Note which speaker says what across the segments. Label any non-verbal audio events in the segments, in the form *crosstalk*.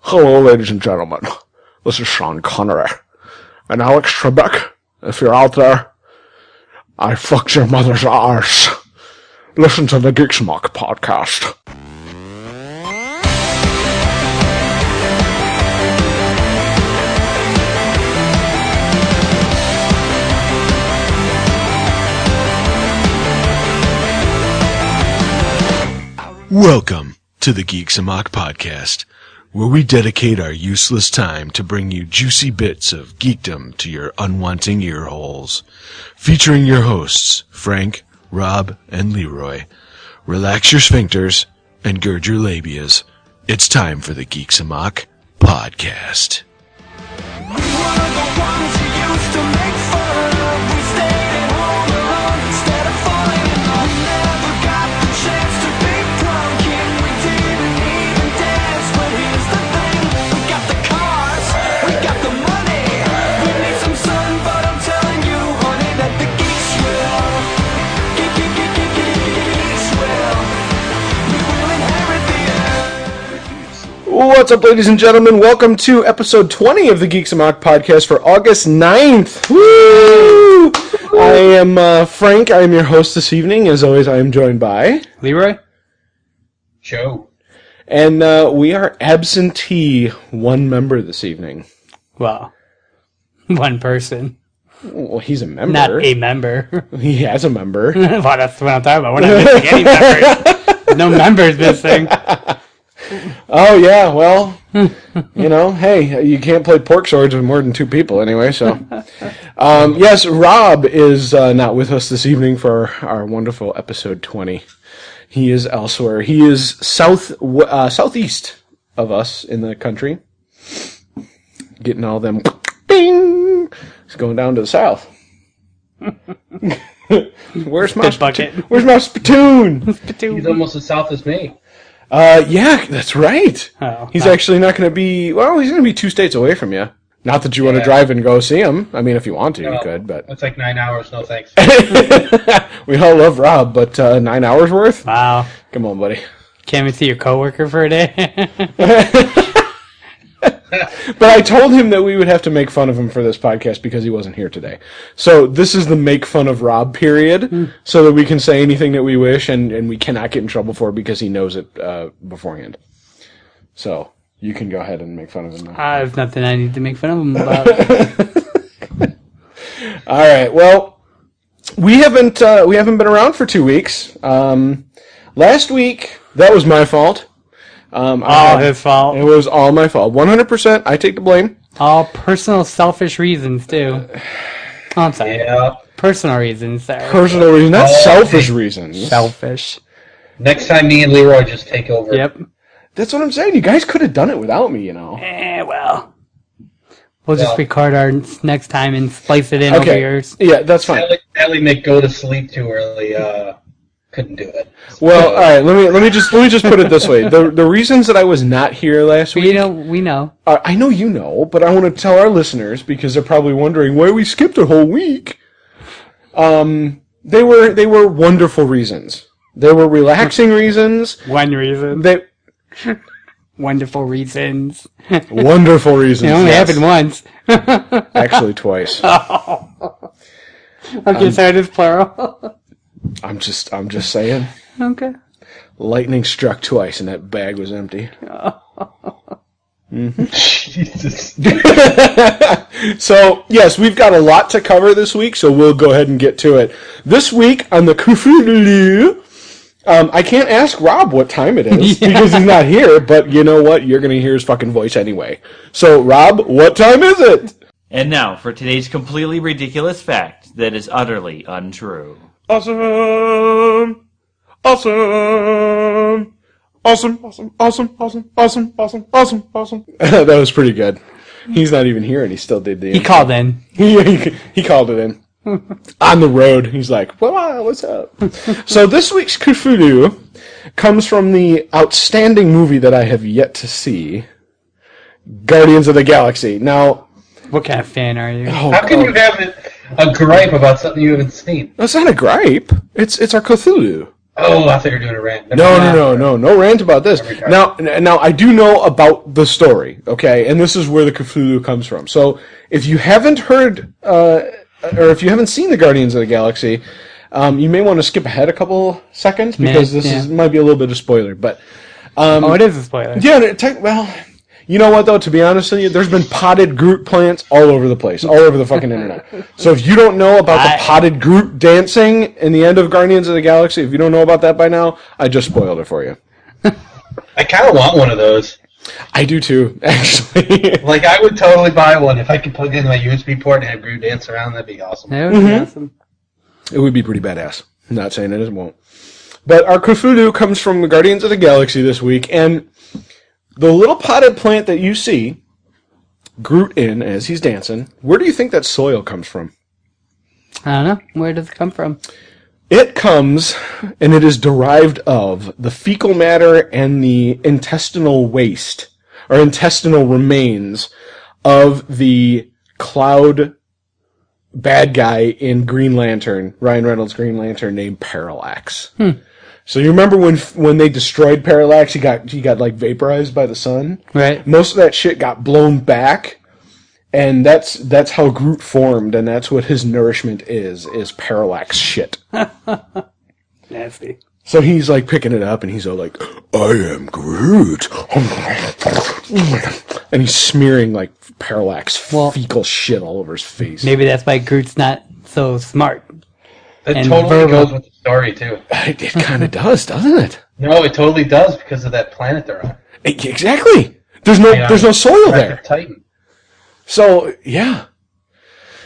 Speaker 1: Hello, ladies and gentlemen. This is Sean Connery. And Alex Trebek, if you're out there, I fucked your mother's arse. Listen to the Geek Smock podcast.
Speaker 2: Welcome to the Geeks and Mock Podcast, where we dedicate our useless time to bring you juicy bits of geekdom to your unwanting ear holes. Featuring your hosts, Frank, Rob, and Leroy. Relax your sphincters and gird your labias. It's time for the Geeks and Mock Podcast.
Speaker 3: We were the ones you used to make fun of. We stayed at home alone instead of falling in love. We never got the chance to be drunk, and we didn't even dance. But here's the thing: we got the cars, we got the money, we need some sun. But I'm telling you, honey, that the geeks will, geek, geek, geek, geek, geek, geeks will. We will inherit the earth.
Speaker 4: What's up, ladies and gentlemen? Welcome to episode 20 of the Geeks and Mock podcast for August 9th. Woo! I am uh, Frank. I am your host this evening. As always, I am joined by.
Speaker 5: Leroy?
Speaker 4: And uh, we are absentee one member this evening.
Speaker 5: Well, *laughs* one person,
Speaker 4: Well, he's a member.
Speaker 5: not a member. *laughs*
Speaker 4: he has a member.
Speaker 5: Well, that's what I'm talking about. We're not missing any members. No members missing.
Speaker 4: Oh, yeah, well, you know, hey, you can't play pork swords with more than two people anyway, so. Um, yes, Rob is uh, not with us this evening for our wonderful episode 20. He is elsewhere. He is south w- uh, southeast of us in the country. Getting all them ding. He's going down to the south. where's my
Speaker 5: Good bucket.
Speaker 4: spittoon? Where's my spittoon?
Speaker 6: He's almost as south as me.
Speaker 4: Uh, yeah, that's right.
Speaker 5: Oh,
Speaker 4: He's
Speaker 5: not-
Speaker 4: actually not going to be. Well, he's going to be two states away from you. Not that you want to
Speaker 6: Yeah.
Speaker 4: drive and go see him. I mean, if you want to, you
Speaker 6: No.
Speaker 4: could. But
Speaker 6: That's like nine hours.
Speaker 4: *laughs*
Speaker 6: No thanks.
Speaker 4: we all love Rob, but uh, nine hours worth?
Speaker 5: Wow.
Speaker 4: Come on, buddy.
Speaker 5: Can't we see your coworker for a day? *laughs*
Speaker 4: But I told him that we would have to make fun of him for this podcast because he wasn't here today. So this is the make fun of Rob period, so that we can say anything that we wish, and and we cannot get in trouble for it because he knows it uh, beforehand. So you can go ahead and make fun of him now.
Speaker 5: I have nothing I need to make fun of him about.
Speaker 4: All right. Well, we haven't uh, we haven't been around for two weeks. Um, last week that was my fault. Um, I-
Speaker 5: All his
Speaker 4: It
Speaker 5: fault.
Speaker 4: was all my fault. One hundred percent. I take the blame.
Speaker 5: All personal, selfish reasons, too. Oh, I'm sorry.
Speaker 6: yeah.
Speaker 5: Personal reasons, sorry.
Speaker 4: Personal reason, not
Speaker 6: Oh,
Speaker 4: selfish reasons.
Speaker 5: Selfish.
Speaker 6: Next time, me and Leroy just take over.
Speaker 5: Yep.
Speaker 4: That's what I'm saying. You guys could have done it without me. You know.
Speaker 5: Eh, well. We'll just
Speaker 6: Well.
Speaker 5: record our next time and splice it in over
Speaker 4: Okay.
Speaker 5: yours.
Speaker 4: Yeah, that's fine.
Speaker 6: Ellie, Ellie make go to sleep too early. Uh, couldn't do
Speaker 4: *laughs*
Speaker 6: it.
Speaker 4: Well, all right. Let me let me just let me just put it this way. The the reasons that I was not here last
Speaker 5: We
Speaker 4: week.
Speaker 5: know, we know.
Speaker 4: Uh, I know you know, but I want to tell our listeners because they're probably wondering why we skipped a whole week. Um, they were they were wonderful reasons. They were relaxing reasons.
Speaker 5: One reason.
Speaker 4: They
Speaker 5: Wonderful reasons.
Speaker 4: wonderful reasons.
Speaker 5: It only
Speaker 4: yes.
Speaker 5: happened once.
Speaker 4: actually twice.
Speaker 5: Okay, so it is plural.
Speaker 4: I'm just I'm just saying.
Speaker 5: okay.
Speaker 4: Lightning struck twice, and that bag was empty.
Speaker 6: Jesus.
Speaker 4: So, yes, we've got a lot to cover this week, so we'll go ahead and get to it. This week on the *laughs* Kufu um, I can't ask Rob what time it is because he's not here, but you know what? You're going to hear his fucking voice anyway. So, Rob, what time is it?
Speaker 7: And now for today's completely ridiculous fact that is utterly untrue.
Speaker 4: Awesome! Awesome! Awesome, awesome, awesome, awesome, awesome, awesome, awesome, awesome. *laughs* that was pretty good. He's not even here and he still did the
Speaker 5: He called in.
Speaker 4: *laughs* he, he, he called it in on the road. He's like, "Well, uh, what's up?" so this week's Cthulhu comes from the outstanding movie that I have yet to see, Guardians of the Galaxy. Now,
Speaker 5: What kind of fan are you?
Speaker 4: oh,
Speaker 6: How can you
Speaker 4: God.
Speaker 6: have a, a gripe about something you haven't seen?
Speaker 4: that's not a gripe. It's it's our Cthulhu.
Speaker 6: Oh, I thought you were doing a rant. Never
Speaker 4: No,
Speaker 6: mind.
Speaker 4: no, no, no, no rant about this.
Speaker 6: Every time.
Speaker 4: Now, n- now I do know about the story, okay, and this is where the Cthulhu comes from. So, if you haven't heard, uh, or if you haven't seen the Guardians of the Galaxy, um, you may want to skip ahead a couple seconds because
Speaker 5: Minutes,
Speaker 4: this is,
Speaker 5: yeah.
Speaker 4: might be a little bit of spoiler. But
Speaker 5: oh, it is a spoiler.
Speaker 4: yeah, no, tech, well, you know what though? To be honest with you, there's been potted Groot plants all over the place, all over the fucking internet. So if you don't know about
Speaker 7: I-
Speaker 4: the potted Groot dancing in the end of Guardians of the Galaxy, if you don't know about that by now, I just spoiled it for you.
Speaker 6: I kind of want one of those.
Speaker 4: I do too, *laughs* actually.
Speaker 6: Like, I would totally buy one if I could plug in my USB port and have Groot dance around. That'd be awesome.
Speaker 5: That would be awesome.
Speaker 4: it would be pretty badass. I'm not saying it, it won't. But our Cthulhu comes from the Guardians of the Galaxy this week, and the little potted plant that you see Groot in as he's dancing, where do you think that soil comes from?
Speaker 5: I don't know. Where does it come from?
Speaker 4: It comes, and it is derived of the fecal matter and the intestinal waste, or intestinal remains of the cloud bad guy in Green Lantern, Ryan Reynolds' Green Lantern, named Parallax. So you remember when when they destroyed Parallax, he got he got like vaporized by the sun.
Speaker 5: Right.
Speaker 4: Most of that shit got blown back, and that's that's how Groot formed, and that's what his nourishment is is Parallax shit.
Speaker 5: Nasty.
Speaker 4: So he's like picking it up and he's all like, I am Groot. And he's smearing like parallax
Speaker 5: Well-
Speaker 4: fecal shit all over his face.
Speaker 5: Maybe that's why Groot's not so smart.
Speaker 6: That
Speaker 5: And
Speaker 6: totally
Speaker 5: verbal.
Speaker 6: goes with the story, too.
Speaker 4: *laughs* It, it kind
Speaker 5: *laughs*
Speaker 4: of does, doesn't it?
Speaker 6: No, it totally does because of that planet they're on.
Speaker 4: E- Exactly. There's no,
Speaker 6: Yeah.
Speaker 4: there's no soil
Speaker 6: Wreck-It
Speaker 4: there.
Speaker 6: Titan.
Speaker 4: So yeah.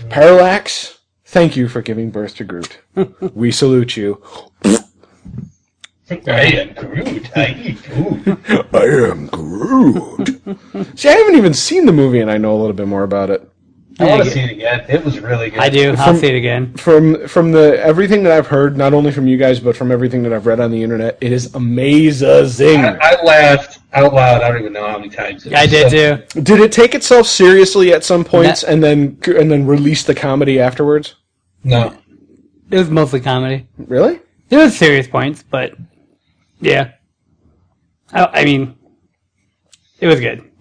Speaker 4: Parallax, thank you for giving birth to Groot. we salute you.
Speaker 6: I am Groot. I eat Groot.
Speaker 4: I am Groot. *laughs* See, I haven't even seen the movie and I know a little bit more about it.
Speaker 6: I
Speaker 5: Yeah,
Speaker 6: want
Speaker 5: I
Speaker 6: to see it again. It was really good.
Speaker 5: I do. I'll see it again.
Speaker 4: from from the everything that I've heard, not only from you guys, but from everything that I've read on the internet, it is amazing.
Speaker 6: I, I laughed out loud. I don't even know how many times. It
Speaker 5: I
Speaker 6: was
Speaker 5: did
Speaker 6: so-
Speaker 5: too.
Speaker 4: Did it take itself seriously at some points,
Speaker 5: That-
Speaker 4: and then and then release the comedy afterwards?
Speaker 6: No.
Speaker 5: It was mostly comedy.
Speaker 4: Really?
Speaker 5: There was serious points, but yeah. Oh, I, I mean, it was good. *laughs*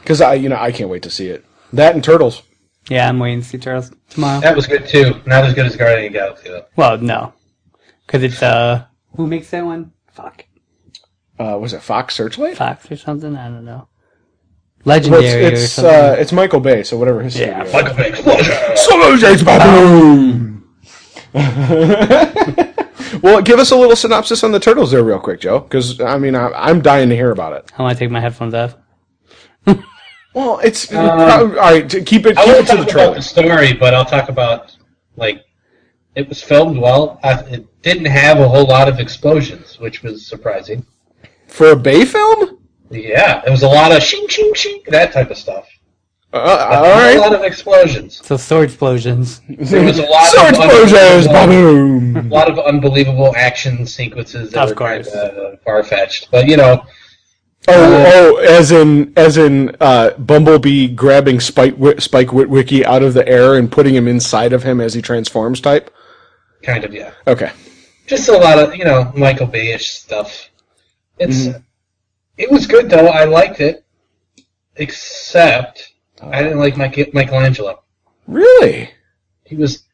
Speaker 4: Because I, you know, I can't wait to see it. That and Turtles.
Speaker 5: yeah, I'm waiting to see Charles tomorrow.
Speaker 6: That was good too. Not as good as Guardian of the Galaxy though.
Speaker 5: Well, no, because it's uh, who makes that one? Fuck,
Speaker 4: Uh, was it Fox Searchlight?
Speaker 5: Fox or something. I don't know.
Speaker 4: Well,
Speaker 5: Legendary
Speaker 4: it's
Speaker 5: or
Speaker 4: it's,
Speaker 5: something.
Speaker 4: uh, it's Michael Bay, so whatever his
Speaker 5: Yeah,
Speaker 4: studio.
Speaker 6: Like a big explosion.
Speaker 4: Solutions Baboon. *laughs* well, give us a little synopsis on the Turtles there, real quick, Joe. Because I mean, I, I'm dying to hear about it.
Speaker 5: I want to take my headphones off.
Speaker 4: *laughs* Well, it's prob- all right. t- Keep it,
Speaker 6: I
Speaker 4: keep
Speaker 6: won't
Speaker 4: it to
Speaker 6: talk
Speaker 4: the
Speaker 6: about
Speaker 4: trailer.
Speaker 6: the story, but I'll talk about like it was filmed well. I, it didn't have a whole lot of explosions, which was surprising.
Speaker 4: For a Bay film?
Speaker 6: Yeah, it was a lot of shing shing shing that type of stuff.
Speaker 4: Uh,
Speaker 6: But
Speaker 4: all
Speaker 6: not a
Speaker 4: right.
Speaker 6: lot of explosions.
Speaker 5: So sword explosions.
Speaker 4: Um,
Speaker 6: There was a lot
Speaker 4: Sword
Speaker 6: of unbelievable-
Speaker 4: explosions, boom.
Speaker 6: a lot of unbelievable action sequences that
Speaker 5: Of
Speaker 6: were
Speaker 5: course.
Speaker 6: far fetched. But you know,
Speaker 4: Oh, oh, as in, as in, uh, Bumblebee grabbing Spike Wi- Spike Witwicky out of the air and putting him inside of him as he transforms, type.
Speaker 6: kind of yeah.
Speaker 4: Okay.
Speaker 6: just a lot of you know Michael Bayish stuff. It's it was good though. I liked it, except I didn't like Mike, Michelangelo.
Speaker 4: Really?
Speaker 6: He was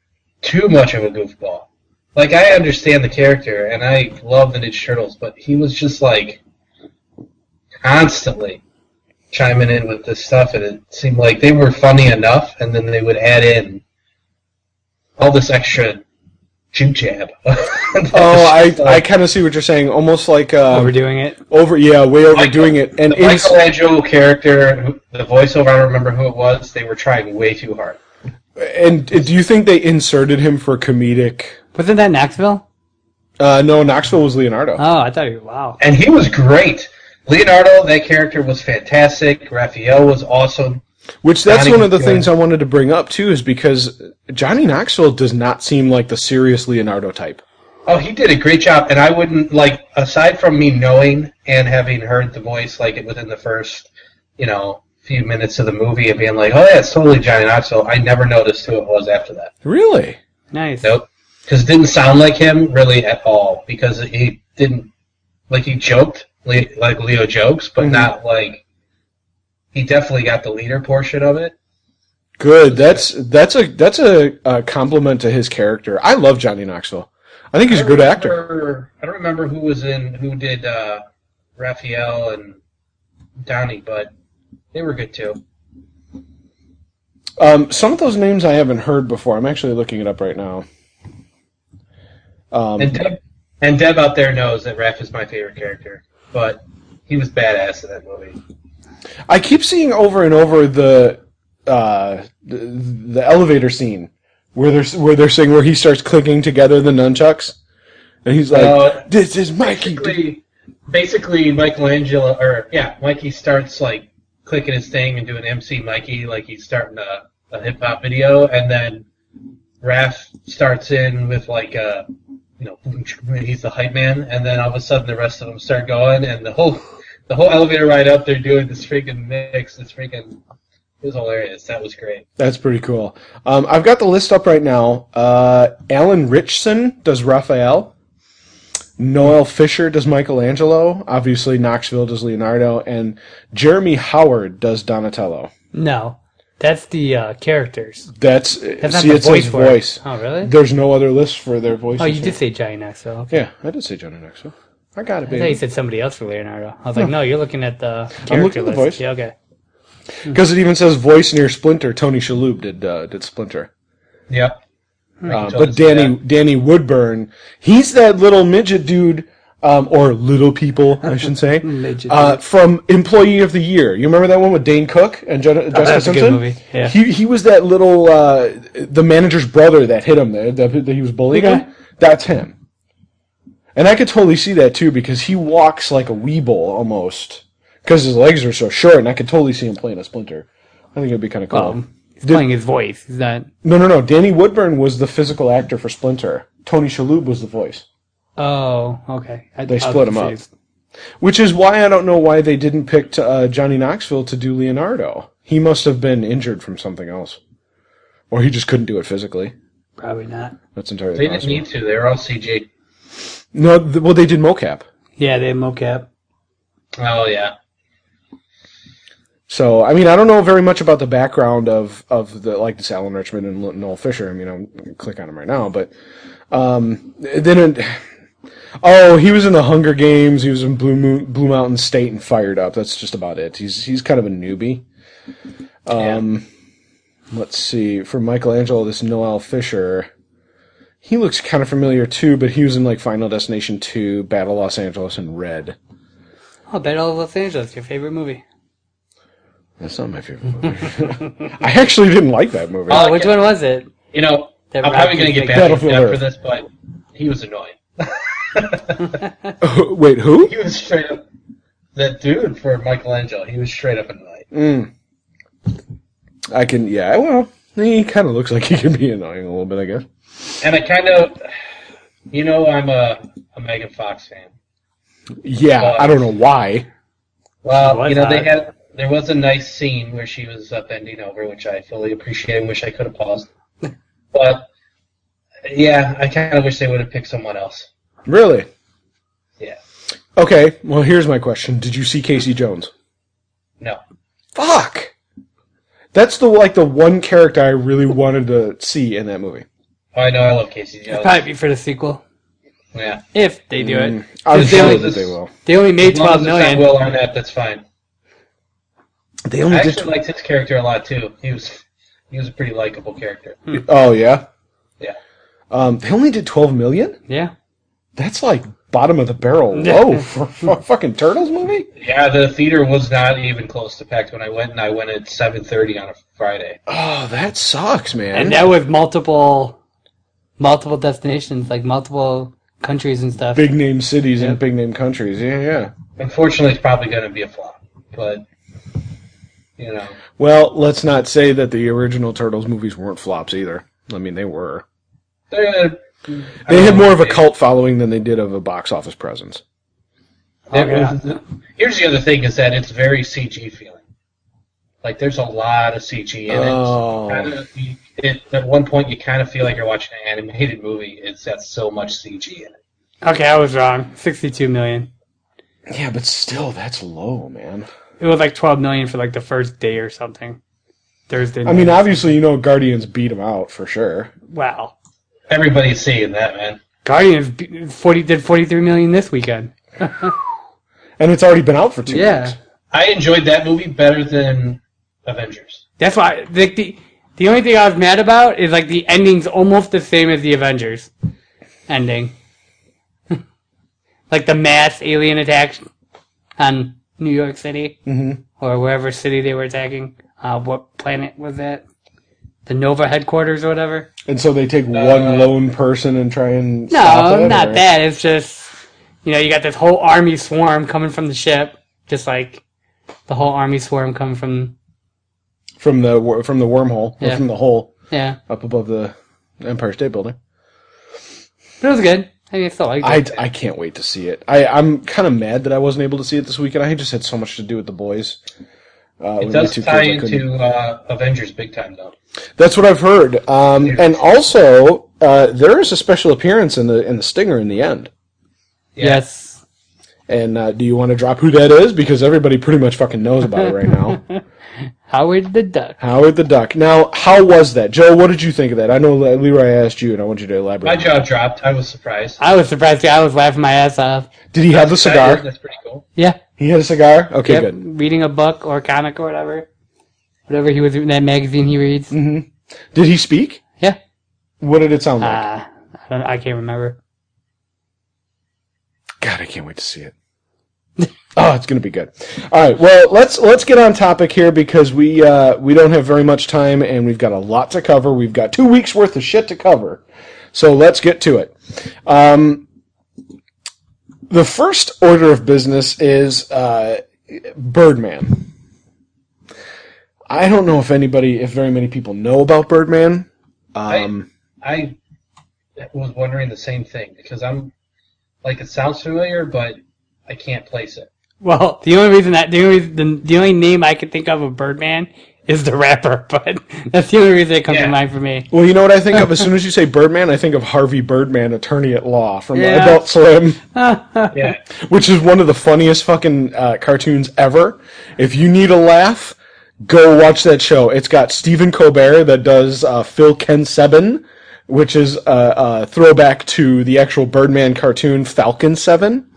Speaker 6: too much of a goofball. Like I understand the character and I love the Ninja Turtles, but he was just like constantly chiming in with this stuff, and it seemed like they were funny enough, and then they would add in all this extra jib jab. *laughs*
Speaker 4: Oh, I, I kind of see what you're saying. Almost like uh,
Speaker 5: Overdoing it.
Speaker 4: over, yeah, way overdoing it. And
Speaker 6: the
Speaker 4: it's,
Speaker 6: Michelangelo character, who- the voiceover, I don't remember who it was, they were trying way too hard.
Speaker 4: and uh, do you think they inserted him for comedic?
Speaker 5: Wasn't that Knoxville?
Speaker 4: Uh, no, Knoxville was Leonardo.
Speaker 5: Oh, I thought you. Wow.
Speaker 6: And he was great. Leonardo, that character was fantastic. Raphael was awesome.
Speaker 4: Which that's
Speaker 6: Johnny
Speaker 4: one of the
Speaker 6: Knoxville.
Speaker 4: things I wanted to bring up too, is because Johnny Knoxville does not seem like the serious Leonardo type.
Speaker 6: Oh, he did a great job. And I wouldn't, like, aside from me knowing and having heard the voice, like, within the first, you know, few minutes of the movie and being like, oh, yeah, it's totally Johnny Knoxville, I never noticed who it was after that.
Speaker 4: Really?
Speaker 5: Nice.
Speaker 6: Nope. because didn't sound like him really at all. Because he didn't like he joked le- like Leo jokes, but not like he definitely got the leader portion of it.
Speaker 4: Good. That's that's a that's a, a compliment to his character. I love Johnny Knoxville. I think he's a good actor.
Speaker 6: remember- I don't remember who was in who did uh, Raphael and Downey, but they were good too.
Speaker 4: Um, some of those names I haven't heard before. I'm actually looking it up right now. Um,
Speaker 6: And Deb, and Deb out there knows that Raph is my favorite character, but he was badass in that movie.
Speaker 4: I keep seeing over and over the uh, the, the elevator scene where they're where they're saying where he starts clicking together the nunchucks, and he's like,
Speaker 6: Uh,
Speaker 4: "This is Mikey."
Speaker 6: Basically, basically Michelangelo, or yeah, Mikey starts like clicking his thing and doing MC Mikey, like he's starting a, a hip hop video, and then Raph starts in with like a, you know, *laughs* boom, ch- he's the hype man, and then all of a sudden the rest of them start going, and the whole the whole elevator ride up, they're doing this freaking mix, this freaking. It was hilarious. That was great.
Speaker 4: That's pretty cool. Um, I've got the list up right now. Uh, Alan Richson does Raphael. Noel Fisher does Michelangelo. Obviously, Knoxville does Leonardo, and Jeremy Howard does Donatello.
Speaker 5: No, that's the uh, characters.
Speaker 4: That's, uh,
Speaker 5: That's
Speaker 4: see,
Speaker 5: not the
Speaker 4: it says
Speaker 5: voice for it.
Speaker 4: voice.
Speaker 5: Oh, really?
Speaker 4: There's no other list for their voices.
Speaker 5: oh,
Speaker 4: *laughs*
Speaker 5: you
Speaker 4: here.
Speaker 5: did say Johnny Knoxville. Okay.
Speaker 4: Yeah, I did say Jonah Knoxville. I got it,
Speaker 5: I thought you
Speaker 4: baby.
Speaker 5: said somebody else for Leonardo. I was like, no, you're looking at the character
Speaker 4: I'm looking at the
Speaker 5: list.
Speaker 4: voice.
Speaker 5: Yeah, okay.
Speaker 4: Because it even says voice near Splinter. Tony Shalhoub did uh, did Splinter.
Speaker 6: Yep.
Speaker 4: Uh,
Speaker 6: totally
Speaker 4: but
Speaker 6: see
Speaker 4: Danny Danny Woodburn, he's that little midget dude, um, or little people, I should
Speaker 5: *laughs*
Speaker 4: say, uh, from Employee of the Year. You remember that one with Dane Cook and Jen- Jessica
Speaker 5: that's a good
Speaker 4: Simpson?
Speaker 5: movie, yeah.
Speaker 4: He he was that little uh, the manager's brother that hit him there that, that he was bullying.
Speaker 5: Okay.
Speaker 4: Him. That's him. And I could totally see that too because he walks like a weeble almost because his legs are so short, and I could totally see him playing a splinter. I think it'd be kind of cool.
Speaker 5: Um, he's playing his voice. He's not.
Speaker 4: No, no, no. Danny Woodburn was the physical actor for Splinter. Tony Shalhoub was the voice,
Speaker 5: Oh, okay. I,
Speaker 4: They
Speaker 5: I was
Speaker 4: split 'em up.
Speaker 5: confused.
Speaker 4: which is why I don't know why they didn't pick uh, Johnny Knoxville to do Leonardo. He must have been injured from something else, or he just couldn't do it physically.
Speaker 5: Probably not.
Speaker 4: That's entirely
Speaker 6: They didn't
Speaker 4: possible.
Speaker 6: need to. They were all CG.
Speaker 4: no, th- well, they did mocap.
Speaker 5: Yeah, they had mocap.
Speaker 6: Oh yeah.
Speaker 4: So I mean, I don't know very much about the background of of the like this Alan Richmond and L- Noel Fisher. I mean, I'm gonna click on him right now, but um, then it, oh, he was in the Hunger Games. He was in Blue Moon, Blue Mountain State and Fired Up. That's just about it. He's he's kind of a newbie. Um, let's see. For Michelangelo, this Noel Fisher. He looks kind of familiar too, but he was in like Final Destination 2, Battle Los Angeles, and Red.
Speaker 5: Oh, Battle of Los Angeles, your favorite movie.
Speaker 4: That's not my favorite movie. *laughs* I actually didn't like that movie.
Speaker 5: Oh, which one was it?
Speaker 6: You know,
Speaker 5: That
Speaker 6: I'm probably going to get
Speaker 5: Rocky
Speaker 6: bad
Speaker 4: thing.
Speaker 6: for this, but he was annoying.
Speaker 4: Who- Wait, who?
Speaker 6: He was straight up that dude for Michelangelo. He was straight up annoying.
Speaker 4: I can. Yeah, well, he kind of looks like he can be annoying a little bit, I guess.
Speaker 6: And I kind of, you know, I'm a, a Megan Fox fan.
Speaker 4: Yeah, I don't know why.
Speaker 6: Well,
Speaker 5: Was
Speaker 6: you know, they
Speaker 5: I?
Speaker 6: had there was a nice scene where she was uh, bending over, which I fully appreciate and wish I could have
Speaker 5: *laughs*
Speaker 6: paused. but yeah, I kind of wish they would have picked someone else.
Speaker 4: Really?
Speaker 6: Yeah,
Speaker 4: Okay. Well, here's my question: Did you see Casey Jones?
Speaker 6: no.
Speaker 4: Fuck. That's the like the one character I really wanted to see in that movie.
Speaker 6: Oh, I know I love Casey Jones.
Speaker 5: Probably for the sequel.
Speaker 6: Yeah,
Speaker 5: If they do it.
Speaker 4: I'm
Speaker 5: They
Speaker 4: sure
Speaker 5: only,
Speaker 4: that they will.
Speaker 5: they only made
Speaker 6: as
Speaker 5: 12
Speaker 6: long as it's not
Speaker 5: million.
Speaker 6: Will Arnett, that's fine.
Speaker 4: They
Speaker 6: I
Speaker 4: only did.
Speaker 6: actually liked his character a lot too. He was he was a pretty likable character.
Speaker 4: tw- oh yeah.
Speaker 6: Yeah.
Speaker 4: Um, they only did twelve million.
Speaker 5: Yeah.
Speaker 4: That's like bottom of the barrel low for, for a fucking turtles movie.
Speaker 6: Yeah, the theater was not even close to packed when I went, and I went at seven thirty on a Friday.
Speaker 4: Oh, that sucks, man.
Speaker 5: And that with multiple, multiple destinations, like multiple countries and stuff.
Speaker 4: big name cities and big name countries. Yeah, yeah.
Speaker 6: Unfortunately, it's probably going to be a flop, but you know,
Speaker 4: Well, let's not say that the original Turtles movies weren't flops either. I mean, they were.
Speaker 6: they're,
Speaker 4: They had more of a cult following than they did of a box office presence.
Speaker 6: they're- here's the other thing: is that it's very CG feeling. Like there's a lot of CG in
Speaker 4: Oh.
Speaker 6: it. Kind of, you, it. At one point, you kind of feel like you're watching an animated movie. It's got so much CG in it.
Speaker 5: Okay, I was wrong. Sixty-two million.
Speaker 4: Yeah, but still, that's low, man.
Speaker 5: It was like twelve million for like the first day or something. Thursday.
Speaker 4: I mean,
Speaker 5: night.
Speaker 4: obviously, you know, Guardians beat them out for sure.
Speaker 5: wow.
Speaker 6: Everybody's seeing that, man.
Speaker 5: Guardians be- forty did forty-three million this weekend.
Speaker 4: And it's already been out for two
Speaker 5: Yeah.
Speaker 4: weeks.
Speaker 6: I enjoyed that movie better than Avengers.
Speaker 5: That's why the, the the only thing I was mad about is like the ending's almost the same as the Avengers ending, *laughs* like the mass alien attack on New York City or wherever city they were attacking. Uh, what planet was that? The Nova headquarters or whatever.
Speaker 4: And so they take one lone person and try and
Speaker 5: No,
Speaker 4: stop it,
Speaker 5: not
Speaker 4: or-
Speaker 5: that. It's just you know you got this whole army swarm coming from the ship, just like the whole army swarm coming from
Speaker 4: from the wor- from the wormhole
Speaker 5: Yeah.
Speaker 4: or from the hole
Speaker 5: yeah.
Speaker 4: up above the Empire State Building.
Speaker 5: But it was good. I mean, I still liked it.
Speaker 4: I, I can't wait to see it. I I'm kind of mad that I wasn't able to see it this weekend. I just had so much to do with the boys. Uh,
Speaker 6: It does tie into uh, Avengers big time, though.
Speaker 4: That's what I've heard. Um, and also, uh, there is a special appearance in the in the Stinger in the end.
Speaker 5: yes.
Speaker 4: And uh, do you want to drop who that is? Because everybody pretty much fucking knows about it right
Speaker 6: *laughs*
Speaker 4: now.
Speaker 5: Howard the Duck.
Speaker 4: Howard the Duck. Now, how was that, Joe? What did you think of that? I know Le- Leroy asked you, and I want you to elaborate.
Speaker 6: My jaw dropped. I was surprised.
Speaker 5: I was surprised. too. I was laughing my ass off.
Speaker 4: Did he have the
Speaker 6: That-
Speaker 4: cigar?
Speaker 6: That's pretty cool.
Speaker 5: Yeah.
Speaker 4: He had a cigar. Okay,
Speaker 5: Yep.
Speaker 4: good.
Speaker 5: Reading a book or a comic or whatever. Whatever he was in that magazine he reads.
Speaker 4: Did he speak?
Speaker 5: Yeah.
Speaker 4: What did it sound like?
Speaker 5: Uh, I don't. I can't remember.
Speaker 4: God, I can't wait to see it. *laughs* oh, it's gonna be good. All right, well let's let's get on topic here because we uh, we don't have very much time and we've got a lot to cover. We've got two weeks worth of shit to cover, so let's get to it. Um, the first order of business is uh, Birdman. I don't know if anybody, if very many people know about Birdman. Um,
Speaker 6: I was wondering the same thing because I'm like it sounds familiar, but I can't place it.
Speaker 5: Well, the only reason that the only reason, the, the only name I could think of of Birdman is the rapper, *laughs* but that's the only reason it comes
Speaker 6: Yeah.
Speaker 5: to mind for me.
Speaker 4: Well, you know what I think of as soon as you say Birdman, I think of Harvey Birdman, attorney at law from
Speaker 5: Yeah.
Speaker 4: Adult Swim,
Speaker 6: Yeah,
Speaker 4: which is one of the funniest fucking uh, cartoons ever. If you need a laugh, go watch that show. It's got Stephen Colbert that does uh, Phil Ken Seven, which is a, a throwback to the actual Birdman cartoon Falcon Seven.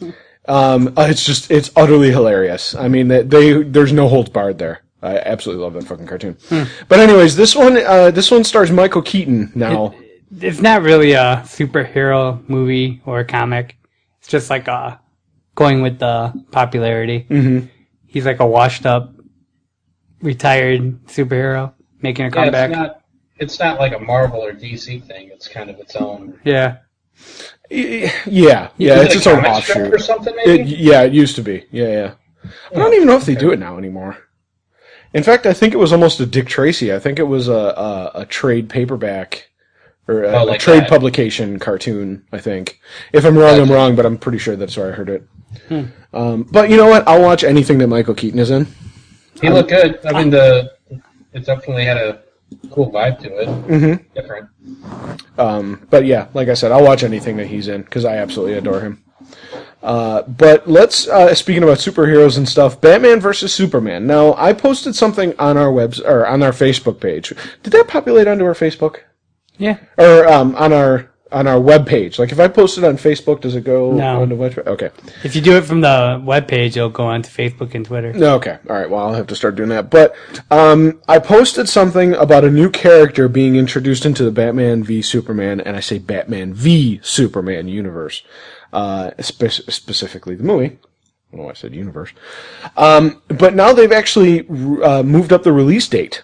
Speaker 4: *laughs* um, uh, it's just it's utterly hilarious. I mean, they, they there's no holds barred there. I absolutely love that fucking cartoon.
Speaker 6: Hmm.
Speaker 4: But anyways, this one uh, this one stars Michael Keaton now.
Speaker 5: It's not really a superhero movie or a comic. It's just like uh, going with the popularity. Mm-hmm. He's like a washed up, retired superhero making a
Speaker 6: yeah
Speaker 5: comeback.
Speaker 6: it's not. It's not like a Marvel or DC thing. It's kind of its own.
Speaker 5: Yeah.
Speaker 4: Yeah, yeah,
Speaker 6: Is
Speaker 4: it's
Speaker 6: it a
Speaker 4: its own
Speaker 6: comic strip
Speaker 4: offshoot.
Speaker 6: or something. Maybe
Speaker 4: It, yeah, it used to be. Yeah, yeah. I don't even know if they do it now anymore. In fact, I think it was almost a Dick Tracy. I think it was a a, a trade paperback or a, a
Speaker 6: Oh, like
Speaker 4: trade
Speaker 6: that.
Speaker 4: publication cartoon. I think. If I'm wrong, I'm wrong, but I'm pretty sure that's where I heard it. Um, but you know what? I'll watch anything that Michael Keaton is in.
Speaker 6: He looked good. I mean, the it definitely had a cool vibe to it. Mm-hmm. Different.
Speaker 4: But yeah, like I said, I'll watch anything that he's in because I absolutely adore him. Uh, but let's uh, speaking about superheroes and stuff. Batman versus Superman. Now, I posted something on our webs or on our Facebook page. Did that populate onto our Facebook
Speaker 5: Yeah.
Speaker 4: or um, on our on our web page? Like, if I post it on Facebook, does it go
Speaker 5: No.
Speaker 4: onto web? Okay,
Speaker 5: If you do it from the webpage, it'll go on to Facebook and Twitter.
Speaker 4: No, okay, all right. Well, I'll have to start doing that. But um, I posted something about a new character being introduced into the Batman v Superman, and I say Batman v Superman universe, uh, spe- specifically the movie. I don't know why I said universe. Um, but now they've actually uh, moved up the release date.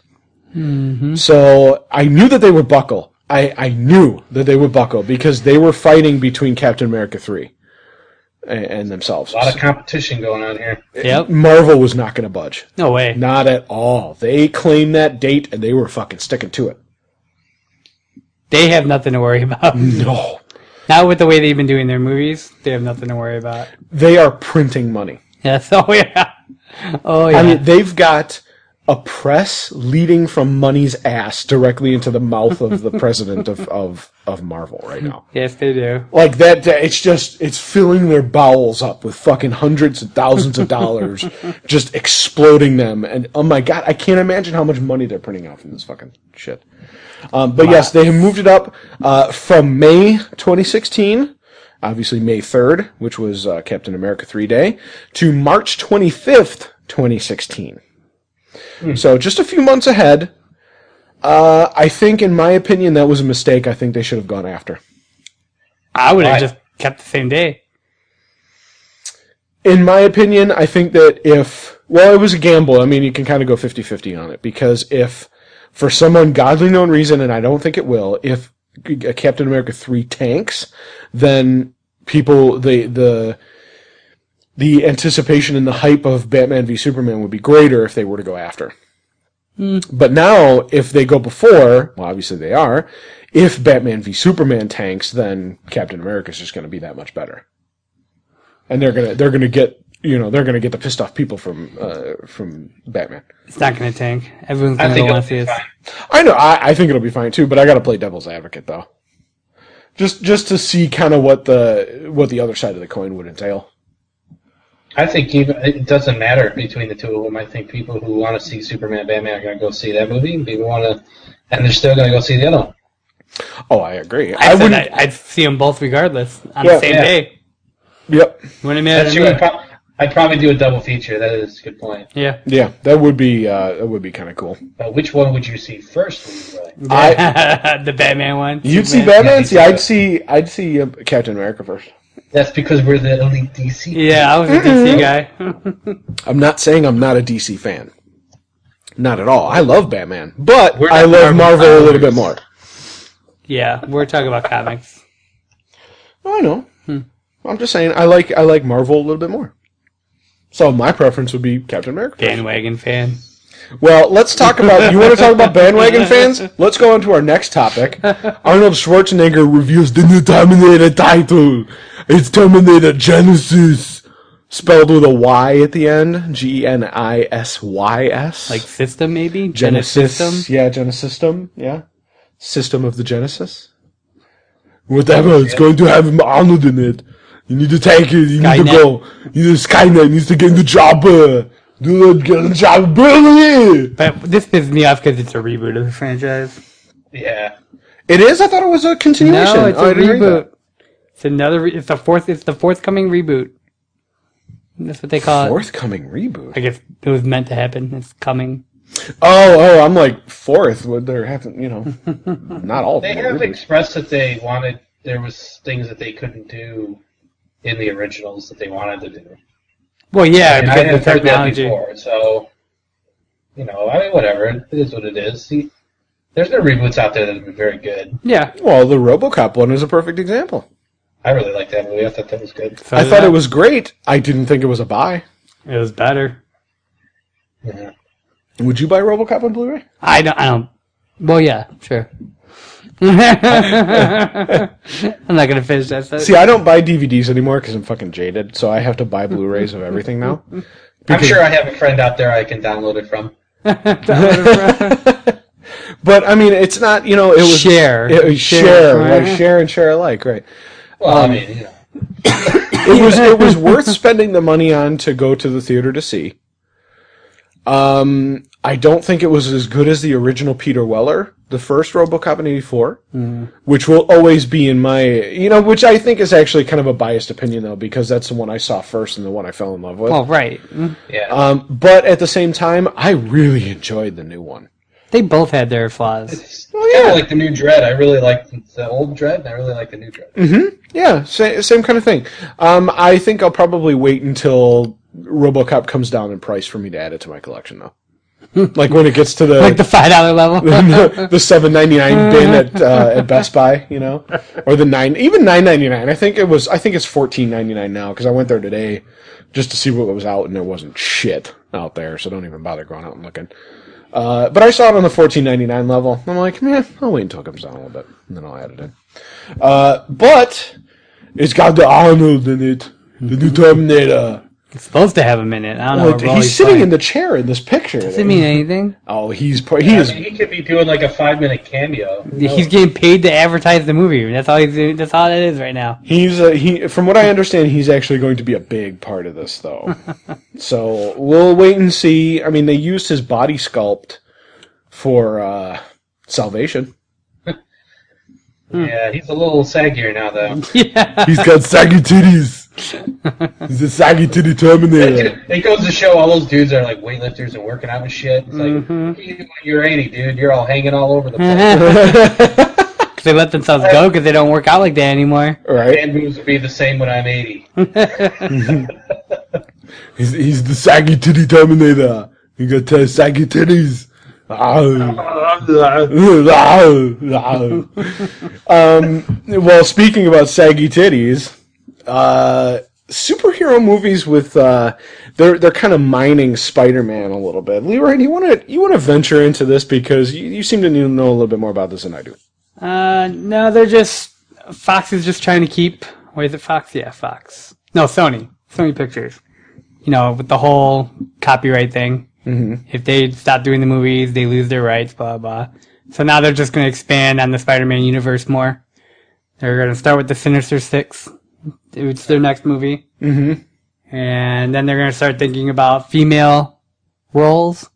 Speaker 4: So I knew that they would buckle. I, I knew that they would buckle because they were fighting between Captain America 3 and, and themselves.
Speaker 6: A lot of competition going on here.
Speaker 5: Yep.
Speaker 4: Marvel was not going to budge.
Speaker 5: No way.
Speaker 4: Not at all. They claimed that date and they were fucking sticking to it.
Speaker 5: They have nothing to worry about.
Speaker 4: No.
Speaker 5: *laughs* Not with the way they've been doing their movies. They have nothing to worry about. *laughs*
Speaker 4: They are printing money.
Speaker 5: Yes. Oh yeah. Oh yeah.
Speaker 4: I mean, they've got a press leading from money's ass directly into the mouth of the president of, of, of Marvel right now.
Speaker 5: Yes, they do.
Speaker 4: Like that, that- it's just, it's filling their bowels up with fucking hundreds of thousands of dollars, just exploding them. And oh my god, I can't imagine how much money they're printing out from this fucking shit. Um, but yes, they have moved it up, uh, from May 2016, obviously May 3rd, which was, uh, Captain America 3 Day, to March 25th, 2016. So just a few months ahead. Uh, I think, in my opinion, that was a mistake. I think they should have gone after.
Speaker 5: I would have
Speaker 6: Why?
Speaker 5: just kept the same day.
Speaker 4: in my opinion, I think that if, well, it was a gamble. I mean, you can kind of go 50 50 on it because if, for some ungodly known reason, and I don't think it will, if G- Captain America 3 tanks, then people, the, the, the anticipation and the hype of Batman v Superman would be greater if they were to go after. But now, if they go before, well, obviously they are, if Batman v Superman tanks, then Captain America is just going to be that much better and they're gonna they're gonna get you know they're gonna get the pissed off people from uh, from Batman.
Speaker 5: It's not going to tank. Everyone's
Speaker 6: I
Speaker 5: going to
Speaker 6: think
Speaker 5: want to
Speaker 6: it'll
Speaker 5: see
Speaker 6: be
Speaker 5: us.
Speaker 6: fine.
Speaker 4: I know I, I think it'll be fine too, but I gotta play devil's advocate though, just just to see kind of what the what the other side of the coin would entail.
Speaker 6: I think even it doesn't matter between the two of them. I think people who want to see Superman, Batman are going to go see that movie. and People want to, and they're still going to go see the other one.
Speaker 4: Oh, I agree.
Speaker 5: I,
Speaker 4: I,
Speaker 5: said
Speaker 4: wouldn't.
Speaker 5: I, I'd see them both regardless on
Speaker 4: Yeah.
Speaker 5: the same
Speaker 6: Yeah.
Speaker 5: day.
Speaker 4: Yep.
Speaker 5: Wouldn't matter
Speaker 6: That's
Speaker 5: to
Speaker 6: true.
Speaker 5: me.
Speaker 6: I'd, prob- I'd probably do a double feature. That is a good point.
Speaker 5: Yeah.
Speaker 4: Yeah, that would be uh, that would be kind of cool.
Speaker 6: But which one would you see first? Would you really?
Speaker 4: I
Speaker 5: *laughs* the Batman one.
Speaker 4: you'd see
Speaker 5: Superman.
Speaker 4: Batman.
Speaker 6: Yeah,
Speaker 4: See, I'd see I'd see uh, Captain America first.
Speaker 6: That's because we're the only DC.
Speaker 5: Yeah, I was a DC guy. *laughs*
Speaker 4: I'm not saying I'm not a DC fan. Not at all. I love Batman, but
Speaker 6: We're
Speaker 4: I
Speaker 6: not
Speaker 4: love
Speaker 6: Marvel
Speaker 4: Marvel a little bit
Speaker 6: followers.
Speaker 4: more.
Speaker 5: yeah, we're talking about comics.
Speaker 4: Oh, I know. I'm just saying I like I like Marvel a little bit more. So my preference would be Captain America.
Speaker 5: Bandwagon fan.
Speaker 4: Well, let's talk about you want to talk about bandwagon fans? Let's go on to our next topic. Arnold Schwarzenegger reviews the new Terminator title. It's Terminator Genesis. Spelled with a Y at the end. G E N I S Y S.
Speaker 5: Like system maybe?
Speaker 4: Genesis.
Speaker 5: Genesystem?
Speaker 4: Yeah, Genesystem. Yeah. System of the Genesis. Whatever, it's going to have Arnold in it. You need to take it. You need to
Speaker 5: Skynet.
Speaker 4: go. You need Skynet needs to get in the chopper. Do not get in the chopper. Billy!
Speaker 5: But this pisses me off because it's a reboot of the franchise.
Speaker 6: Yeah.
Speaker 4: It is? I thought it was a continuation.
Speaker 5: No, it's
Speaker 4: Oh, I
Speaker 5: a
Speaker 4: didn't read
Speaker 5: reboot. It's another. Re- it's the fourth. It's the forthcoming reboot. That's what they
Speaker 4: that.
Speaker 5: call it.
Speaker 4: Uh, Forthcoming reboot.
Speaker 5: I guess it was meant to happen. It's coming.
Speaker 4: Oh, oh, I'm like, fourth. Would there happen, you
Speaker 5: *laughs*
Speaker 4: know, not all of
Speaker 6: They
Speaker 4: them.
Speaker 6: have
Speaker 4: are reboots.
Speaker 6: expressed that they wanted there was things that they couldn't do in the originals that they wanted to do.
Speaker 5: Well, yeah,
Speaker 6: And I
Speaker 5: because
Speaker 6: have
Speaker 5: of the
Speaker 6: heard that
Speaker 5: technology.
Speaker 6: before, so you know, I mean, whatever. It is what it is. See, there's no reboots out there that have been very good.
Speaker 5: Yeah.
Speaker 4: Well, the RoboCop one is a perfect example.
Speaker 6: I really liked that movie. I thought that was good.
Speaker 5: So
Speaker 4: I
Speaker 5: did
Speaker 4: thought
Speaker 5: I.
Speaker 4: it was great. I didn't think it was a buy.
Speaker 5: It was better.
Speaker 6: Yeah.
Speaker 4: Would you buy RoboCop on Blu-ray?
Speaker 5: I don't. I don't. Well, yeah, sure. *laughs* I'm not gonna finish that. sentence.
Speaker 4: See, I don't buy DVDs anymore because I'm fucking jaded, so I have to buy Blu-rays of everything now.
Speaker 6: I'm sure I have a friend out there I can download it from.
Speaker 4: But I mean, it's not you know it was
Speaker 5: Share.
Speaker 4: it was share,
Speaker 5: Share,
Speaker 4: like,
Speaker 5: right?
Speaker 4: share and share alike, right?
Speaker 6: Well, I mean, you know,
Speaker 4: It was it was
Speaker 5: *laughs*
Speaker 4: worth spending the money on to go to the theater to see. Um, I don't think it was as good as the original Peter Weller, the first RoboCop in '84,
Speaker 5: Mm-hmm.
Speaker 4: which will always be in my you know, which I think is actually kind of a biased opinion though because that's the one I saw first and the one I fell in love with.
Speaker 5: Well, right.
Speaker 6: yeah.
Speaker 4: Um, but at the same time, I really enjoyed the new one.
Speaker 5: They both had their flaws.
Speaker 6: it's
Speaker 4: well,
Speaker 6: kind
Speaker 4: yeah.
Speaker 6: of like the new Dread. I really liked the old Dread, and I really like the new Dread.
Speaker 4: Yeah, same, same kind of thing. Um, I think I'll probably wait until RoboCop comes down in price for me to add it to my collection, though. like when it gets to the
Speaker 5: Like the five
Speaker 4: *laughs*
Speaker 5: dollar level.
Speaker 4: the seven ninety nine bin at uh, at Best Buy, you know, or the nine even nine ninety nine. I think it was I think it's fourteen ninety nine now because I went there today just to see what was out and there wasn't shit out there, so don't even bother going out and looking. Uh, but I saw it on the fourteen ninety nine level. I'm like, man, I'll wait until it comes down a little bit and then I'll add it in. Uh, but it's got the Arnold in it, the new Terminator.
Speaker 5: It's supposed to have him in it. I don't know.
Speaker 4: Well,
Speaker 5: what role
Speaker 4: he's sitting
Speaker 5: playing.
Speaker 4: in the chair in this picture.
Speaker 5: Oh, Does it mean anything?
Speaker 4: oh, he's pro- he
Speaker 6: I
Speaker 4: is
Speaker 6: mean, he could be doing like a five minute cameo.
Speaker 5: He's getting paid to advertise the movie. That's all he's doing. That's all that is right now.
Speaker 4: He's uh, he. From what I understand, he's actually going to be a big part of this, though. so we'll wait and see. I mean, they used his body sculpt for uh, Salvation.
Speaker 6: Yeah, Oh, he's a little saggier now though.
Speaker 1: He's got saggy titties.
Speaker 4: *laughs*
Speaker 1: He's a saggy titty Terminator.
Speaker 6: It goes to show all those dudes are like weightlifters and working out and shit. It's like "Look at you when you're 80, dude. You're all hanging all over the place.
Speaker 5: Because they let themselves go because they don't work out like that anymore.
Speaker 4: Right?
Speaker 6: Hand moves will be the same when I'm 80.
Speaker 1: He's, he's the saggy titty Terminator. He got uh, saggy
Speaker 4: *laughs*
Speaker 1: titties.
Speaker 4: Um, Well, speaking about saggy titties, uh, superhero movies with uh, they're they're kind of mining Spider-Man a little bit. Leroy, do you want to you want to venture into this because you, you seem to need to know a little bit more about this than I do.
Speaker 5: Uh, no, they're just Fox is just trying to keep. Where is it? Fox? Yeah, Fox. No, Sony. Sony Pictures. You know, with the whole copyright thing. Mm-hmm. If they stop doing the movies, they lose their rights. Blah blah. So now they're just going to expand on the Spider-Man universe more. They're going to start with the Sinister Six. It's their next movie. Mm-hmm. And then they're going to start thinking about female roles.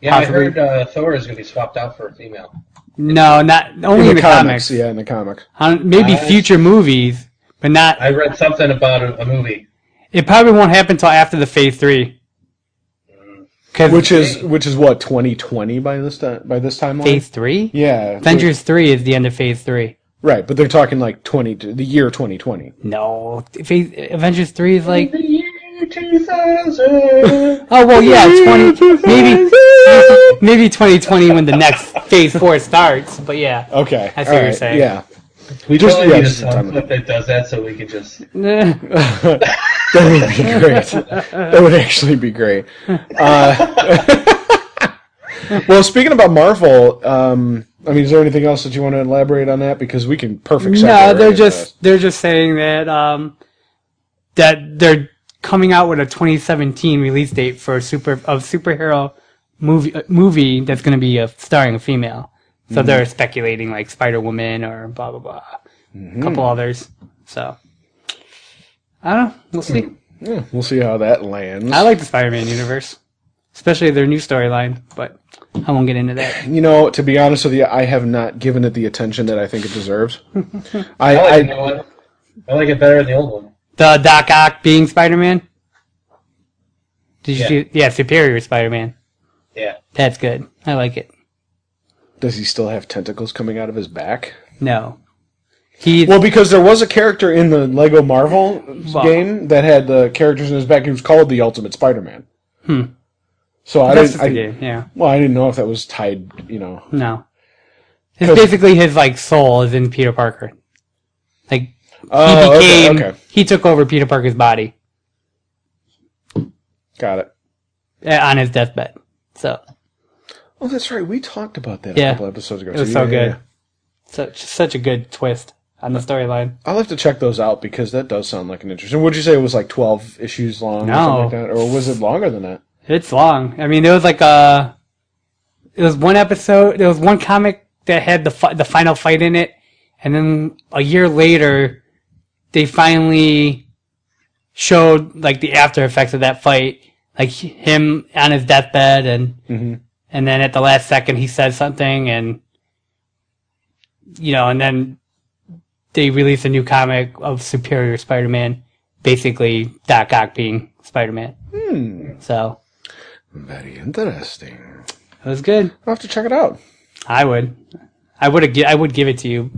Speaker 6: Yeah, I
Speaker 5: Possibly.
Speaker 6: heard uh, Thor is going to be swapped out for a female.
Speaker 5: No, not only in the, comics. Uh,
Speaker 4: yeah, in the comic.
Speaker 5: On- maybe
Speaker 6: Nice.
Speaker 5: future movies, but not.
Speaker 6: I read something about a, a movie.
Speaker 5: It probably won't happen until after the Phase Three. 'Cause
Speaker 4: which is which is what 2020 by this time by this timeline.
Speaker 5: Phase Three?
Speaker 4: Yeah,
Speaker 5: Avengers Three is the end of Phase Three.
Speaker 4: Right, but they're talking like 20 to the year 2020.
Speaker 5: No, Phase, Avengers Three is like.
Speaker 6: The year 2000.
Speaker 5: Oh well, yeah, twenty maybe maybe twenty twenty when the next Phase Four starts. But yeah,
Speaker 4: Okay,
Speaker 5: I see
Speaker 4: all
Speaker 5: what you're
Speaker 4: right,
Speaker 5: saying.
Speaker 4: Yeah, *laughs*
Speaker 6: we
Speaker 4: Just-
Speaker 6: just
Speaker 4: yeah,
Speaker 6: really need a
Speaker 4: just in
Speaker 6: song
Speaker 4: time.
Speaker 6: clip that does that so we can just.
Speaker 5: Eh,
Speaker 4: that would be great. that would actually be great. Uh, *laughs* well, speaking about Marvel, um, I mean, is there anything else that you want to elaborate on that? Because we can perfect. segue
Speaker 5: no,
Speaker 4: right
Speaker 5: they're
Speaker 4: into
Speaker 5: just they're just saying that um that they're coming out with a 2017 release date for a super of superhero movie uh, movie that's going to be a starring a female. So they're speculating like Spider Woman or blah blah blah, a couple others. So I don't. know. We'll see.
Speaker 4: that. We'll see how that lands.
Speaker 5: I like the Spider Man universe, especially their new storyline. But I won't get into that.
Speaker 4: you know, to be honest with you, I have not given it the attention that I think it
Speaker 5: *laughs*
Speaker 4: deserves. I,
Speaker 6: I like, the
Speaker 4: I
Speaker 6: new one. I like it better than the old one.
Speaker 5: The Doc Ock being Spider Man. Did you
Speaker 6: Yeah.
Speaker 5: see? Yeah, Superior Spider Man.
Speaker 6: Yeah.
Speaker 5: That's good. I like it.
Speaker 4: does he still have tentacles coming out of his back?
Speaker 5: No. He
Speaker 4: Well, because there was a character in the Lego Marvel
Speaker 5: Well-
Speaker 4: game that had the characters in his back. He was called the Ultimate Spider-Man. Hmm. So I
Speaker 5: that's
Speaker 4: didn't.
Speaker 5: just the
Speaker 4: I,
Speaker 5: game, yeah.
Speaker 4: well, I didn't know if that was tied. You know.
Speaker 5: No. It's basically his like soul is in Peter Parker. Like he
Speaker 4: Oh, okay,
Speaker 5: became
Speaker 4: okay.
Speaker 5: he took over Peter Parker's body
Speaker 4: Got it.
Speaker 5: uh, on his deathbed. So
Speaker 4: Oh, that's right. We talked about that a
Speaker 5: Yeah.
Speaker 4: couple episodes ago.
Speaker 5: it was so good. Such such a good twist on the storyline.
Speaker 4: I'll have to check those out because that does sound like an interesting. Would you say it was like twelve issues long? or, something
Speaker 5: No.
Speaker 4: like that? or was it longer than that?
Speaker 5: It's long. I mean, there was like a it was one episode. There was one comic that had the fi- the final fight in it, and then a year later, they finally showed like the after effects of that fight, like him on his deathbed, and and then at the last second he said something, and you know, and then they released a new comic of Superior Spider-Man, basically Doc Ock being Spider-Man. So
Speaker 4: Very interesting.
Speaker 5: it was good.
Speaker 4: I'll have to check it out.
Speaker 5: I would. I would have. I would give it to you,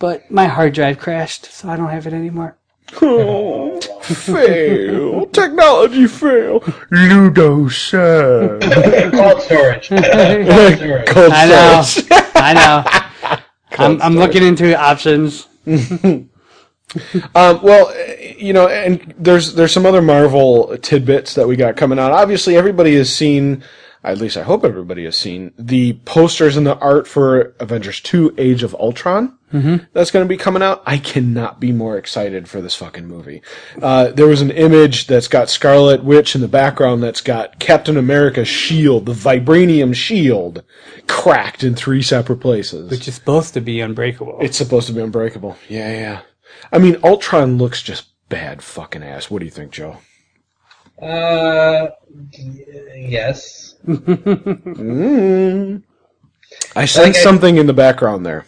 Speaker 5: but my hard drive crashed, so I don't have it anymore.
Speaker 1: *laughs* Oh, fail. Technology fail. Ludo sad.
Speaker 6: Cold storage. Uh, Cold storage.
Speaker 4: Cold
Speaker 5: I *laughs* know. I know. I'm, I'm looking into options.
Speaker 4: Um, well, eh, you know, and there's there's some other Marvel tidbits that we got coming out. Obviously, everybody has seen at least I hope everybody has seen the posters and the art for Avengers 2 Age of Ultron that's going to be coming out. I cannot be more excited for this fucking movie. Uh, there was an image that's got Scarlet Witch in the background that's got Captain America's shield, the vibranium shield, cracked in three separate places.
Speaker 5: Which is supposed to be unbreakable.
Speaker 4: It's supposed to be unbreakable. Yeah, yeah. I mean, Ultron looks just bad fucking ass. What do you think, Joe?
Speaker 6: Uh, y- yes.
Speaker 4: I sense
Speaker 6: I-
Speaker 4: something in the background there.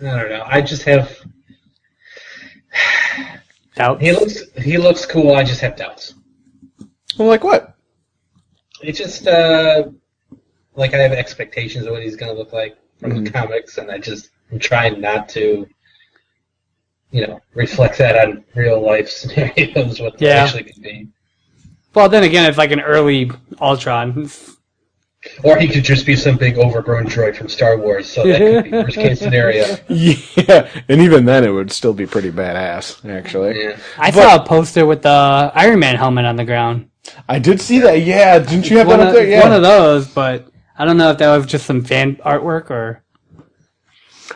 Speaker 6: I don't know. I just have
Speaker 5: Doubt.
Speaker 6: he looks he looks cool. I just have doubts.
Speaker 4: I'm like,
Speaker 5: *laughs*
Speaker 4: what?
Speaker 6: It's just uh, like I have expectations of what he's gonna look like from
Speaker 5: Mm-hmm.
Speaker 6: the comics, and I just I'm trying not to, you know, reflect that on real life *laughs* scenarios what they
Speaker 5: Yeah.
Speaker 6: actually could be.
Speaker 5: Well, then again, it's like an early Ultron. It's-
Speaker 6: Or he could just be some big overgrown droid from Star Wars, so that
Speaker 5: *laughs*
Speaker 6: could be worst case scenario.
Speaker 4: Yeah, and even then it would still be pretty badass, actually.
Speaker 6: Yeah.
Speaker 5: I
Speaker 4: But-
Speaker 5: saw a poster with the Iron Man helmet on the ground.
Speaker 4: I did see that. Yeah, didn't you have
Speaker 5: One
Speaker 4: that
Speaker 5: of,
Speaker 4: up there? Yeah.
Speaker 5: one of those, but I don't know if that was just some fan artwork or.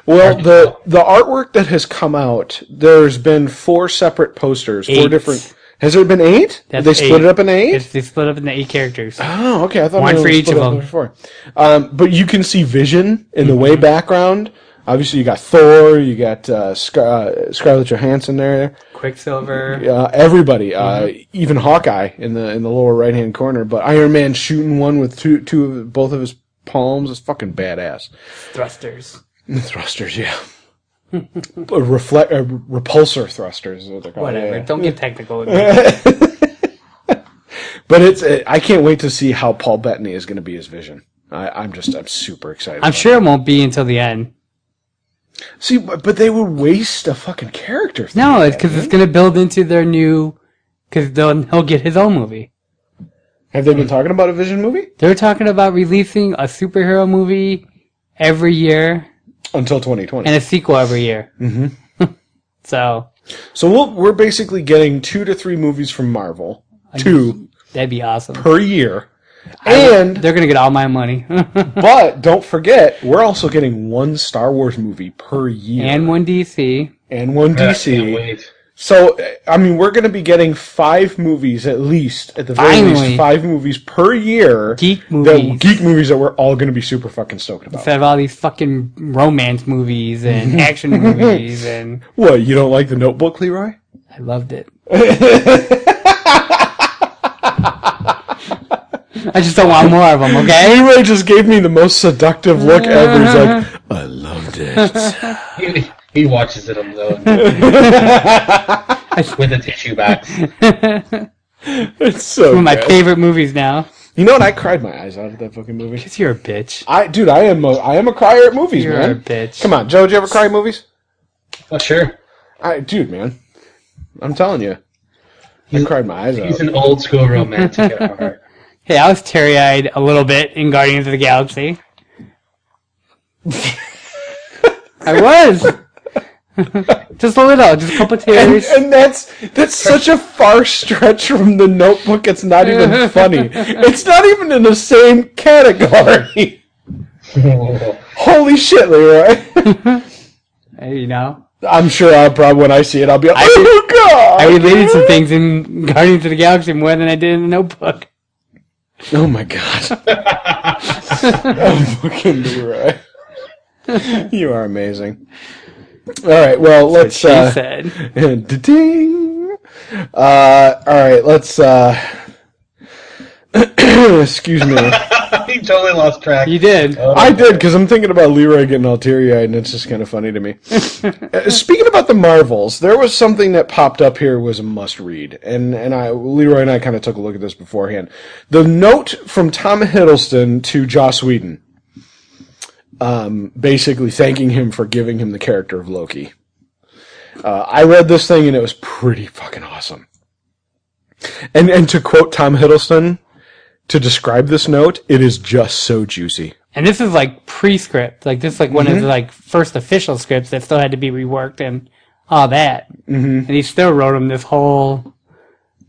Speaker 4: well, the the artwork that has come out, there's been four separate posters, four
Speaker 5: Eight.
Speaker 4: different. Has there been eight?
Speaker 5: That's
Speaker 4: they split
Speaker 5: eight.
Speaker 4: it up in eight.
Speaker 5: It's, they split up into eight *gasps* characters.
Speaker 4: Oh, okay. I thought
Speaker 5: One
Speaker 4: maybe
Speaker 5: for
Speaker 4: it was
Speaker 5: each
Speaker 4: split
Speaker 5: of
Speaker 4: up
Speaker 5: them.
Speaker 4: into Four. Um, but you can see Vision in the
Speaker 5: Mm-hmm.
Speaker 4: way background. Obviously, you got Thor, you got uh, Scar- uh, Scarlett Johansson there.
Speaker 5: Quicksilver.
Speaker 4: Uh, everybody, uh,
Speaker 5: Mm-hmm.
Speaker 4: even Hawkeye in the in the lower right hand corner. But Iron Man shooting one with two two of both of his palms is fucking badass.
Speaker 5: thrusters.
Speaker 4: *laughs* Thrusters, yeah. But reflect uh, repulsor thrusters is what they're called.
Speaker 5: Whatever.
Speaker 4: yeah.
Speaker 5: Don't get technical. with me.
Speaker 4: But it's uh, I can't wait to see how Paul Bettany is going to be his Vision. I, I'm just I'm super excited.
Speaker 5: I'm
Speaker 4: about
Speaker 5: sure it won't be until the end.
Speaker 4: See, but, but they would waste a fucking character. thing
Speaker 5: No,
Speaker 4: like
Speaker 5: it's
Speaker 4: that.
Speaker 5: because it's going to build into their new. Because he'll get his own movie.
Speaker 4: have they been talking about a Vision movie
Speaker 5: They're talking about releasing a superhero movie every year
Speaker 4: until 2020?
Speaker 5: and a sequel every year. Mm-hmm. *laughs* so
Speaker 4: so we'll, we're basically getting two to three movies from Marvel, two
Speaker 5: that'd be awesome.
Speaker 4: per year. And
Speaker 5: They're going to get all my money.
Speaker 4: *laughs*
Speaker 5: *laughs*
Speaker 4: but don't forget, we're also getting one Star Wars movie per year
Speaker 5: and one DC.
Speaker 4: and one
Speaker 6: I can't
Speaker 4: DC.
Speaker 6: wait.
Speaker 4: So uh, I mean, we're going to be getting five movies at least, at the very least,
Speaker 5: Finally.
Speaker 4: five movies per year.
Speaker 5: Geek
Speaker 4: That,
Speaker 5: movies.
Speaker 4: geek movies that we're all going to be super fucking stoked about.
Speaker 5: Instead of all these fucking romance movies and action movies. And
Speaker 4: What you don't like the Notebook, Leroy?
Speaker 5: I loved it. I just don't want more of them, okay?
Speaker 4: Leroy just gave me the most seductive look ever. He's
Speaker 5: *laughs*
Speaker 4: like, I loved it.
Speaker 6: He, he watches it alone
Speaker 5: *laughs*
Speaker 6: with a tissue
Speaker 5: *laughs*
Speaker 6: box.
Speaker 4: It's so
Speaker 5: One of my
Speaker 4: good.
Speaker 5: favorite movies now.
Speaker 4: You know what? I cried my eyes out at that fucking movie.
Speaker 5: Because you're a bitch.
Speaker 4: I, dude, I am a, I am a crier at movies,
Speaker 5: You're a
Speaker 4: man.
Speaker 5: bitch.
Speaker 4: Come on, Joe, did you ever cry at movies?
Speaker 6: Oh, sure.
Speaker 4: I, dude, man, I'm telling you, I cried my eyes
Speaker 6: He's
Speaker 4: out.
Speaker 6: an old school romantic at heart. *laughs*
Speaker 5: Hey, I was teary eyed a little bit in Guardians of the Galaxy. I was. *laughs* just a little, just a couple
Speaker 4: And,
Speaker 5: tears.
Speaker 4: and that's that's such a far stretch from the Notebook. It's not even
Speaker 5: *laughs*
Speaker 4: funny. It's not even in the same category.
Speaker 5: *laughs*
Speaker 4: Holy shit, Leroy!
Speaker 5: Hey, you know,
Speaker 4: I'm sure I'll probably when I see it, I'll be like, oh god!
Speaker 5: I related some things in Guardians of the Galaxy more than I did in the Notebook.
Speaker 4: Oh my *laughs* god. oh, fucking Leroy. You are amazing. All right, well, let's.
Speaker 5: She
Speaker 4: Uh,
Speaker 5: said,
Speaker 4: *laughs* ding. Uh, all right, let's. Uh, *clears throat* excuse me.
Speaker 6: he totally lost track.
Speaker 5: "You did."
Speaker 4: I did because I'm thinking about Leroy getting all teary-eyed, and it's just kind of funny to me. Uh, Speaking about the Marvels, there was something that popped up here was a must-read, and and I Leroy and I kind of took a look at this beforehand. The note from Tom Hiddleston to Joss Whedon, um, basically thanking him for giving him the character of Loki. Uh, I read this thing and it was pretty fucking awesome. And and to quote Tom Hiddleston. To describe this note, it is just so juicy.
Speaker 5: And this is like pre-script, like this is like one of the like first official scripts that still had to be reworked and all that. Mm-hmm. And he still wrote him this whole *laughs* Oh.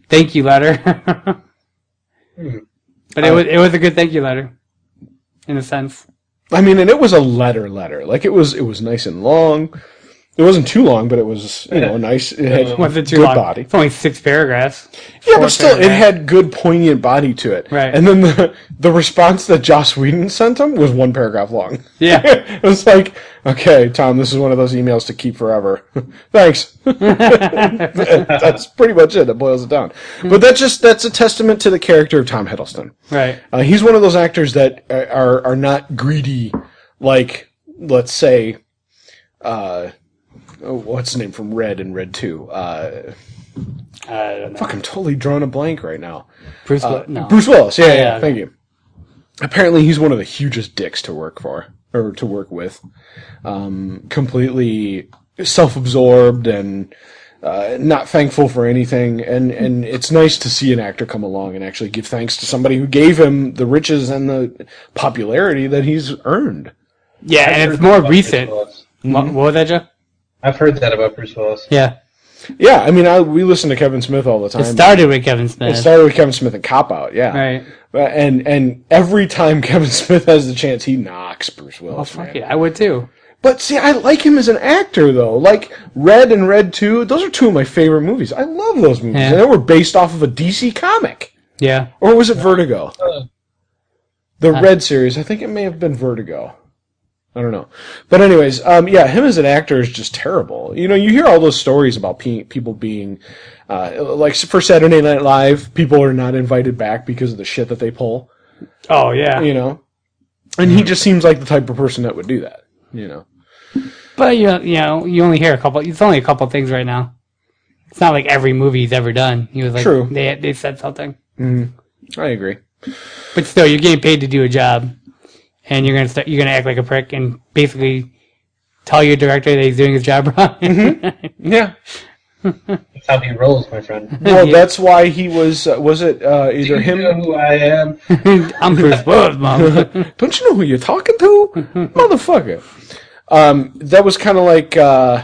Speaker 5: thank you letter. but it was it was a good thank you letter. in a sense.
Speaker 4: I mean, and it was a letter letter. Like it was it was nice and long. It wasn't too long, but it was you know nice. It had
Speaker 5: Was it too
Speaker 4: good
Speaker 5: long?
Speaker 4: body.
Speaker 5: It's only six paragraphs.
Speaker 4: Yeah,
Speaker 5: Four
Speaker 4: but still, it
Speaker 5: paragraphs.
Speaker 4: had good poignant body to it.
Speaker 5: Right.
Speaker 4: And then the the response that Joss Whedon sent him was one paragraph long.
Speaker 5: *laughs* Yeah.
Speaker 4: it was like, okay, Tom, this is one of those emails to keep forever. *laughs*
Speaker 5: *laughs*
Speaker 4: Thanks. that's pretty much it. That boils it down. But that's just that's a testament to the character of Tom Hiddleston.
Speaker 5: right.
Speaker 4: Uh, he's one of those actors that are- are are not greedy, like let's say, uh, oh, what's his name from Red and Red Two? Uh,
Speaker 5: I don't know.
Speaker 4: fuck, I'm totally drawing a blank right now.
Speaker 5: Bruce, Will- no.
Speaker 4: Bruce Willis, yeah, yeah,
Speaker 5: yeah.
Speaker 4: thank you. Apparently, he's one of the hugest dicks to work for or to work with. Um, completely self-absorbed and uh, not thankful for anything. And and it's nice to see an actor come along and actually give thanks to somebody who gave him the riches and the popularity that he's earned.
Speaker 5: yeah, and Mm-hmm. it's more recent. What, what was that, Jeff?
Speaker 6: I've heard that about Bruce Willis.
Speaker 5: Yeah.
Speaker 4: Yeah, I mean, I, we listen to Kevin Smith all the time.
Speaker 5: It started with Kevin
Speaker 4: It
Speaker 5: Smith.
Speaker 4: started with Kevin Smith and Cop Out, yeah.
Speaker 5: right.
Speaker 4: Uh, and and every time *laughs* Kevin Smith has the chance, he knocks Bruce Willis.
Speaker 5: Oh, fuck
Speaker 4: man.
Speaker 5: it. I would too.
Speaker 4: But see, I like him as an actor though. Like Red and Red Two, those are two of my favorite movies. I love those movies,
Speaker 5: Yeah.
Speaker 4: and they were based off of a DC comic,
Speaker 5: Yeah.
Speaker 4: or was it Vertigo?
Speaker 6: Uh,
Speaker 4: The Red series, I think it may have been Vertigo. I don't know, but anyways, um, yeah, him as an actor is just terrible. You know, you hear all those stories about pe- people being, uh, like for Saturday Night Live, people are not invited back because of the shit that they pull.
Speaker 5: Oh, yeah.
Speaker 4: You know, and he just seems like the type of person that would do that. You know.
Speaker 5: But you know, you know, you only hear a couple. It's only a couple things right now. It's not like every movie he's ever done. He was like,
Speaker 4: True.
Speaker 5: They they said something,
Speaker 4: I agree.
Speaker 5: but still, you're getting paid to do a job, and you're gonna start. You're gonna act like a prick and basically tell your director that he's doing his job *laughs* wrong.
Speaker 4: Yeah.
Speaker 6: That's how he rolls,
Speaker 4: *laughs*
Speaker 6: my friend.
Speaker 4: Well,
Speaker 5: Yeah.
Speaker 4: that's why he was. Uh, was it uh, either
Speaker 6: You know
Speaker 4: him?
Speaker 6: who I am.
Speaker 5: I'm Bruce Willis, mom.
Speaker 4: Don't you know who you're talking to, motherfucker? Um, that was kind of like uh, uh,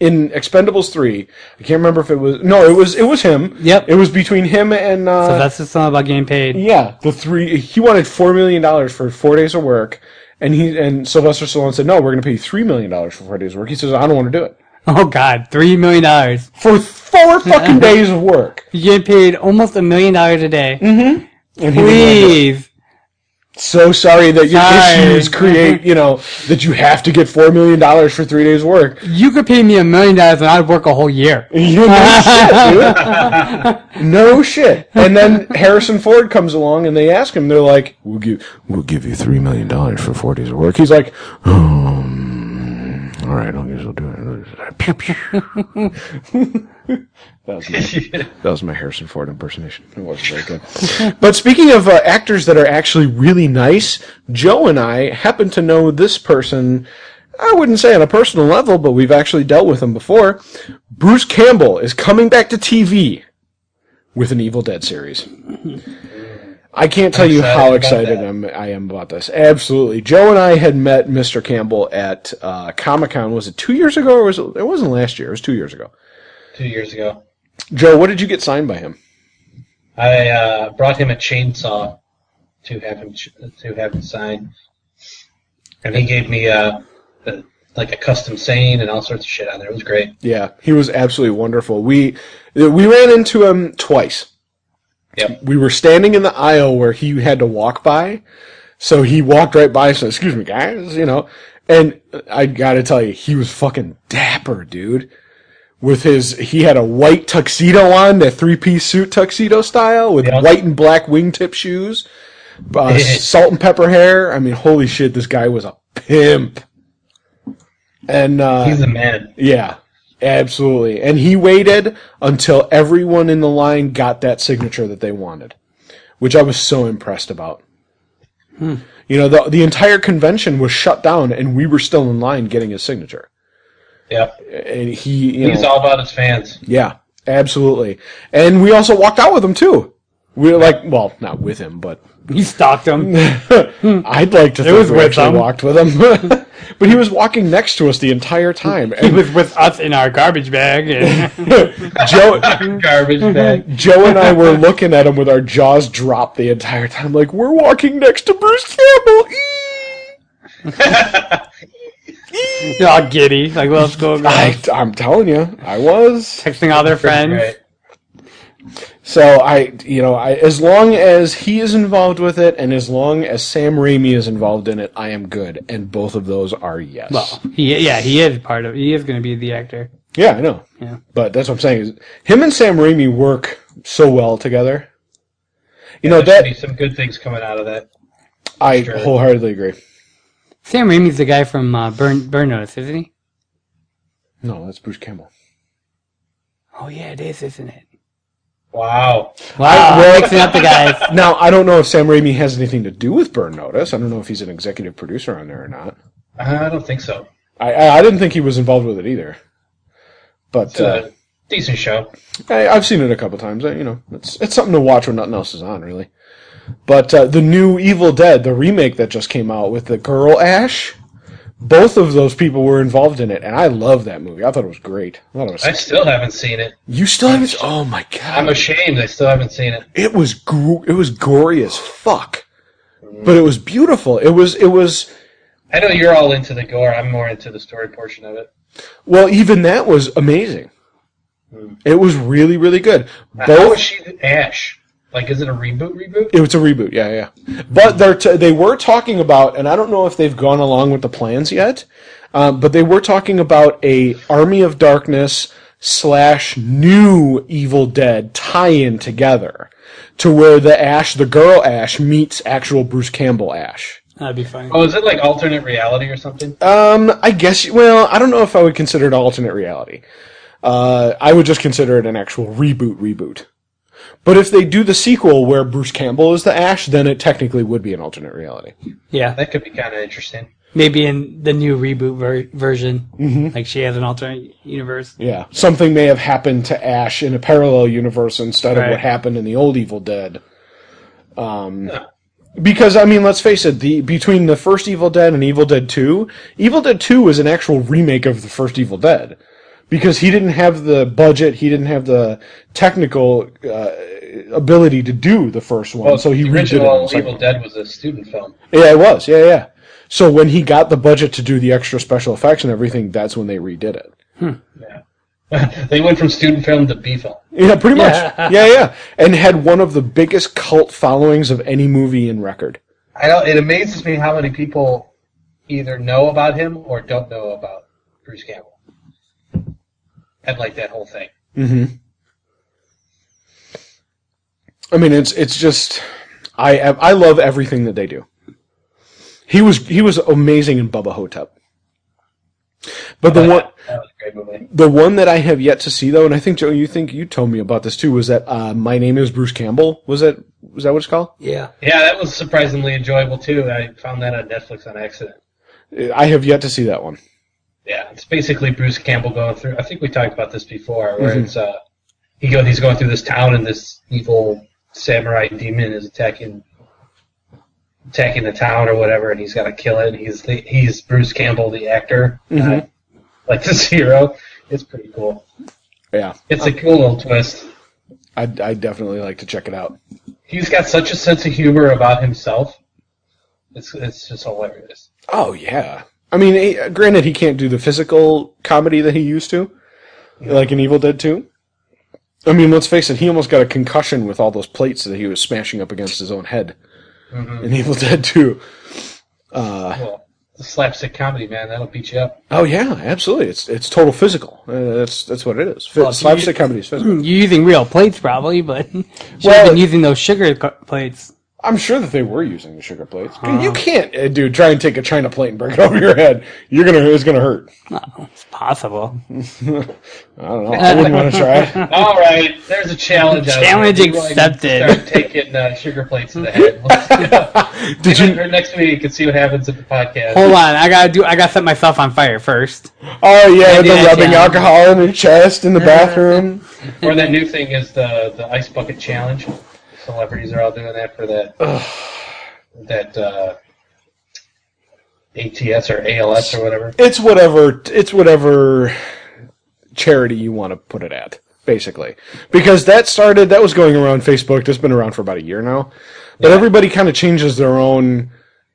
Speaker 4: in Expendables three. I can't remember if it was. No, it was. It was him.
Speaker 5: Yep.
Speaker 4: It was between him and. Uh,
Speaker 5: so that's just something about getting paid.
Speaker 4: yeah, the three. He wanted four million dollars for four days of work, and he and Sylvester Stallone said, "No, we're going to pay you three million dollars for four days of work." He says, "I don't want to do it
Speaker 5: Oh God, three million dollars.
Speaker 4: for four fucking days of work."
Speaker 5: You get paid almost a million dollars a day.
Speaker 4: And he was like,
Speaker 5: Please,
Speaker 4: so sorry that your
Speaker 5: Sorry.
Speaker 4: issues create, you know, that you have to get four million dollars for three days work.
Speaker 5: you could pay me a million dollars and I'd work a whole year.
Speaker 4: You no shit, dude. No shit. And then Harrison Ford comes along and they ask him, they're like, "We'll give, we'll give you three million dollars for four days of work." He's like, um, "All right, I guess I'll do it." Pew, pew. that, was my, that was my Harrison Ford impersonation. It wasn't very good. but speaking of uh, actors that are actually really nice, Joe and I happen to know this person. I wouldn't say on a personal level, but we've actually dealt with him before. Bruce Campbell is coming back to TV with an Evil Dead series. I can't tell you
Speaker 6: excited
Speaker 4: how
Speaker 6: about
Speaker 4: excited
Speaker 6: that.
Speaker 4: I'm, I am about this. Absolutely. Joe and I had met Mr. Campbell at uh, Comic Con. Was it two years ago or was it? It wasn't last year. It was two years ago.
Speaker 6: Two years ago,
Speaker 4: Joe, what did you get signed by him?
Speaker 6: I uh, brought him a chainsaw to have him ch- to have him sign, and he gave me uh, the, like a custom saying and all sorts of shit on there. It was great.
Speaker 4: Yeah, he was absolutely wonderful. We we ran into him twice.
Speaker 6: Yep.
Speaker 4: We were standing in the aisle where he had to walk by, so he walked right by. So excuse me, guys, you know. And I gotta tell you, he was fucking dapper, dude. With his, he had a white tuxedo on, that three-piece suit tuxedo style, with
Speaker 6: Yeah.
Speaker 4: white and black wingtip shoes, uh, salt and pepper hair. I mean, holy shit, this guy was a pimp. And uh,
Speaker 6: He's the man.
Speaker 4: yeah, absolutely. And he waited until everyone in the line got that signature that they wanted, which I was so impressed about.
Speaker 5: Hmm.
Speaker 4: You know, the the entire convention was shut down, and we were still in line getting his signature.
Speaker 6: Yep.
Speaker 4: And he, you
Speaker 6: He's
Speaker 4: know,
Speaker 6: all about his fans.
Speaker 4: yeah, absolutely. And we also walked out with him too. We were like, well, not with him, but
Speaker 5: He stalked him.
Speaker 4: *laughs* I'd like to think
Speaker 5: Hmm. was
Speaker 4: we
Speaker 5: with
Speaker 4: actually
Speaker 5: them.
Speaker 4: walked with him. *laughs* but he was walking next to us the entire time.
Speaker 5: he
Speaker 4: And
Speaker 5: was with us in our garbage bag. And
Speaker 4: *laughs* Joe,
Speaker 6: Garbage bag.
Speaker 4: Joe and I were looking at him with our jaws dropped the entire time, like we're walking next to Bruce Campbell. Eee!
Speaker 5: they're all giddy, like little schoolgirls,
Speaker 4: I, I'm telling you, I was.
Speaker 5: texting all their friends.
Speaker 6: Right.
Speaker 4: So I, you know, I, as long as he is involved with it, and as long as Sam Raimi is involved in it, I am good. And both of those are yes.
Speaker 5: Well, he, yeah, he is part of. He is going to be the actor.
Speaker 4: yeah, I know.
Speaker 5: Yeah.
Speaker 4: But that's what I'm saying. Is him and Sam Raimi work so well together. You know
Speaker 6: There should
Speaker 4: that
Speaker 6: be some good things coming out of that.
Speaker 4: I
Speaker 6: Sure.
Speaker 4: wholeheartedly agree.
Speaker 5: Sam Raimi's the guy from uh, Burn Burn Notice, isn't he?
Speaker 4: No, that's Bruce Campbell.
Speaker 5: Oh yeah, it is, isn't it? Ah.
Speaker 6: Wow.
Speaker 5: Wow, we're mixing up the guys.
Speaker 4: Now I don't know if Sam Raimi has anything to do with Burn Notice. I don't know if he's an executive producer on there or not.
Speaker 6: I don't think so.
Speaker 4: I I, I didn't think he was involved with it either. But
Speaker 6: It's
Speaker 4: uh,
Speaker 6: a decent show.
Speaker 4: I, I've seen it a couple times. I, you know, it's it's something to watch when nothing else is on, really. But uh, the new Evil Dead, the remake that just came out with the girl Ash, both of those people were involved in it, and I love that movie. I thought it was great. I thought it was.
Speaker 6: I still haven't seen it.
Speaker 4: you still haven't? Oh my
Speaker 6: I'm
Speaker 4: god!
Speaker 6: ashamed I still haven't seen it.
Speaker 4: it was gro- it was gory as fuck, but it was beautiful. It was it was
Speaker 6: I know you're all into the gore. I'm more into the story portion of it.
Speaker 4: well, even that was amazing. It was really really good.
Speaker 6: How
Speaker 4: Both
Speaker 6: is she Ash? Like, is it a reboot? Reboot?
Speaker 4: It was a reboot, yeah, yeah. But they're t- they were talking about, and I don't know if they've gone along with the plans yet, um, but they were talking about a Army of Darkness slash New Evil Dead tie-in together, to where the Ash, the girl Ash, meets actual Bruce Campbell Ash.
Speaker 5: *laughs* That'd be fine.
Speaker 6: Oh, is it like alternate reality or something?
Speaker 4: Um, I guess. Well, I don't know if I would consider it alternate reality. Uh, I would just consider it an actual reboot, reboot. But if they do the sequel where Bruce Campbell is the Ash, then it technically would be an alternate reality.
Speaker 5: Yeah,
Speaker 6: that could be kind of interesting.
Speaker 5: maybe in the new reboot ver- version, like she has an alternate universe.
Speaker 4: Yeah, something may have happened to Ash in a parallel universe instead of
Speaker 5: Right.
Speaker 4: what happened in the old Evil Dead. Um, because I mean, let's face it, the between the first Evil Dead and Evil Dead Two, Evil Dead Two was an actual remake of the first Evil Dead. Because he didn't have the budget, he didn't have the technical uh, ability to do the first one, so he
Speaker 6: the
Speaker 4: redid it. on
Speaker 6: original
Speaker 4: the second
Speaker 6: Evil
Speaker 4: one.
Speaker 6: Dead was a student film.
Speaker 4: Yeah, it was. Yeah, yeah. So when he got the budget to do the extra special effects and everything, that's when they redid it.
Speaker 6: they went from student film to B film.
Speaker 4: Yeah, pretty much. *laughs* Yeah. yeah, And had one of the biggest cult followings of any movie in record.
Speaker 6: I don't, it amazes me how many people either know about him or don't know about Bruce Campbell. And like that whole thing.
Speaker 4: I mean, it's it's just I I love everything that they do. He was he was amazing in Bubba Hotep. But the one
Speaker 6: That was a great movie.
Speaker 4: the one that I have yet to see though, and I think Joe, you think you told me about this too, was that uh, my name is Bruce Campbell. Was that was that what it's called?
Speaker 5: Yeah,
Speaker 6: Yeah, that was surprisingly enjoyable too. I found that on Netflix on accident.
Speaker 4: I have yet to see that one.
Speaker 6: Yeah, it's basically Bruce Campbell going through. I think we talked about this before, where it's uh, he go he's going through this town and this evil samurai demon is attacking attacking the town or whatever, and he's got to kill it. And he's the, he's Bruce Campbell, the actor, not, like *laughs* this hero. It's pretty cool.
Speaker 4: Yeah,
Speaker 6: It's a cool little twist.
Speaker 4: I I definitely like to check it out.
Speaker 6: He's got such a sense of humor about himself. It's it's just hilarious.
Speaker 4: Oh yeah. I mean, eh, granted, he can't do the physical comedy that he used to, like in Evil Dead Two. I mean, let's face it, he almost got a concussion with all those plates that he was smashing up against his own head
Speaker 5: Mm-hmm.
Speaker 4: in Evil Dead Two.
Speaker 6: Well, the slapstick comedy, man, that'll beat you up.
Speaker 4: Oh yeah, absolutely. It's it's total physical. Uh, that's that's what it is. Fi-
Speaker 5: Well,
Speaker 4: slapstick comedy is physical.
Speaker 5: *clears throat* you're using real plates probably, but *laughs* should
Speaker 4: Well-
Speaker 5: have been using those sugar co- plates.
Speaker 4: I'm sure that they were using the sugar plates.
Speaker 5: Uh-huh.
Speaker 4: You can't, uh, dude. Try and take a china plate and break it *laughs* over your head. You're gonna it's gonna hurt.
Speaker 5: It's possible.
Speaker 4: I
Speaker 5: *laughs*
Speaker 4: don't know. I wouldn't want to try it.
Speaker 6: All right, there's a challenge. out
Speaker 5: Challenge
Speaker 6: there. We're going to
Speaker 5: accepted.
Speaker 6: Start taking uh, sugar plates to the
Speaker 4: *laughs*
Speaker 6: head. *laughs* Let's
Speaker 4: Did
Speaker 6: do
Speaker 4: you?
Speaker 6: it next week and see what happens at the podcast.
Speaker 5: Hold on, I gotta do. I gotta set myself on fire first.
Speaker 4: Oh yeah, the
Speaker 5: Yeah, yeah,
Speaker 4: rubbing
Speaker 5: yeah.
Speaker 4: alcohol in your chest in the bathroom.
Speaker 6: Or that new thing is the the ice bucket challenge. Celebrities are all doing that for that. that uh, ATS or ALS or whatever.
Speaker 4: it's whatever it's whatever charity you want to put it at basically because that started that was going around facebook that's been around for about a year now but everybody kind of changes their own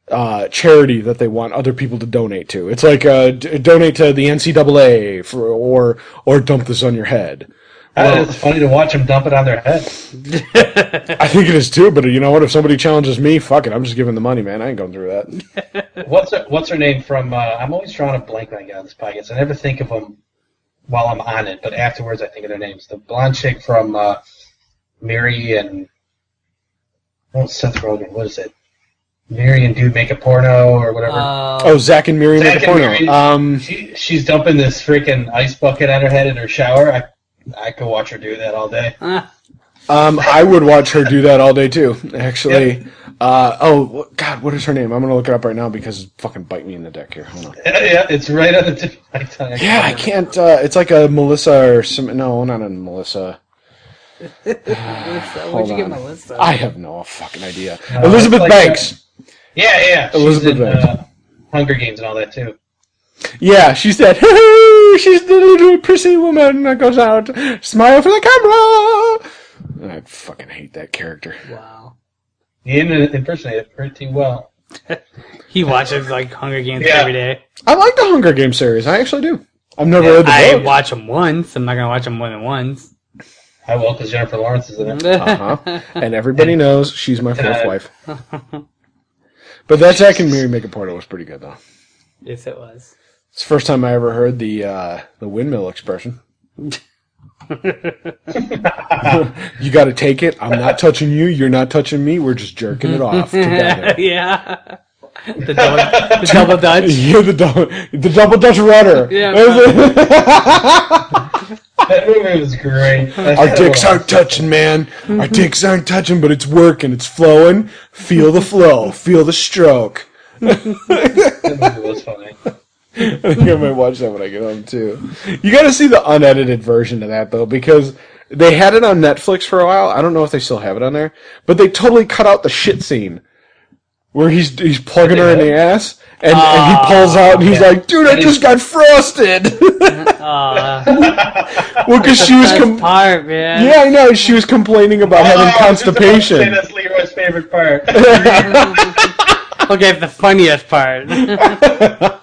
Speaker 4: uh, charity that they want other people to donate to it's like uh, d- donate to the ncaa for, or or dump this on your head
Speaker 6: Uh, it's funny to watch them dump it on their head.
Speaker 4: i think it is too but you know what if somebody challenges me fuck it i'm just giving the money man i ain't going through that
Speaker 6: What's her, what's her name from? Uh, I'm always drawing a blank when I get on this podcast. I never think of them while I'm on it, but afterwards I think of their names. The blonde chick from uh, Mary and oh Seth Rogen. What is it? Mary and dude make a porno or whatever.
Speaker 4: oh zach and miriam
Speaker 6: Zack
Speaker 4: at the
Speaker 6: Um, and
Speaker 4: porno
Speaker 6: Miri-
Speaker 4: um,
Speaker 6: she, she's dumping this freaking ice bucket on her head in her shower. I I could watch her do that all day.
Speaker 4: Um, I would watch her do that all day too. Actually, uh, oh wh- God, what is her name? I'm gonna look it up right now because it's fucking bite me in the deck here. Hold on.
Speaker 6: *laughs* yeah, it's right on the tip of my tongue.
Speaker 4: Yeah, I can't. Uh, it's like a Melissa or some. No, not a Melissa. *sighs*
Speaker 5: What'd you
Speaker 4: hold
Speaker 5: give
Speaker 4: on.
Speaker 5: Melissa?
Speaker 4: I have no fucking idea. Elizabeth
Speaker 6: Uh, it's like
Speaker 4: Banks.
Speaker 6: Yeah, yeah. She's
Speaker 4: Elizabeth
Speaker 6: in
Speaker 4: Banks.
Speaker 6: uh, Hunger Games and all that too.
Speaker 4: Yeah, she said, *laughs* "Hoo-hoo, "She's the little prissy woman that goes out, smile for the camera." I fucking hate that character.
Speaker 5: Wow.
Speaker 6: He impersonated it pretty well.
Speaker 5: He watches like Hunger Games
Speaker 6: Yeah.
Speaker 5: every day.
Speaker 4: I like the Hunger Games series. I actually do. I've never read the
Speaker 5: I
Speaker 4: book.
Speaker 5: watch them once. I'm not gonna watch them more than once.
Speaker 6: I will, because Jennifer Lawrence is in it. *laughs*
Speaker 4: Uh-huh. And everybody knows she's my fourth
Speaker 6: Uh,
Speaker 4: wife. But that Zack and Miri Make a Porno was pretty good though.
Speaker 5: yes, it was. *laughs*
Speaker 4: It's the first time I ever heard the uh, the windmill expression. *laughs* you got to take it. I'm not touching you. You're not touching me. We're just jerking it off together.
Speaker 5: yeah. The double, the double dutch. *laughs*
Speaker 4: You're the double, the double Dutch rudder.
Speaker 5: Yeah.
Speaker 6: That movie was great.
Speaker 4: *laughs* Our dicks aren't touching, man. Our dicks aren't touching, but it's working. It's flowing. Feel the flow. Feel the stroke.
Speaker 6: That movie was
Speaker 4: *laughs*
Speaker 6: funny. Oh,
Speaker 4: I think I might watch that when I get home too. You got to see the unedited version of that though, because they had it on Netflix for a while. I don't know if they still have it on there, but they totally cut out the shit scene where he's he's plugging her in the Ah, ass, and, and he pulls out and he's like, "Dude, I just got *laughs* frosted." Ah. well, because she was
Speaker 5: Best
Speaker 4: com-
Speaker 5: part, man.
Speaker 4: yeah, I know she was complaining about having constipation.
Speaker 6: That's Leroy's favorite
Speaker 4: *laughs*
Speaker 6: part.
Speaker 5: Okay, it's the funniest part. *laughs*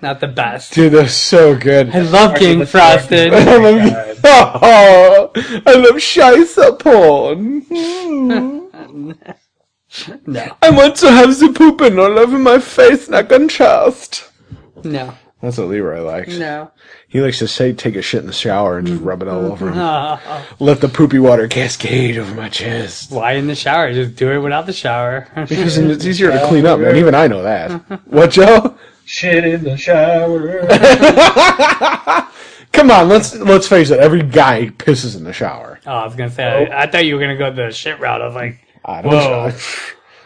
Speaker 5: Not the best.
Speaker 4: Dude, that's so good.
Speaker 5: I love King Frosted. *laughs*
Speaker 6: Oh,
Speaker 5: I
Speaker 6: my God.
Speaker 4: *laughs* Oh, I love scheisse porn.
Speaker 5: No.
Speaker 4: I want to have the pooping all over my face, neck, and chest.
Speaker 5: No.
Speaker 4: That's what Leroy likes.
Speaker 5: No.
Speaker 4: He likes to say, take a shit in the shower and just rub it all over him.
Speaker 5: Uh,
Speaker 4: Let the poopy water cascade over my chest.
Speaker 5: why in the shower? Just do it without the shower. *laughs*
Speaker 4: Because it's easier to clean up, man. Even I know that. What, Joe?
Speaker 6: Shit in the shower.
Speaker 4: Come on, let's let's face it. Every guy pisses in the shower.
Speaker 5: Oh, I was gonna say. I, I thought you were gonna go the shit route. I was like,
Speaker 4: I don't
Speaker 5: Whoa.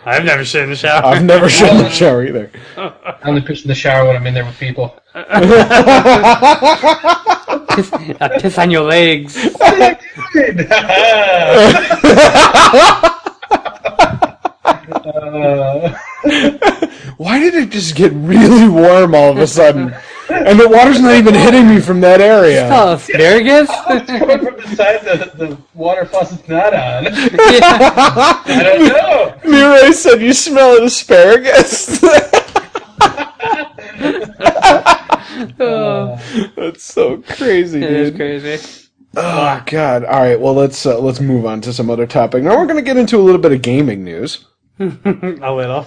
Speaker 5: I've never shit in the shower.
Speaker 4: I've never shit *laughs* in the shower either.
Speaker 6: I only piss in the shower when I'm in there with people. *laughs*
Speaker 5: *laughs* I piss on your legs.
Speaker 4: Why did it just get really warm all of a
Speaker 5: *laughs*
Speaker 4: sudden? and the water's not even hitting me from that area.
Speaker 5: *laughs* Oh, *laughs* asparagus?
Speaker 6: Coming from the side the, the water faucet's not on. *laughs* I don't know.
Speaker 4: *laughs* Leroy said, "You smell an asparagus." *laughs*
Speaker 5: oh,
Speaker 4: That's so crazy,
Speaker 5: it is
Speaker 4: dude.
Speaker 5: crazy.
Speaker 4: Oh God! All right, well let's uh, let's move on to some other topic. Now we're going to get into a little bit of gaming news,
Speaker 5: A *laughs* little.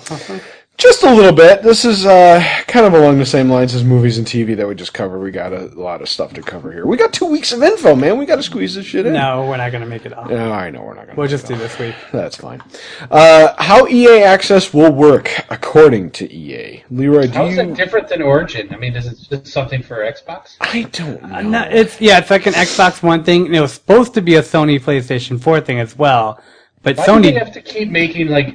Speaker 4: just a little bit. This is uh, kind of along the same lines as movies and TV that we just covered. We got a lot of stuff to cover here. We got two weeks of info, man. We got to squeeze this shit in.
Speaker 5: No, we're not gonna make it up.
Speaker 4: Oh, I know we're not going. to
Speaker 5: We'll just do this week.
Speaker 4: *laughs* That's fine. Uh, how EA Access will work, according to EA. Leroy, do
Speaker 6: How is
Speaker 4: you?
Speaker 6: it different than Origin? I mean, is it just something for Xbox?
Speaker 4: I don't know.
Speaker 5: No, it's yeah, it's like an Xbox One thing, and it was supposed to be a Sony PlayStation Four thing as well. But
Speaker 6: Why do
Speaker 5: Sony,
Speaker 6: they have to keep making, like,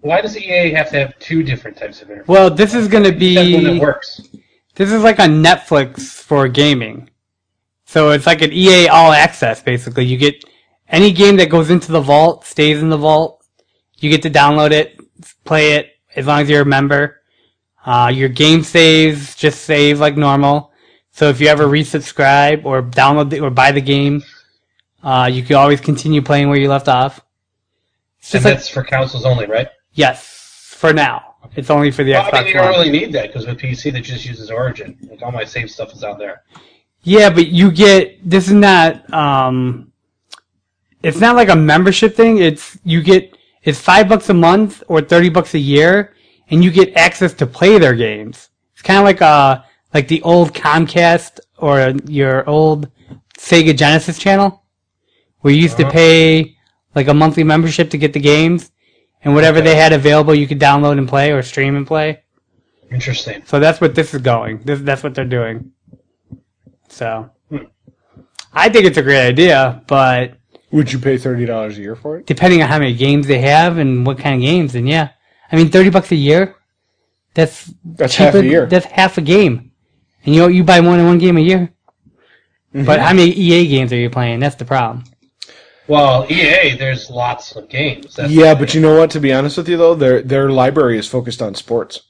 Speaker 6: why does EA have to have two different types of interface?
Speaker 5: well, this is gonna
Speaker 6: That's one
Speaker 5: be
Speaker 6: that works.
Speaker 5: this is like on Netflix for gaming. So it's like an EA All Access, basically. You get any game that goes into the vault, stays in the vault. You get to download it, play it as long as you're a member. Uh, your game saves just save like normal. So if you ever resubscribe or download the, or buy the game, uh, you can always continue playing where you left off. It's
Speaker 6: And
Speaker 5: just like
Speaker 6: that's for consoles only, right?
Speaker 5: yes, for now. It's only for the
Speaker 6: Well,
Speaker 5: Xbox
Speaker 6: I mean, you
Speaker 5: One.
Speaker 6: don't really need that because with PC, that just uses Origin. Like all my save stuff is out there.
Speaker 5: Yeah, but you get this is not um it's not like a membership thing. It's you get it's five bucks a month or thirty bucks a year and you get access to play their games. It's kinda like uh like the old Comcast or your old Sega Genesis channel. Where you used to pay like a monthly membership to get the games and whatever they had available you could download and play or stream and play.
Speaker 6: Interesting.
Speaker 5: So that's what this is going. This, that's what they're doing. So hmm. I think it's a great idea, but
Speaker 4: Would you pay thirty dollars a year for it?
Speaker 5: depending on how many games they have and what kind of games, and yeah, I mean thirty bucks a year. That's
Speaker 4: That's half a year.
Speaker 5: That's half a game, and you know you buy more than one game a year.
Speaker 4: Mm-hmm.
Speaker 5: But how many EA games are you playing? That's the problem.
Speaker 6: Well, EA, there's lots of games. That's
Speaker 4: Yeah, but you know what? To be honest with you, though, their their library is focused on sports.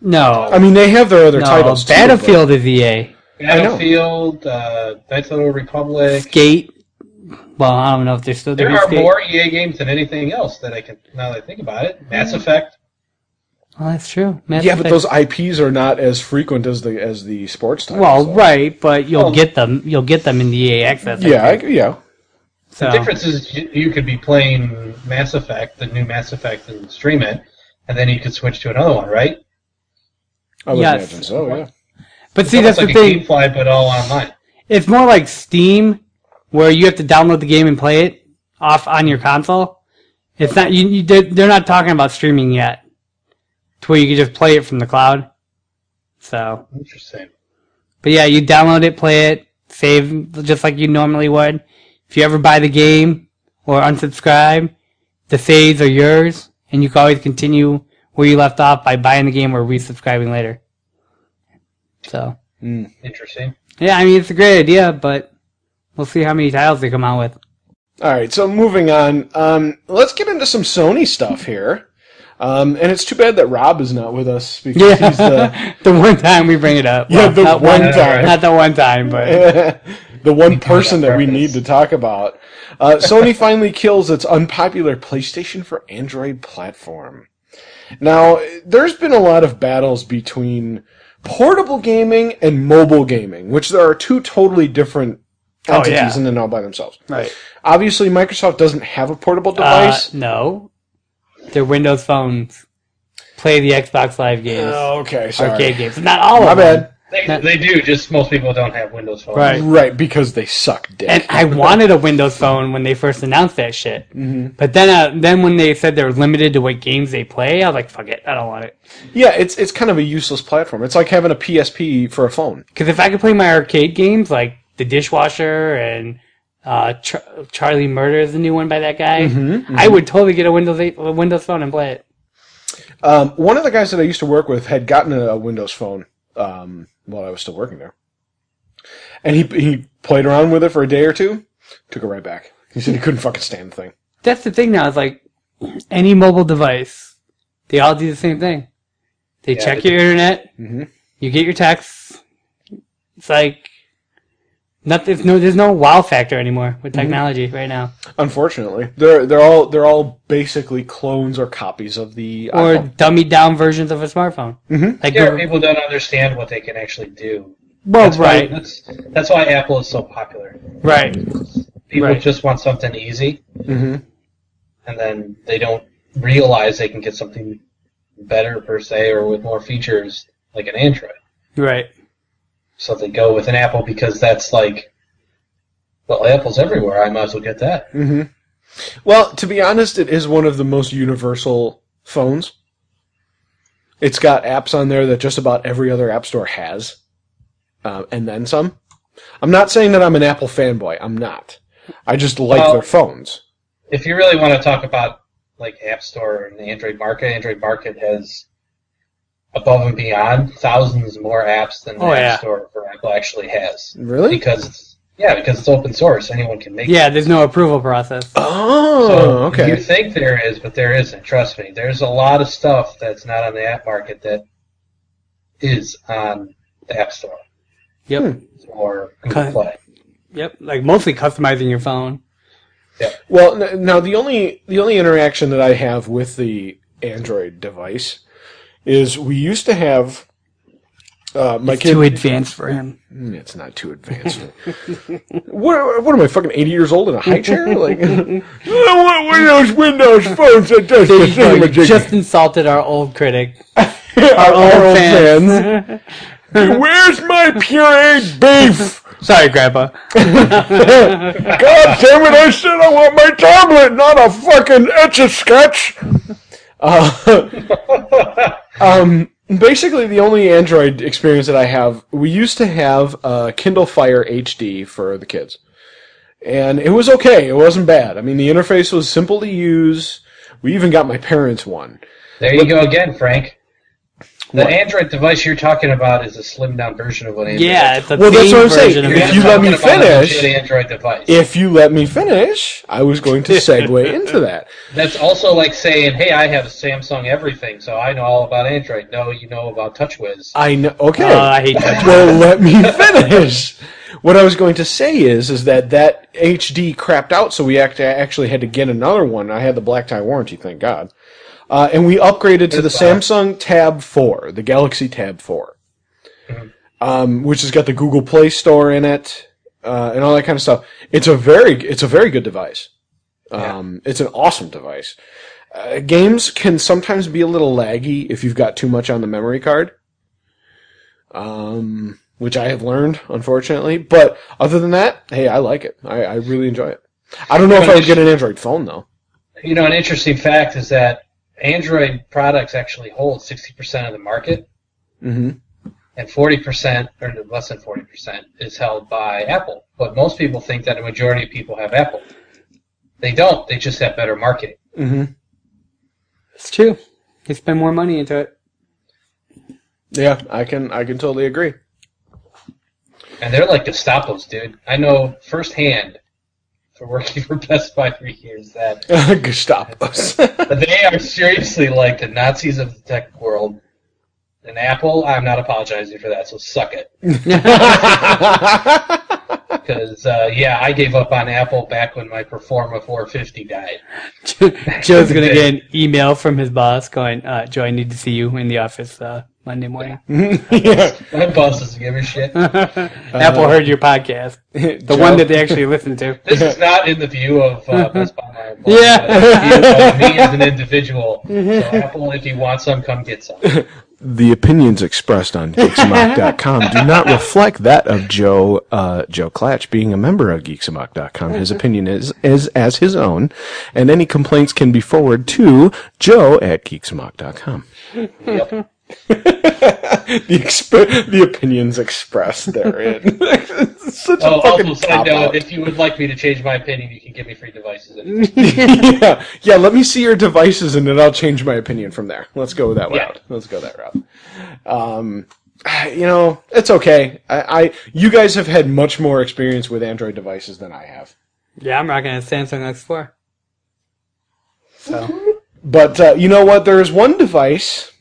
Speaker 5: No,
Speaker 4: I mean, they have their other
Speaker 5: no.
Speaker 4: titles. too, but-
Speaker 5: Battlefield is E EA.
Speaker 6: Battlefield, uh, Knights of the Old Republic.
Speaker 5: Skate. Well, I don't know if they're still doing
Speaker 6: There are
Speaker 5: Skate.
Speaker 6: more EA games than anything else that I can. Now that I think about it, Mass
Speaker 5: Mm-hmm.
Speaker 6: Effect.
Speaker 5: Well, that's true. Mass
Speaker 4: Yeah, but
Speaker 5: Effect.
Speaker 4: those IPs are not as frequent as the as the sports titles.
Speaker 5: Well,
Speaker 4: though.
Speaker 5: right, but you'll
Speaker 6: Well-
Speaker 5: get them. You'll get them in the EA access. I
Speaker 4: Yeah, I,
Speaker 5: think.
Speaker 4: yeah.
Speaker 5: so,
Speaker 6: The difference is you, you could be playing Mass Effect, the new Mass Effect, and stream it, and then you could switch to another one, right?
Speaker 4: I would
Speaker 5: Yes.
Speaker 4: imagine so. Yeah.
Speaker 5: but see, that's the
Speaker 6: it's like a
Speaker 5: thing.
Speaker 6: GameFly, but all online.
Speaker 5: It's more like Steam, where you have to download the game and play it off on your console. It's not. You, you they're, they're not talking about streaming yet, to where you can just play it from the cloud. So,
Speaker 6: Interesting.
Speaker 5: but yeah, you download it, play it, save just like you normally would. If you ever buy the game or unsubscribe, the saves are yours, and you can always continue where you left off by buying the game or resubscribing later. So,
Speaker 6: Interesting.
Speaker 5: yeah, I mean, it's a great idea, but we'll see how many tiles they come out with. *laughs*
Speaker 4: All right. So moving on. Um, let's get into some Sony stuff here. Um, and it's too bad that Rob is not with us because
Speaker 5: Yeah.
Speaker 4: he's the
Speaker 5: The one time we bring it up.
Speaker 4: Yeah, the
Speaker 5: not
Speaker 4: one time.
Speaker 5: Not the one
Speaker 4: *laughs*
Speaker 5: time, but.
Speaker 4: the
Speaker 5: *laughs*
Speaker 4: one person that we
Speaker 6: purpose.
Speaker 4: need to talk about. Uh, Sony finally kills its unpopular PlayStation for Android platform. Now, there's been a lot of battles between portable gaming and mobile gaming, which there are two totally different entities
Speaker 5: Oh, yeah.
Speaker 4: in and all by themselves.
Speaker 5: Right.
Speaker 4: Obviously, Microsoft doesn't have a portable
Speaker 5: Uh,
Speaker 4: device.
Speaker 5: no. They're Windows phones. Play the Xbox Live games.
Speaker 4: Oh, okay, sorry.
Speaker 5: arcade games. Not all
Speaker 4: My
Speaker 5: of them.
Speaker 4: bad.
Speaker 6: They, they do. Just most people don't have Windows phones.
Speaker 5: Right.
Speaker 4: Right, because they suck dick.
Speaker 5: And I wanted a Windows phone when they first announced that shit. Mm-hmm. But then, uh, then when they said they're limited to what games they play, I was like, fuck it, I don't want it.
Speaker 4: yeah, it's it's kind of a useless platform. It's like having a PSP for a phone.
Speaker 5: Because if I could play my arcade games like The Dishwasher and uh, Char- Charlie Murder is the new one by that guy, I would totally get a Windows eight, a Windows phone and play it.
Speaker 4: Um, one of the guys that I used to work with had gotten a, a Windows phone um, while I was still working there, and he he played around with it for a day or two, took it right back. He said he couldn't fucking stand the thing.
Speaker 5: That's the thing now. It's like any mobile device, they all do the same thing. They
Speaker 6: Yeah,
Speaker 5: check
Speaker 6: they
Speaker 5: your internet.
Speaker 4: Mhm.
Speaker 5: You get your texts. It's like nothing. There's no, there's no wow factor anymore with technology right now.
Speaker 4: Unfortunately, they're they're all they're all basically clones or copies of the
Speaker 5: Or
Speaker 4: iPhone.
Speaker 5: dummied down versions of a smartphone. Mm-hmm. Like
Speaker 6: Yeah,
Speaker 5: we're-
Speaker 6: people don't understand what they can actually do.
Speaker 5: well,
Speaker 6: That's
Speaker 5: right,
Speaker 6: Why, that's, that's why Apple is so popular.
Speaker 5: right.
Speaker 6: People
Speaker 5: Right. Mm-hmm.
Speaker 6: just want something easy, and then they don't realize they can get something better per se or with more features like an Android.
Speaker 5: Right.
Speaker 6: So they go with an Apple because that's like, well, Apple's everywhere. I might as well get that.
Speaker 4: Well, to be honest, it is one of the most universal phones. It's got apps on there that just about every other app store has, uh, and then some. I'm not saying that I'm an Apple fanboy. I'm not. I just like
Speaker 6: Well-
Speaker 4: their phones.
Speaker 6: If you really want to talk about like App Store and the Android market, Android market has above and beyond thousands more apps than the
Speaker 5: Oh,
Speaker 6: App
Speaker 5: yeah.
Speaker 6: Store for Apple actually has.
Speaker 4: Really?
Speaker 6: Because it's, Yeah, because it's open source. Anyone can make it.
Speaker 5: Yeah, there's no approval process.
Speaker 4: Oh, okay.
Speaker 6: You think there is, but there isn't. Trust me. There's a lot of stuff that's not on the app market that is on the App Store
Speaker 5: Yep.
Speaker 6: or Google
Speaker 5: Okay.
Speaker 6: Play.
Speaker 5: Yep. Like mostly customizing your phone.
Speaker 4: Well, n- now the only the only interaction that I have with the Android device is we used to have uh, my kid.
Speaker 5: Too advanced for him.
Speaker 4: it's not too advanced. *laughs* what, what am I fucking eighty years old in a high chair? Like, *laughs* I want one of those Windows phones that does
Speaker 5: There
Speaker 4: the
Speaker 5: you go. You
Speaker 4: thingamajig. *laughs*
Speaker 5: just insulted our old critic.
Speaker 4: our
Speaker 5: old
Speaker 4: old fans. Where's my pureed beef?
Speaker 5: *laughs* Sorry, Grandpa.
Speaker 4: God damn it! I said I want my tablet, not a fucking etch a sketch. Uh, *laughs* um, basically, the only Android experience that I have, we used to have uh, Kindle Fire HD for the kids, and it was okay. It wasn't bad. I mean, the interface was simple to use. We even got my parents one.
Speaker 6: There you go again, Frank. The
Speaker 4: What?
Speaker 6: Android device you're talking about is a slimmed down version of what Android
Speaker 5: Yeah,
Speaker 6: is.
Speaker 5: it's a
Speaker 4: Well, that's
Speaker 5: theme
Speaker 4: what I'm saying.
Speaker 5: version of
Speaker 4: If
Speaker 5: it.
Speaker 4: you let me
Speaker 6: talking about a
Speaker 4: finish-
Speaker 6: legit Android device.
Speaker 4: If you let me finish, I was going
Speaker 5: *laughs*
Speaker 4: to segue into that.
Speaker 6: That's also like saying, "Hey, I have a Samsung everything, so I know all about Android." No, you know about TouchWiz.
Speaker 4: I know. Okay.
Speaker 5: Uh, I hate that.
Speaker 4: well, let me finish. What I was going to say is, is that that HD crapped out, so we act- actually had to get another one. I had the black tie warranty, thank God, uh, and we upgraded to the Samsung Tab Four, the Galaxy Tab Four, um, which has got the Google Play Store in it uh, and all that kind of stuff. It's a very, it's a very good device. Um, It's an awesome device. Uh, games can sometimes be a little laggy if you've got too much on the memory card which I have learned, unfortunately. But other than that, hey, I like it. I, I really enjoy it. I don't know if I would get an Android phone though.
Speaker 6: You know, an interesting fact is that Android products actually hold 60% of the market, mm-hmm. and 40%, or less than 40%, is held by Apple. But most people think that a majority of people have Apple. They don't. They just have better marketing.
Speaker 5: It's true. They spend more money into it. *laughs*
Speaker 4: Yeah, I can. I can totally agree. *laughs*
Speaker 6: And they're like Gestapos, dude. I know firsthand, for working *laughs* for Best Buy for years, that
Speaker 4: Gestapo's. *laughs*
Speaker 6: But they are seriously like the Nazis of the tech world. And Apple, I'm not apologizing for that, so suck it. Because, uh, yeah, I gave up on Apple back when my Performa 450 died.
Speaker 5: Joe's gonna get an email from his boss going, uh, "Joe, I need to see you in the office uh, Monday morning."
Speaker 4: yeah.
Speaker 6: My boss doesn't give a shit.
Speaker 5: Apple heard your podcast, Uh, *laughs* the one that they actually listened to.
Speaker 6: This is not in the view of uh, Best Buy. my boss,
Speaker 5: *laughs* Yeah.
Speaker 6: but in the view of me as an individual. So, Apple, if you want some, come get some.
Speaker 1: The opinions expressed on Geeksmock.com do not reflect that of Joe uh, Joe Clatch being a member of Geeksmock.com. His opinion is, is as his own, and any complaints can be forwarded to Joe at
Speaker 4: *laughs*
Speaker 1: Geeksmock.com.
Speaker 6: Yep.
Speaker 4: The exp- the opinions expressed therein. *laughs* It's such
Speaker 6: Oh,
Speaker 4: a fucking
Speaker 6: also, side
Speaker 4: cop-out.
Speaker 6: note, if you would like me to change my opinion, you can give me free devices. anytime.
Speaker 4: yeah, *laughs* yeah. Let me see your devices, and then I'll change my opinion from there. Let's go that
Speaker 6: Yeah.
Speaker 4: route. Let's go that route. Um, you know, it's okay. I, I, you guys have had much more experience with Android devices than I have.
Speaker 5: Yeah, I'm rocking a Samsung X4. So
Speaker 4: But uh, you know what? There is one device,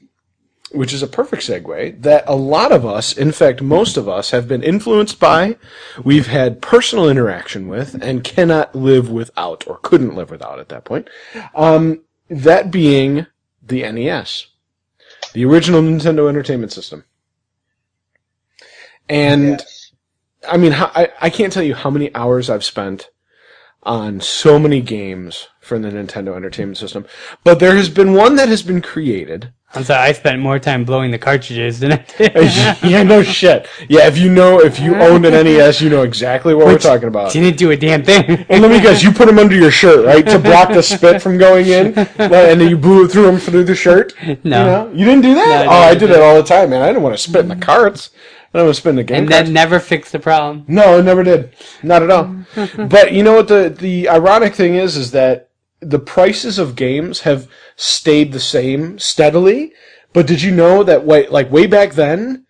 Speaker 4: which is a perfect segue, that a lot of us, in fact, most of us, have been influenced by, we've had personal interaction with, and cannot live without, or couldn't live without at that point. Um, that being the NES, the original Nintendo Entertainment System. And.
Speaker 6: Yes.
Speaker 4: I mean, how, I, I can't tell you how many hours I've spent on so many games for the Nintendo Entertainment System, but there has been one that has been
Speaker 5: *laughs*
Speaker 4: created.
Speaker 5: I'm sorry, I spent more time blowing the cartridges than I *laughs* did.
Speaker 4: yeah, no shit. Yeah, if you know, if you owned an NES, you know exactly what we're talking about.
Speaker 5: Didn't do a damn *laughs* thing.
Speaker 4: And let me guess, you put them under your shirt, right, to block the spit from going
Speaker 5: *laughs*
Speaker 4: in, and then you blew it through them through the shirt.
Speaker 5: No.
Speaker 4: you, know? You didn't do that.
Speaker 5: No,
Speaker 4: oh,
Speaker 5: I
Speaker 4: I
Speaker 5: didn't
Speaker 4: did
Speaker 5: do
Speaker 4: it all the time, man. I didn't want to spit in the carts. I didn't want to spit in the game.
Speaker 5: and
Speaker 4: carts.
Speaker 5: that never fixed the problem.
Speaker 4: No, it never did. Not at all. but you know what the the ironic thing is is that the prices of games have stayed the same steadily. But did you know that way like way back then,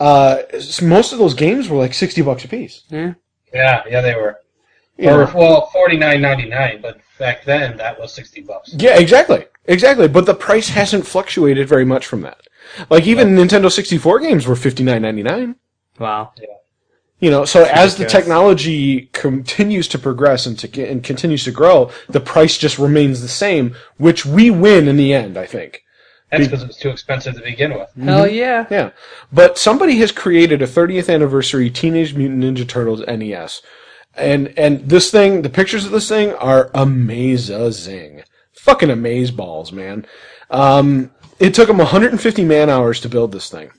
Speaker 4: uh, s- most of those games were like sixty bucks a piece.
Speaker 6: Yeah, yeah, they were.
Speaker 4: Yeah.
Speaker 6: Or, well, forty nine ninety nine, but back then that was sixty bucks.
Speaker 4: Yeah, exactly. Exactly. But the price hasn't fluctuated very much from that. Like even Nintendo 64 games were 59.99,
Speaker 5: Wow.
Speaker 4: you know. So as the
Speaker 5: Ridiculous.
Speaker 4: technology continues to progress and to get, and continues to grow, the price just remains the same, which we win in the end, I think.
Speaker 6: That's because it was too expensive to begin with.
Speaker 5: Hell yeah.
Speaker 4: Yeah. But somebody has created a 30th anniversary Teenage Mutant Ninja Turtles NES. And and this thing, the pictures of this thing are amazing. Fucking amaze balls, man. Um, it took them 150 man hours to build this thing.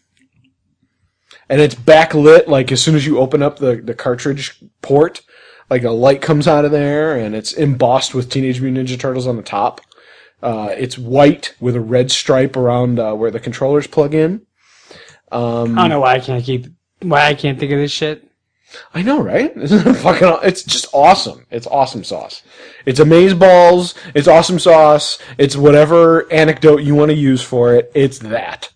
Speaker 4: And it's backlit like as soon as you open up the, the cartridge port, like a light comes out of there and it's embossed with Teenage Mutant Ninja Turtles on the top. Uh, it's white with a red stripe around uh, where the controllers plug in.
Speaker 5: I don't know why I can't keep why I can't think of this shit.
Speaker 4: I know, right? *laughs* Isn't it fucking? aw- It's just awesome. It's awesome sauce. It's amaze balls. It's awesome sauce. It's whatever anecdote you want to use for it. It's that.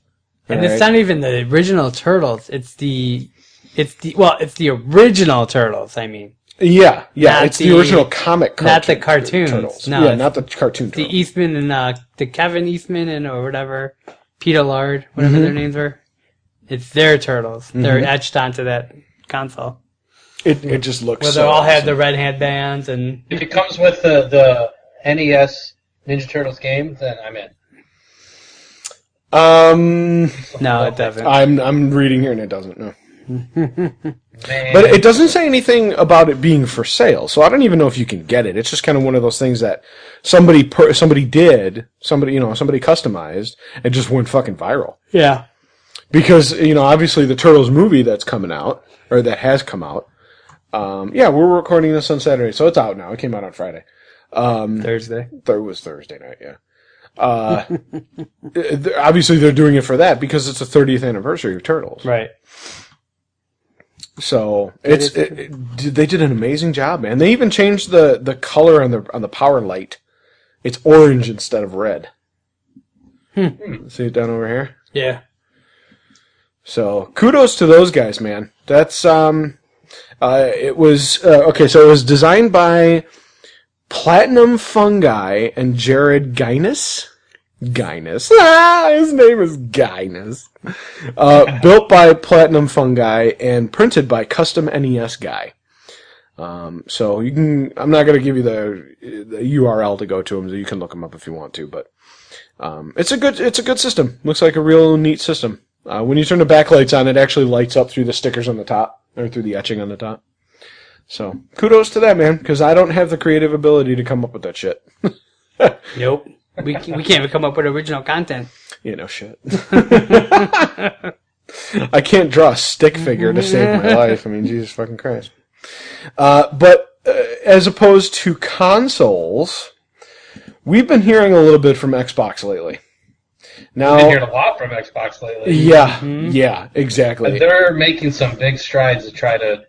Speaker 5: And
Speaker 4: Right.
Speaker 5: it's not even the original turtles. It's the it's the well, it's the original turtles, I mean.
Speaker 4: Yeah, yeah.
Speaker 5: Not
Speaker 4: it's the,
Speaker 5: the-
Speaker 4: original comic. Cartoon,
Speaker 5: not the cartoons,
Speaker 4: Turtles.
Speaker 5: no,
Speaker 4: yeah,
Speaker 5: it's
Speaker 4: not the cartoon.
Speaker 5: The
Speaker 4: turtles.
Speaker 5: Eastman and uh the Kevin Eastman and or whatever, Peter Lard, whatever their names were. It's their turtles. They're etched onto that console.
Speaker 4: it, it just looks.
Speaker 5: Where
Speaker 4: so
Speaker 5: they all
Speaker 4: awesome.
Speaker 5: had the red headbands and
Speaker 6: If it comes with the the NES Ninja Turtles game, then I'm in.
Speaker 4: Um,
Speaker 5: no, it doesn't.
Speaker 4: I'm I'm reading here and it doesn't. No,
Speaker 6: Man,
Speaker 4: but it doesn't say anything about it being for sale. So I don't even know if you can get it. It's just kind of one of those things that somebody per, somebody did somebody you know somebody customized and just went fucking viral.
Speaker 5: yeah.
Speaker 4: because you know obviously the turtles movie that's coming out or that has come out um, yeah we're recording this on saturday so it's out now it came out on friday
Speaker 5: Thursday.
Speaker 4: there was thursday night yeah uh, th- *laughs* obviously they're doing it for that because it's the 30th anniversary of turtles
Speaker 5: Right.
Speaker 4: so it's it, it- did- they did an amazing job man they even changed the the color on the on the power light it's orange instead of red see it down over here
Speaker 5: Yeah.
Speaker 4: So kudos to those guys, man. That's um, uh, it was uh, okay. So it was designed by Platinum Fungi and Jared Guinness. Guinness, *laughs* ah, his name is Guinness. Uh, built by Platinum Fungi and printed by Custom NES Guy. Um, so you can. I'm not gonna give you the the URL to go to them. So you can look them up if you want to, but it's a good it's a good system. Looks like a real neat system. Uh, when you turn the backlights on, it actually lights up through the stickers on the top or through the etching on the top. So kudos to that man, because I don't have the creative ability to come up with that shit.
Speaker 5: Nope. We, c- we can't even come up with original content.
Speaker 4: You know, shit. *laughs* I can't draw a stick figure to save
Speaker 6: *laughs*
Speaker 4: my life. I mean, Jesus fucking Christ. Uh, but uh, as opposed to consoles, we've been hearing a little bit from Xbox lately. Now,
Speaker 6: I've been hearing a lot Mm-hmm. from Xbox lately.
Speaker 4: yeah, yeah, exactly.
Speaker 6: But they're making some big strides to try to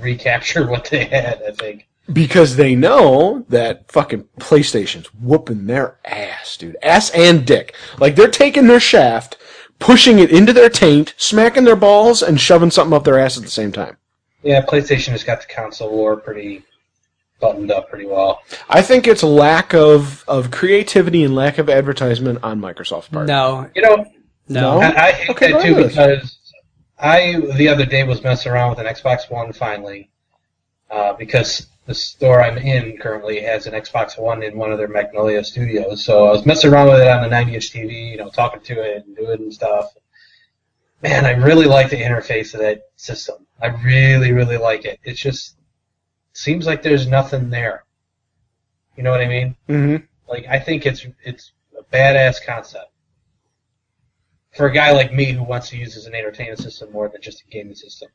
Speaker 6: recapture *laughs* what they had. I think.
Speaker 4: Because they know that fucking PlayStation's whooping their ass, dude. Ass and dick. Like they're taking their shaft, pushing it into their taint, smacking their balls, and shoving something up their ass at the same time.
Speaker 6: Yeah, PlayStation has got the console war pretty buttoned up pretty well.
Speaker 4: I think it's lack of, of creativity and lack of advertisement on Microsoft's part.
Speaker 5: No.
Speaker 6: You know,
Speaker 5: No.
Speaker 4: No?
Speaker 6: I, I hate
Speaker 4: Okay,
Speaker 6: that too
Speaker 4: nice.
Speaker 6: because I the other day was messing around with an Xbox One finally uh, because the store I'm in currently has an Xbox One in one of their Magnolia studios. So I was messing around with it on the 90-inch TV, you know, talking to it and doing stuff. Man, I really like the interface of that system. I really, really like it. It's just seems like there's nothing there. You know what I mean?
Speaker 4: Mm-hmm.
Speaker 6: Like I think it's it's a badass concept for a guy like me who wants to use it as an entertainment system more than just a gaming system.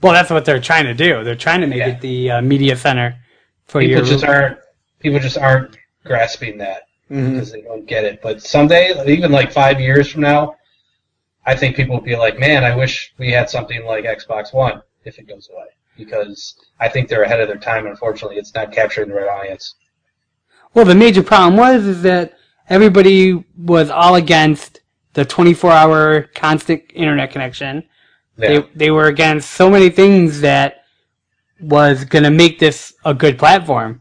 Speaker 5: Well, that's what they're trying to do. They're trying to make
Speaker 6: Yeah.
Speaker 5: it the uh, media center for
Speaker 6: People
Speaker 5: your.
Speaker 6: just aren't people just aren't grasping that because they don't get it. But someday, even like five years from now, I think people will be like, "Man, I wish we had something like Xbox One if it goes away." Because I think they're ahead of their time. Unfortunately, it's not capturing the right audience.
Speaker 5: well, the major problem was is that everybody was all against the 24-hour constant internet connection.
Speaker 6: Yeah.
Speaker 5: They they were against so many things that was gonna make this a good platform,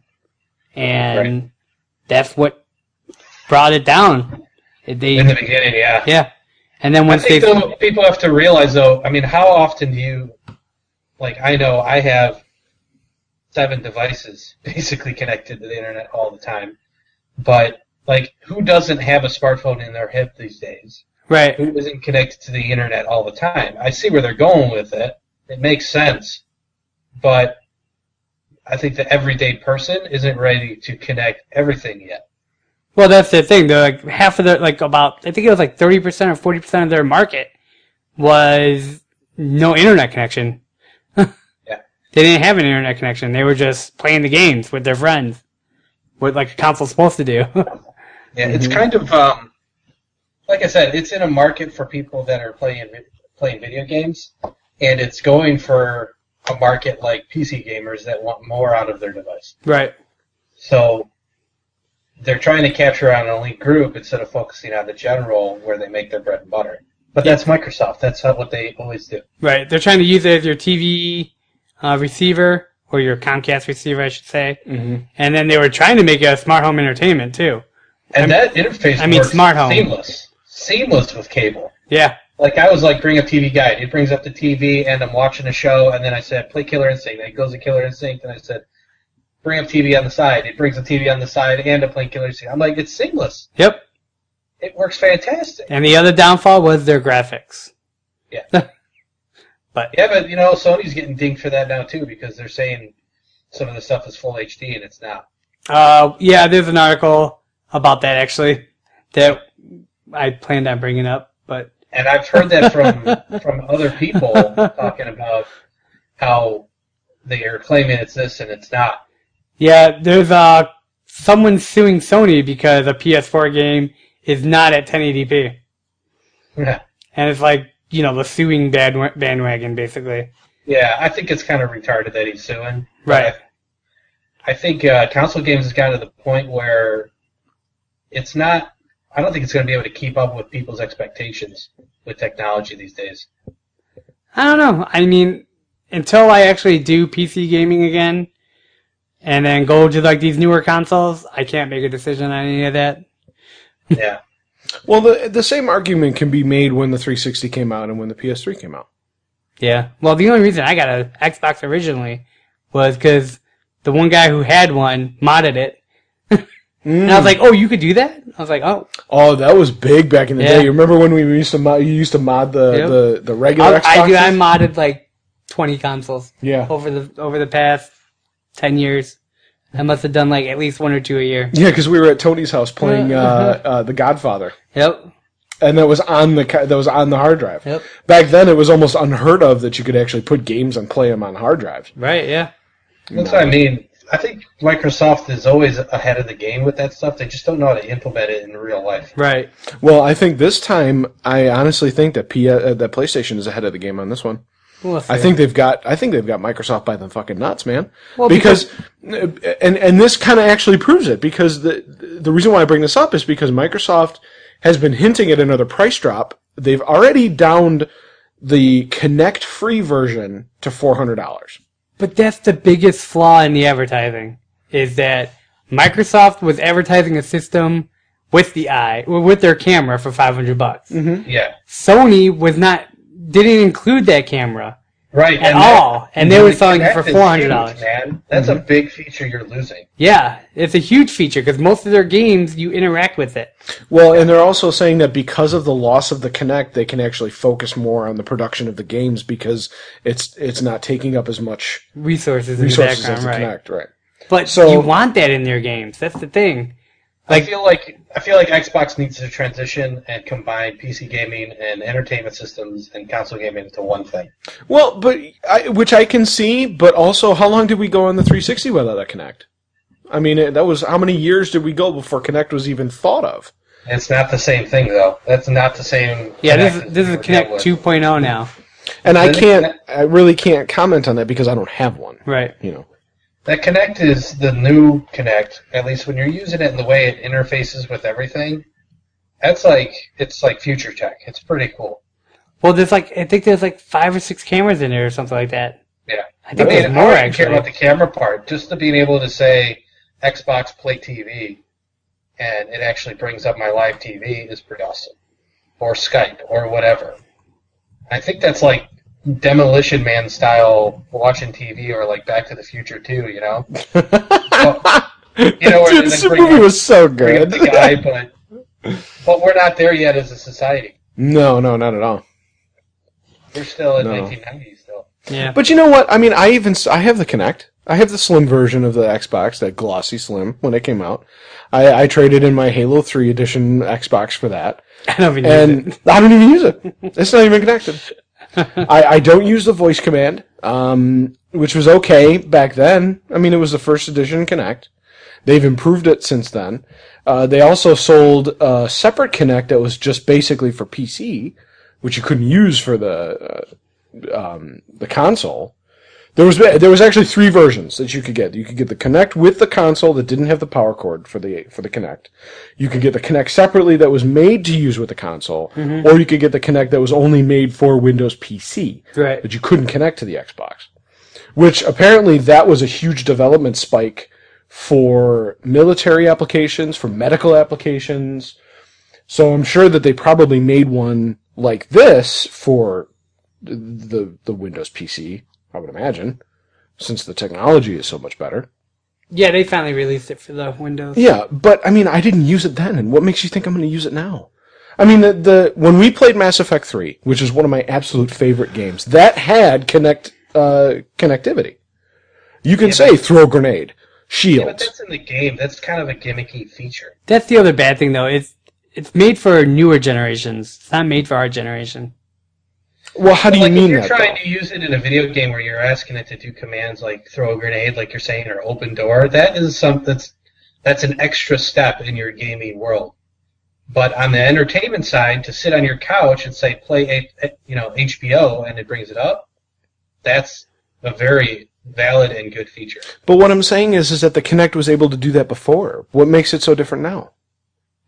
Speaker 5: and
Speaker 6: Right.
Speaker 5: that's what brought it down. They
Speaker 6: in the beginning, yeah.
Speaker 5: yeah, and then
Speaker 6: I
Speaker 5: once they
Speaker 6: think though, people have to realize though. I mean, how often do you, like, I know I have seven devices *laughs* basically connected to the internet all the time, but like, who doesn't have a smartphone in their hip these days?
Speaker 5: right
Speaker 6: Who isn't connected to the internet all the time? I see where they're going with it. It makes sense, but I think the everyday person isn't ready to connect everything yet.
Speaker 5: Well, that's the thing. Though, like half of the like about I think it was like thirty percent or forty percent of their market was no internet connection. *laughs*
Speaker 6: Yeah.
Speaker 5: They didn't have an internet connection. They were just playing the games with their friends, what like a console's supposed to do. *laughs*
Speaker 6: Yeah, it's
Speaker 5: Mm-hmm.
Speaker 6: kind of um, like I said, it's in a market for people that are playing playing video games, and it's going for a market like PC gamers that want more out of their device.
Speaker 5: right.
Speaker 6: So they're trying to capture on an elite group instead of focusing on the general where they make their bread and butter. But that's Microsoft. That's how, what they always do.
Speaker 5: Right. They're trying to use it as your TV uh, receiver or your Comcast receiver, I should say. Mm-hmm. And then they were trying to make it a smart home entertainment too.
Speaker 6: And that interface
Speaker 5: I mean,
Speaker 6: works
Speaker 5: smart home.
Speaker 6: seamless, seamless with cable.
Speaker 5: Yeah.
Speaker 6: like I was like bring up TV guide. It brings up the TV and I'm watching a show and then I said play Killer Instinct. And it goes to Killer Instinct and I said bring up TV on the side. It brings the TV on the side and I'm playing Killer Instinct. I'm like it's seamless.
Speaker 5: Yep.
Speaker 6: It works fantastic.
Speaker 5: And the other downfall was their graphics.
Speaker 6: Yeah, but you know Sony's getting dinged for that now too because they're saying some of the stuff is full HD and it's not.
Speaker 5: Uh, yeah, there's an article about that actually that I planned on bringing up, but
Speaker 6: And I've heard that from from other people talking about how they are claiming it's this and it's not. *laughs*
Speaker 5: yeah, there's uh someone suing Sony because a PS4 game is not at 1080p, and it's like you know the suing bad bandwagon basically.
Speaker 6: Yeah, I think it's kind of retarded that he's suing.
Speaker 5: Right.
Speaker 6: I think uh, console games has gotten to the point where it's not. I don't think it's going to be able to keep up with people's expectations with technology these days.
Speaker 5: I don't know. I mean, until I actually do PC gaming again, and then go to like these newer consoles, I can't make a decision on any of that. Hmm.
Speaker 6: Yeah,
Speaker 4: Well, the the same argument can be made when the 360 came out and when the PS3 came out.
Speaker 5: Yeah. Well, the only reason I got a Xbox originally was because the one guy who had one modded it. *laughs* And
Speaker 4: Mm.
Speaker 5: I was like, oh, you could do that? I was like, oh,
Speaker 4: Oh, that was big back in the
Speaker 5: Yeah.
Speaker 4: day. You remember when we used to mod, you used to mod the
Speaker 5: Yep.
Speaker 4: the, the regular
Speaker 5: I,
Speaker 4: Xbox?
Speaker 5: I do. I modded like 20 consoles
Speaker 4: yeah.
Speaker 5: over the over the past 10 years. I must have done like at least one or two a year.
Speaker 4: Yeah, because we were at Tony's house playing uh, uh, The Godfather,
Speaker 5: Yep.
Speaker 4: and that was on the ca- that was on the hard drive.
Speaker 5: Yep.
Speaker 4: Back then, it was almost unheard of that you could actually put games and play them on hard drives.
Speaker 5: Right. Yeah.
Speaker 6: that's what I mean. I think Microsoft is always ahead of the game with that stuff. They just don't know how to implement it in real life.
Speaker 5: Right.
Speaker 4: Well, I think this time, I honestly think that P- uh, that PlayStation is ahead of the game on this one.
Speaker 5: We'll
Speaker 4: I
Speaker 5: see.
Speaker 4: think they've got I think they've got Microsoft by the fucking nuts, man.
Speaker 5: Well,
Speaker 4: because, and and this kind of actually proves it because the the reason why I bring this up is because Microsoft has been hinting at another price drop. They've already downed the Connect free version to four hundred dollars.
Speaker 5: But that's the biggest flaw in the advertising is that Microsoft was advertising a system with the eye, with their camera for 500 bucks.
Speaker 6: Yeah,
Speaker 5: Sony was not didn't include that camera
Speaker 6: right.
Speaker 5: at
Speaker 6: and that-
Speaker 5: all, and they were selling it for
Speaker 6: that is
Speaker 5: four hundred dollars. Mm-hmm.
Speaker 6: huge, Man, that's a big feature you're losing.
Speaker 5: Yeah, it's a huge feature because most of their games you interact with it.
Speaker 4: Well, and they're also saying that because of the loss of the Connect, they can actually focus more on the production of the games because it's it's not taking up as much
Speaker 5: Resources in
Speaker 4: resources
Speaker 5: the
Speaker 4: as
Speaker 5: background,
Speaker 4: the
Speaker 5: right?
Speaker 4: Connect, right?
Speaker 5: But
Speaker 4: So-
Speaker 5: you want that in their games. That's the thing.
Speaker 6: I feel like I feel like Xbox needs to transition and combine PC gaming and entertainment systems and console gaming into one thing.
Speaker 4: Well, but I, which I can see, but also, how long did we go on the 360 without a Connect? I mean, it- that was how many years did we go before Connect was even thought of?
Speaker 6: It's not the same thing though. That's not the same.
Speaker 5: Yeah, this
Speaker 6: Kinect
Speaker 5: is this
Speaker 6: we
Speaker 5: is
Speaker 6: were
Speaker 5: Connect
Speaker 6: dealing
Speaker 5: two oh
Speaker 6: with.
Speaker 5: now,
Speaker 4: And I
Speaker 6: Really?
Speaker 4: can't, I really can't comment on that because I don't have one.
Speaker 5: right?
Speaker 4: You know,
Speaker 6: That Connect is the new Connect. At least when you're using it and the way it interfaces with everything, that's like it's like future tech. It's pretty cool.
Speaker 5: Well, there's like I think there's like five or six cameras in there or something like that.
Speaker 6: Yeah.
Speaker 5: I think
Speaker 6: I mean,
Speaker 5: there's
Speaker 6: I
Speaker 5: more
Speaker 6: don't even care
Speaker 5: actually.
Speaker 6: about the camera part, just the being able to say Xbox Play TV, and it actually brings up my live TV is pretty awesome, or Skype or whatever. I think that's like Demolition Man style watching TV, or like Back to the Future too. You know, Well, you know, where
Speaker 4: Dude,
Speaker 6: they
Speaker 4: this
Speaker 6: bring
Speaker 4: movie
Speaker 6: up-
Speaker 4: was so
Speaker 6: bring up
Speaker 4: good.
Speaker 6: the guy, but but we're not there yet as a society.
Speaker 4: *laughs* no, no, not at all.
Speaker 6: We're still in
Speaker 4: No.
Speaker 6: 1990s still.
Speaker 5: yeah.
Speaker 4: But you know what? I mean, I even s- I have the Kinect. I have the slim version of the Xbox, that glossy slim when it came out. I, I traded in my Halo Three edition Xbox for that.
Speaker 5: *laughs* I don't even use it.
Speaker 4: and I don't even use it. It's not even
Speaker 5: *laughs*
Speaker 4: connected. I, I don't use the voice command, um, which was okay back then. I mean, it was the first edition Connect. They've improved it since then. Uh, they also sold a separate Connect that was just basically for PC, which you couldn't use for the uh, um, the console. There was there was actually three versions that you could get. You could get the Connect with the console that didn't have the power cord for the for the Connect. You could get the Kinect separately that was made to use with the console, or you could get the Kinect that was only made for Windows PC,
Speaker 5: Right.
Speaker 4: that you couldn't connect to the Xbox. Which apparently that was a huge development spike for military applications, for medical applications. So I'm sure that they probably made one like this for the the Windows PC, I would imagine, since the technology is so much better.
Speaker 5: Yeah, they finally released it for the Windows.
Speaker 4: Yeah, but I mean, I didn't use it then, and what makes you think I'm going to use it now? I mean, the, the when we played Mass Effect Three, which is one of my absolute favorite games, that had connect uh, connectivity. You can say throw grenade,
Speaker 6: Yeah, but
Speaker 4: shields.
Speaker 6: that's in the game. That's kind of a gimmicky feature.
Speaker 5: That's the other bad thing though. It's it's made for newer generations. It's not made for our generation.
Speaker 4: well, how do you
Speaker 6: like if
Speaker 4: mean
Speaker 6: you're
Speaker 4: that?
Speaker 6: trying
Speaker 4: though?
Speaker 6: to use it in a video game where you're asking it to do commands like throw a grenade, like you're saying, or open door, that is something that's that's an extra step in your gaming world. But on the entertainment side, to sit on your couch and say play a, you know HBO and it brings it up, that's a very valid and good feature.
Speaker 4: But what I'm saying is, is that the Kinect was able to do that before. What makes it so different now?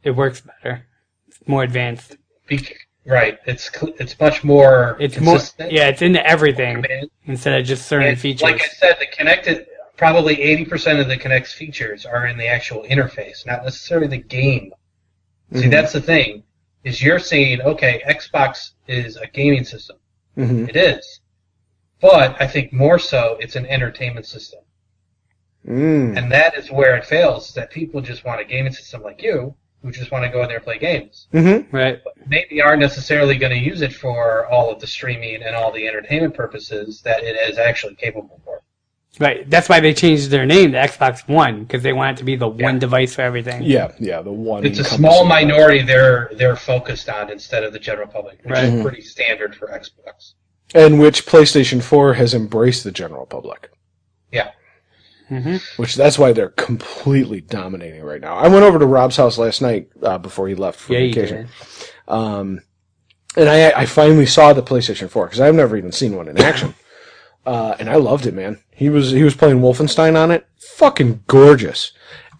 Speaker 5: It works better. It's more advanced.
Speaker 6: Bec- right? It's cl- it's much more.
Speaker 5: It's more
Speaker 6: consistent.
Speaker 5: yeah, it's into everything
Speaker 6: Command.
Speaker 5: instead of just certain
Speaker 6: And
Speaker 5: features.
Speaker 6: Like I said, the connected probably eighty percent of the Kinect's features are in the actual interface, not necessarily the game. See, that's the thing is you're saying, okay, Xbox is a gaming system.
Speaker 4: Mhm.
Speaker 6: It is, but I think more so, it's an entertainment system,
Speaker 4: Mm.
Speaker 6: and that is where it fails. That people just want a gaming system like you, who just want to go in there and play games.
Speaker 4: Mm-hmm.
Speaker 5: right.
Speaker 6: Maybe aren't necessarily going to use it for all of the streaming and all the entertainment purposes that it is actually capable for.
Speaker 5: Right. That's why they changed their name to Xbox One because they want it to be the one device for everything.
Speaker 4: Yeah, yeah. The one.
Speaker 6: it's a
Speaker 4: encompassing-
Speaker 6: small minority they're they're focused on instead of the general public, which
Speaker 5: Right.
Speaker 6: is pretty standard for Xbox.
Speaker 4: and which PlayStation Four has embraced the general public.
Speaker 6: Yeah,
Speaker 4: which that's why they're completely dominating right now. I went over to Rob's house last night uh, before he left for
Speaker 5: Yeah, you
Speaker 4: vacation,
Speaker 5: did.
Speaker 4: Um, and I, I finally saw the PlayStation 4 because I've never even seen one in action, uh, and I loved it, man. He was he was playing Wolfenstein on it, fucking gorgeous,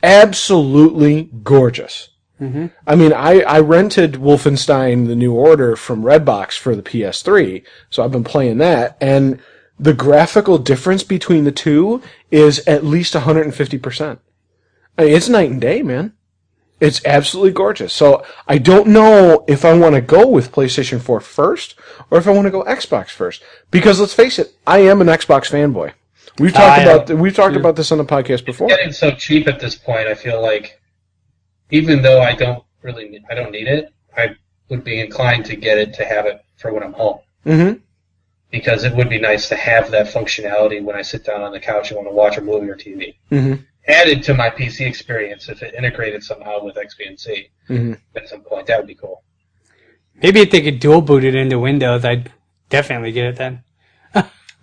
Speaker 4: absolutely gorgeous.
Speaker 5: Mm-hmm.
Speaker 4: I mean, I, I rented Wolfenstein: The New Order from Redbox for the PS3, so I've been playing that, and the graphical difference between the two is at least 150 percent. I mean, it's night and day, man. It's absolutely gorgeous. So I don't know if I want to go with PlayStation 4 first or if I want to go Xbox first. Because let's face it, I am an Xbox fanboy. We've talked
Speaker 5: I am,
Speaker 4: about we've talked about this on the podcast before.
Speaker 6: getting so cheap at this point. I feel like even though I don't really ne- I don't need it, I would be inclined to get it to have it for when I'm home
Speaker 4: Mm-hmm.
Speaker 6: because it would be nice to have that functionality when I sit down on the couch and want to watch a movie or TV.
Speaker 4: Mhm.
Speaker 6: Added to my PC experience if it integrated somehow with XBNC
Speaker 4: Mhm.
Speaker 6: at some point, that would be cool.
Speaker 5: Maybe if they could dual boot it into Windows, I'd definitely get it then.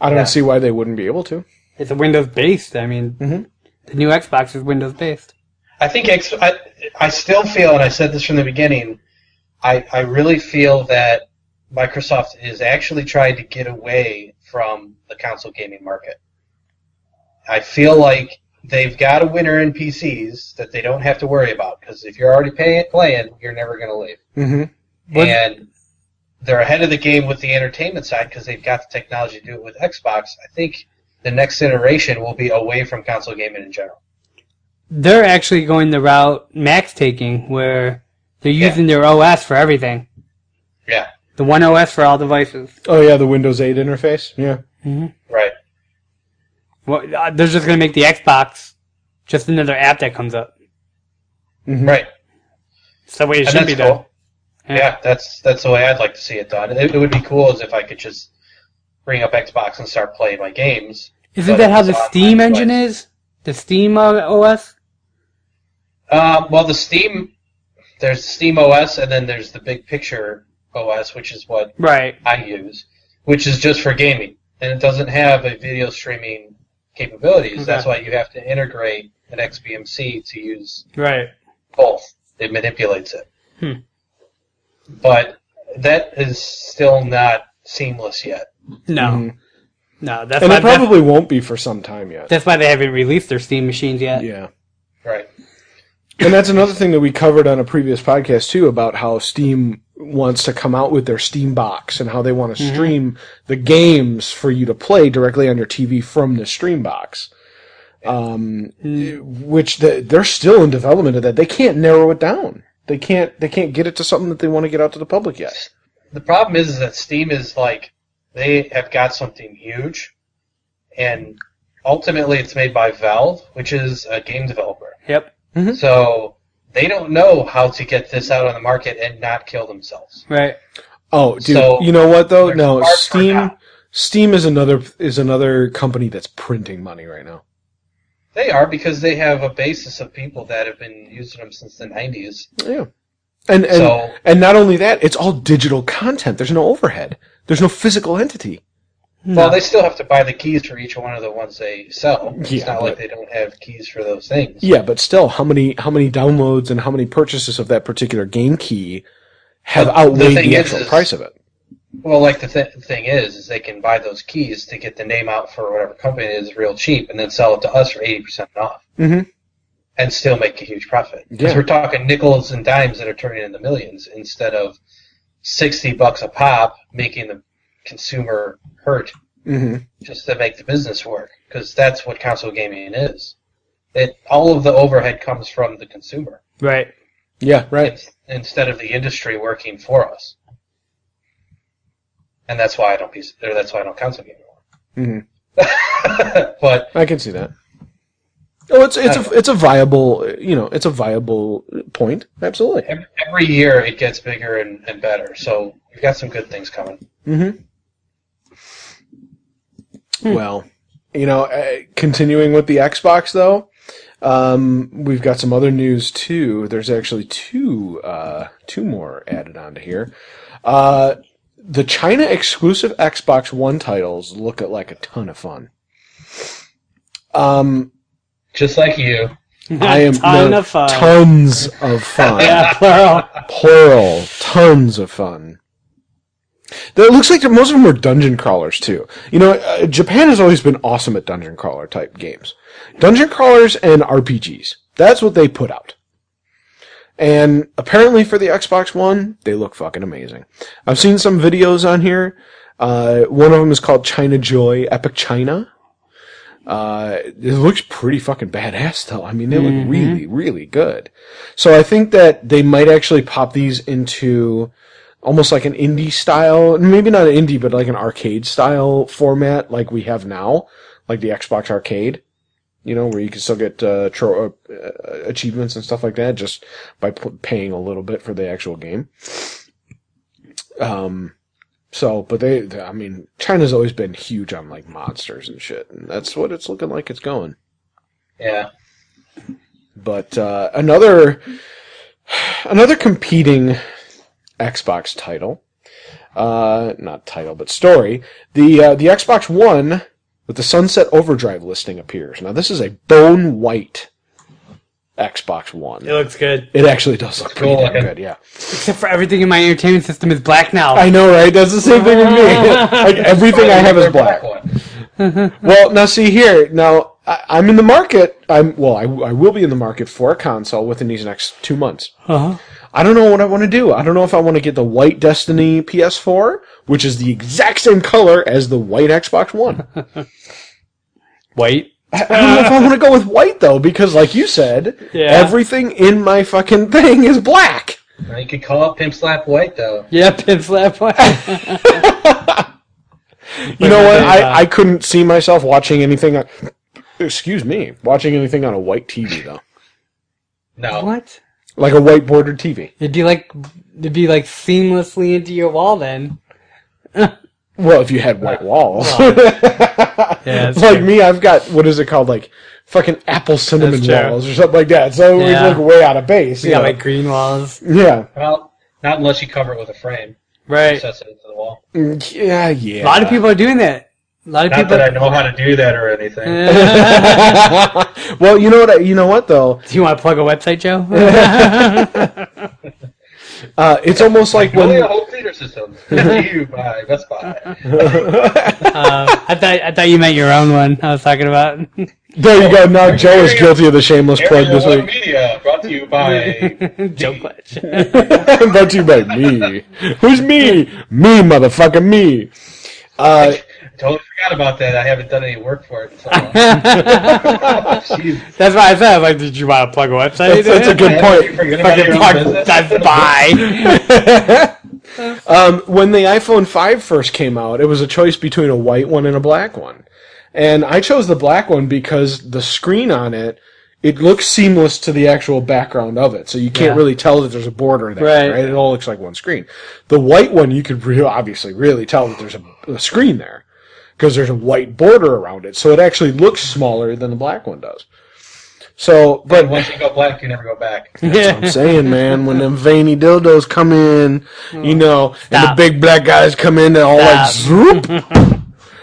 Speaker 4: I don't see why they wouldn't be able to.
Speaker 5: It's a Windows based. I mean,
Speaker 6: Mm-hmm.
Speaker 5: the new Xbox is Windows based.
Speaker 6: I think X, I, I still feel, and I said this from the beginning, I, I really feel that Microsoft is actually trying to get away from the console gaming market. I feel like they've got a winner in PCs that they don't have to worry about because if you're already pay, playing, you're never going to leave.
Speaker 4: Mm-hmm.
Speaker 5: What-
Speaker 6: And they're ahead of the game with the entertainment side because they've got the technology to do it with Xbox. I think the next iteration will be away from console gaming in general.
Speaker 5: They're actually going the route Max taking, where they're
Speaker 6: Yeah.
Speaker 5: using their OS for everything.
Speaker 6: Yeah,
Speaker 5: The one OS for all devices.
Speaker 4: Oh yeah, the Windows 8 interface. Yeah.
Speaker 6: right.
Speaker 5: Well, uh, they're just going to make the Xbox just another app that comes up.
Speaker 6: Right.
Speaker 5: It's the way it
Speaker 6: And
Speaker 5: should
Speaker 6: that's
Speaker 5: be
Speaker 6: cool.
Speaker 5: done.
Speaker 6: Yeah, that's that's the way I'd like to see it done. It, it would be cool is if I could just bring up Xbox and start playing my games.
Speaker 5: Isn't
Speaker 6: But
Speaker 5: that how
Speaker 6: it's
Speaker 5: the
Speaker 6: on
Speaker 5: Steam
Speaker 6: my
Speaker 5: engine
Speaker 6: device.
Speaker 5: is? The Steam uh, OS?
Speaker 6: Uh, well, the Steam, there's Steam OS, and then there's the Big Picture OS, which is what
Speaker 5: Right.
Speaker 6: I use, which is just for gaming, and it doesn't have a video streaming capabilities. That's why you have to integrate an XBMC to use
Speaker 5: Right.
Speaker 6: both. It manipulates it.
Speaker 5: Hmm.
Speaker 6: But that is still not seamless yet.
Speaker 5: No. No, that's
Speaker 4: And
Speaker 5: why,
Speaker 4: it probably won't be for some time yet.
Speaker 5: that's why they haven't released their Steam machines yet.
Speaker 4: yeah.
Speaker 6: Right.
Speaker 4: And that's another thing that we covered on a previous podcast too about how Steam wants to come out with their Steam box and how they want to stream the games for you to play directly on your TV from the Stream box. Um, which the, they're still in development of that. They can't narrow it down. They can't. They can't get it to something that they want to get out to the public yet.
Speaker 6: The problem is, is that Steam is like they have got something huge, and ultimately it's made by Valve, which is a game developer.
Speaker 5: Yep.
Speaker 4: Mm-hmm.
Speaker 6: So they don't know how to get this out on the market and not kill themselves.
Speaker 5: Right.
Speaker 4: Oh, dude,
Speaker 6: So-
Speaker 4: you know what though? No,
Speaker 6: They're smart for
Speaker 4: Steam.
Speaker 6: that.
Speaker 4: Steam is another is another company that's printing money right now.
Speaker 6: They are because they have a basis of people that have been using them since the 90s.
Speaker 4: Yeah. And and,
Speaker 6: So-
Speaker 4: and not only that, it's all digital content. There's no overhead. There's no physical entity.
Speaker 6: Well, they still have to buy the keys for each one of the ones they sell. It's
Speaker 4: Yeah,
Speaker 6: not like
Speaker 4: but-
Speaker 6: they don't have keys for those things.
Speaker 4: Yeah, but still, how many how many downloads and how many purchases of that particular game key have
Speaker 6: But the
Speaker 4: outweighed the,
Speaker 6: thing is,
Speaker 4: actual
Speaker 6: is-
Speaker 4: price of it?
Speaker 6: Well, like the th- thing is, is they can buy those keys to get the name out for whatever company it is real cheap, and then sell it to us for eighty percent off,
Speaker 4: Mhm.
Speaker 6: and still make a huge profit. Because
Speaker 4: Yeah.
Speaker 6: we're talking nickels and dimes that are turning into millions instead of sixty bucks a pop, making the consumer hurt
Speaker 4: Mhm.
Speaker 6: just to make the business work. Because that's what console gaming is. It all of the overhead comes from the consumer
Speaker 5: Right.
Speaker 4: Yeah, right.
Speaker 6: instead of the industry working for us. And that's why I don't piece, or that's why I don't console game anymore.
Speaker 4: Mm-hmm.
Speaker 6: *laughs* but
Speaker 4: I can see that. Oh, it's
Speaker 6: Uh,
Speaker 4: it's a it's a viable you know it's a viable point. Absolutely.
Speaker 6: ev- every year it gets bigger and, and better. So we've got some good things coming.
Speaker 5: Hmm.
Speaker 4: Well, you know, uh, continuing with the Xbox though, um, we've got some other news too. There's actually two uh, two more added onto here. Uh, the China exclusive Xbox One titles look at like a ton of
Speaker 5: *laughs*
Speaker 4: fun. Um,
Speaker 6: Just like you,
Speaker 4: I am
Speaker 5: Ton
Speaker 4: no,
Speaker 5: of fun.
Speaker 4: Tons of fun.
Speaker 5: *laughs* yeah, plural.
Speaker 4: Plural. Tons of fun. Though It looks like most of them are dungeon crawlers too. You know, uh, Japan has always been awesome at dungeon crawler type games, dungeon crawlers and RPGs. That's what they put out. And apparently for the Xbox One, they look fucking amazing. I've seen some videos on here. Uh, one of them is called China Joy Epic China. Uh, it looks pretty fucking badass though. I mean, they look really, really good. So I think that they might actually pop these into almost like an indie style, maybe not an indie, but like an arcade style format like we have now, like the Xbox Arcade. You know, where you can still get uh, tro- uh, uh, achievements and stuff like that just by p- paying a little bit for the actual game. Um, so, but they, they- I mean, China's always been huge on like monsters and shit, and that's what it's looking like it's going.
Speaker 6: yeah.
Speaker 4: But uh, another another competing Xbox title, uh, not title but story. The uh, the Xbox One with the Sunset Overdrive listing appears. Now this is a bone white Xbox One.
Speaker 5: It looks good.
Speaker 4: It actually does look pretty
Speaker 6: Cool
Speaker 4: damn
Speaker 6: looking.
Speaker 4: good. Yeah,
Speaker 5: Except for everything in my entertainment system is black now.
Speaker 4: I know, right? That's the same
Speaker 6: *laughs*
Speaker 4: thing with me. like everything I have is black.
Speaker 6: one.
Speaker 4: Well, now see here. Now I, I'm in the market. I'm well. I, I will be in the market for a console within these next two months.
Speaker 5: Uh-huh.
Speaker 4: I don't know what I want to do. I don't know if I want to get the white Destiny PS4, which is the exact same color as the white Xbox One.
Speaker 5: White.
Speaker 4: I I don't know if I want to go with white though, because like you said,
Speaker 5: Yeah.
Speaker 4: everything in my fucking thing is black.
Speaker 6: Now you could call it Pimp Slap White though.
Speaker 5: Yeah, pin slap *laughs* white.
Speaker 4: You know what?
Speaker 5: Yeah.
Speaker 4: I, I couldn't see myself watching anything. On, excuse me, watching anything on a white TV though,
Speaker 6: No.
Speaker 5: what?
Speaker 4: like a white bordered TV.
Speaker 5: It'd be like it'd be like seamlessly into your wall then.
Speaker 4: Well, if you had white walls,
Speaker 5: *laughs* Yeah, it's
Speaker 4: like me, I've got what is it called, like fucking apple cinnamon
Speaker 5: That's true.
Speaker 4: walls or something like that. So
Speaker 5: Yeah.
Speaker 4: we look way out of base.
Speaker 5: yeah,
Speaker 4: you know?
Speaker 5: like green walls.
Speaker 4: yeah,
Speaker 6: Well, not unless you cover it with a frame.
Speaker 5: Right.
Speaker 6: Sets it into the wall.
Speaker 4: Mm, yeah, yeah.
Speaker 5: A lot of people are doing that. A lot of
Speaker 6: Not
Speaker 5: people.
Speaker 6: that I know how to do that or anything.
Speaker 4: well, you know what? I, you know what though?
Speaker 5: *laughs* Do you want to plug a website,
Speaker 6: *laughs*
Speaker 5: Joe?
Speaker 4: Uh, it's almost like
Speaker 6: Only
Speaker 4: when
Speaker 6: a home theater
Speaker 4: *laughs*
Speaker 6: system. you buy Best Buy.
Speaker 5: uh, I thought I thought you meant your own one. I was talking *laughs* about.
Speaker 4: there you go. Now Joe is
Speaker 6: Area-
Speaker 4: guilty of the shameless plug
Speaker 6: Area
Speaker 4: this
Speaker 6: One
Speaker 4: week. *laughs*
Speaker 6: Media brought to you by
Speaker 5: Joe Clutch.
Speaker 4: Brought to you by me. Who's me? Me, motherfucker, me. Uh,
Speaker 6: Totally forgot about that. I haven't done any work for it. in So *laughs* long. Jeez.
Speaker 5: That's why I said, I was like, did you want to plug a website?
Speaker 4: that's, that's a good
Speaker 6: You
Speaker 4: point.
Speaker 6: forget about your own business? *laughs*
Speaker 5: That's *laughs* bye.
Speaker 4: When the iPhone 5 first came out, it was a choice between a white one and a black one. And I chose the black one because the screen on it, it looks seamless to the actual background of it. So you can't
Speaker 5: Yeah.
Speaker 4: really tell that there's a border there,
Speaker 5: Right.
Speaker 4: right. It all looks like one screen. The white one, you could real obviously really tell that there's a, a screen there because there's a white border around it. So it actually looks smaller than the black one does. So, but
Speaker 6: Once you go black, you never go back.
Speaker 4: I'm saying, man, when them veiny dildos come in, you know, and the
Speaker 5: Stop.
Speaker 4: big black guys come in, they're all like, zoop.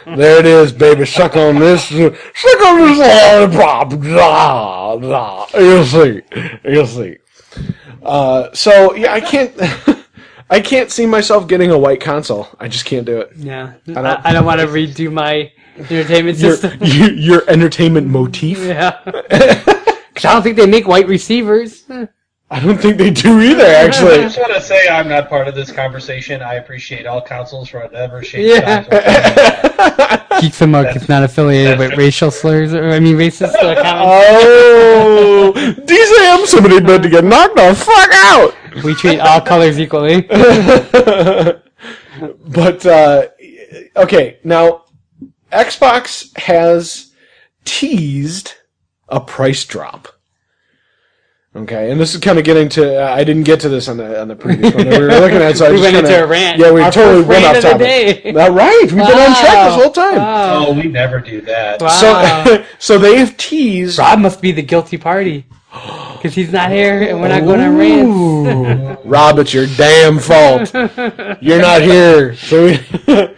Speaker 4: there it is, baby. Suck on this. Suck on this lollipop. Nah, nah. You'll see. You'll see. Uh, so, yeah, I can't. *laughs* I can't see myself getting a white console. I just can't do
Speaker 5: *laughs*
Speaker 4: it.
Speaker 5: Yeah. I don't, I don't want to redo my entertainment
Speaker 4: Your,
Speaker 5: system. *laughs*
Speaker 4: your, your entertainment motif?
Speaker 5: Yeah. *laughs* 'Cause I don't think they make white *laughs* receivers.
Speaker 4: *laughs* I don't think they do either, actually.
Speaker 6: I just want to say I'm not part of this conversation. I appreciate all councils for whatever shape.
Speaker 5: Yeah.
Speaker 6: size, whatever.
Speaker 5: Geeks and Muck is not affiliated with racial slurs or, I mean, racist *laughs* uh, comments.
Speaker 4: Oh, DZM, somebody about to get knocked the fuck out.
Speaker 5: We treat all colors equally. *laughs*
Speaker 4: *laughs* But, uh, okay, now, Xbox has teased a price drop. Okay, and this is kind of getting to, I didn't get to this on the, on the previous one that we were looking at, so I
Speaker 5: *laughs* We
Speaker 4: just
Speaker 5: went
Speaker 4: kinda-
Speaker 5: into a rant.
Speaker 4: Yeah, we
Speaker 5: Our
Speaker 4: totally
Speaker 5: first
Speaker 4: went
Speaker 5: rant
Speaker 4: off
Speaker 5: of the
Speaker 4: topic.
Speaker 5: day.
Speaker 4: All right, we've been on track this whole
Speaker 5: *laughs*
Speaker 4: time.
Speaker 6: oh, we never do that.
Speaker 4: So,
Speaker 5: Wow.
Speaker 4: *laughs* so they've teased
Speaker 5: *laughs* Rob must be the guilty party. Because he's not here and we're not going on rants.
Speaker 4: Ooh. Rob, it's your damn
Speaker 5: *laughs*
Speaker 4: fault. You're not here. So we- *laughs*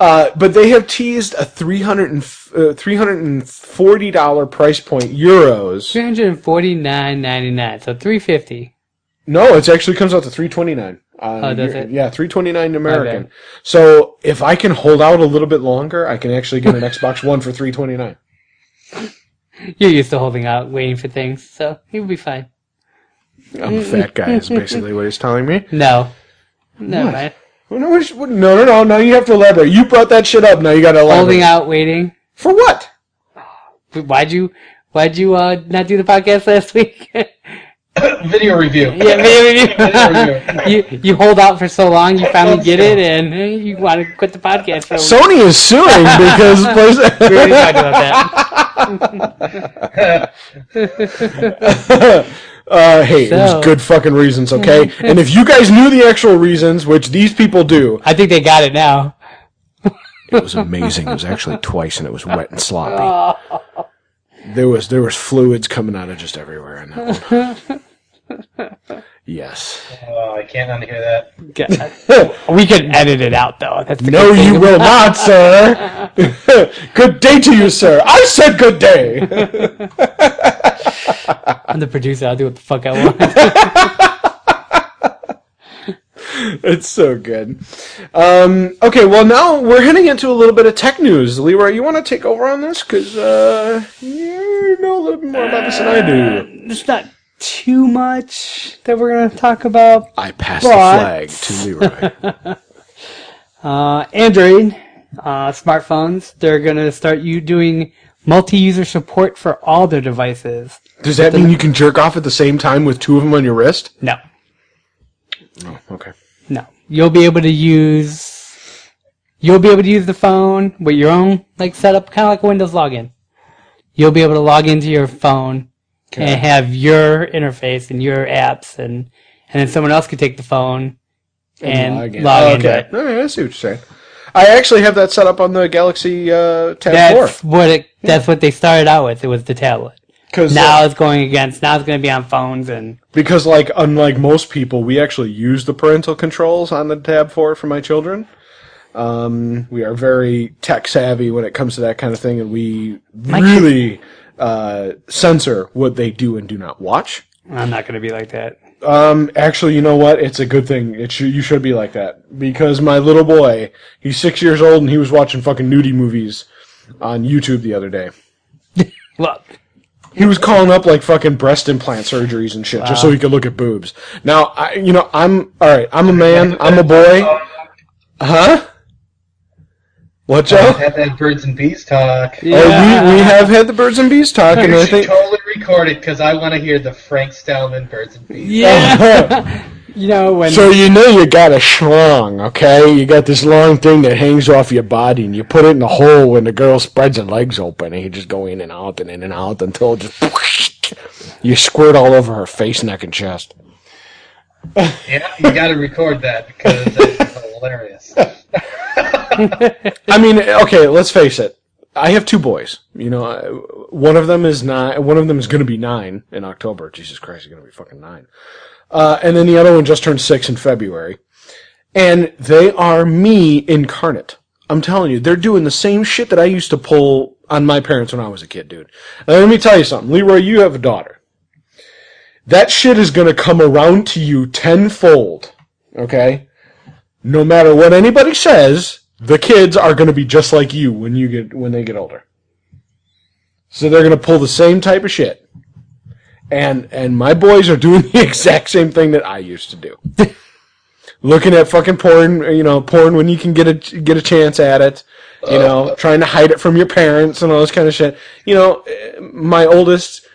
Speaker 4: uh, but they have teased a 300 and, f- uh, $340 price point euros.
Speaker 5: 349.99, so 350.
Speaker 4: No, it actually comes out to 329. Uh,
Speaker 5: Oh, does it?
Speaker 4: Yeah, 329 American.
Speaker 5: Okay.
Speaker 4: So if I can hold out a little bit longer, I can actually get an Xbox *laughs* One for 329.
Speaker 5: You're used to holding out, waiting for things, so he'll be fine.
Speaker 4: I'm a fat guy is basically what he's telling
Speaker 5: *laughs*
Speaker 4: me.
Speaker 5: No. No, man.
Speaker 4: Well, No, what- what- no, no, no. Now you have to elaborate. You brought that shit up. Now you got to elaborate.
Speaker 5: Holding out, waiting.
Speaker 4: For what?
Speaker 5: Why'd you why'd you uh, not do the podcast last *laughs* week? yeah,
Speaker 6: Video
Speaker 5: *laughs*
Speaker 6: review.
Speaker 5: maybe
Speaker 6: Video review.
Speaker 5: you, you you hold out for so long, you finally get it, and eh, you want to quit the podcast. For a week.
Speaker 4: Sony is suing
Speaker 5: *laughs*
Speaker 4: because
Speaker 5: we already
Speaker 4: PlayStation.
Speaker 5: talked about that.
Speaker 4: Uh, hey,
Speaker 5: So-
Speaker 4: there's good fucking reasons, okay? and if you guys knew the actual reasons, which these people do,
Speaker 5: I think they got it *laughs* now.
Speaker 4: *laughs* it was amazing. It was actually twice, and it was wet and sloppy. There was there was fluids coming out of just everywhere in that one. Yes.
Speaker 6: Oh, I can't unhear that.
Speaker 5: God. we could edit it out though. That's the
Speaker 4: No,
Speaker 5: good thing.
Speaker 4: you will not, sir. *laughs* good day to you, sir. I said good day. *laughs*
Speaker 5: I'm the producer. I'll do what the fuck I want.
Speaker 4: *laughs* It's so good. Um, okay, well now we're heading into a little bit of tech news. Leroy, you want to take over on this because uh, you know a little bit more about this than I do.
Speaker 5: There's not too much that we're going to talk about.
Speaker 4: I pass the
Speaker 5: But-
Speaker 4: flag to Leroy.
Speaker 5: Uh, Android uh, smartphones, they're going to start you doing multi-user support for all their devices.
Speaker 4: *laughs* Does that mean you can jerk off at the same time with two of them on your wrist?
Speaker 5: No,
Speaker 4: Oh, okay.
Speaker 5: no. You'll be able to use you'll be able to use the phone with your own like setup, kind of like a Windows login. You'll be able to log into your phone and have your interface and your apps, and and then someone else could take the phone and, log,
Speaker 4: log in.
Speaker 5: into it.
Speaker 4: Okay. All right, I see what you're saying. I actually have that set up on the Galaxy uh, Tab
Speaker 5: That's
Speaker 4: 4.
Speaker 5: what it. That's what they started out with. It was the tablet.
Speaker 4: 'Cause,
Speaker 5: Now
Speaker 4: uh,
Speaker 5: it's going against. Now it's going to be on phones and
Speaker 4: because, like, unlike most people, we actually use the parental controls on the Tab 4 for my children. Um, we are very tech savvy when it comes to that kind of thing, and we
Speaker 5: kid-
Speaker 4: really uh, censor what they do and do not watch.
Speaker 5: I'm not going to be like that.
Speaker 4: Um, actually, you know what? It's a good thing. It should, you should be like that because my little boy, he's six years old and he was watching fucking nudie movies on YouTube the other day.
Speaker 5: Look,
Speaker 4: He was calling up like fucking breast implant surgeries and shit just so he could look at boobs. Now, I, you know, I'm all right. I'm a man. I'm a boy, huh? What, Joe?
Speaker 6: Had that birds and bees talk.
Speaker 4: Oh, we, we have had the birds and bees talk, and I
Speaker 6: You should
Speaker 4: think
Speaker 6: totally record it because I want to hear the Frank Stallman birds and bees.
Speaker 4: Oh.
Speaker 5: you know when
Speaker 1: *laughs* So you know you got a schlong, okay? You got this long thing that hangs off your body, and you put it in a hole when the girl spreads her legs open, and you just go in and out and in and out until it just *laughs* you squirt all over her face, neck, and chest.
Speaker 6: Yeah, you got to record that because it's hilarious.
Speaker 4: I mean, okay, let's face it. I have two boys. You know, I- one of them is nine. One of them is going to be nine in October. Jesus Christ, he's going to be fucking nine. Uh, and then the other one just turned six in February. And they are me incarnate. I'm telling you, they're doing the same shit that I used to pull on my parents when I was a kid, dude. And let me tell you something, Leroy. You have a daughter. That shit is going to come around to you tenfold. Okay no matter what anybody says, the kids are going to be just like you when you get when they get older. So they're going to pull the same type of shit. And and my boys are doing *laughs* the exact same thing that I used to do. *laughs* Looking at fucking porn, you know, porn when you can get a get a chance at it, you know, trying to hide it from your parents and all this kind of shit. You know, eh, my oldest,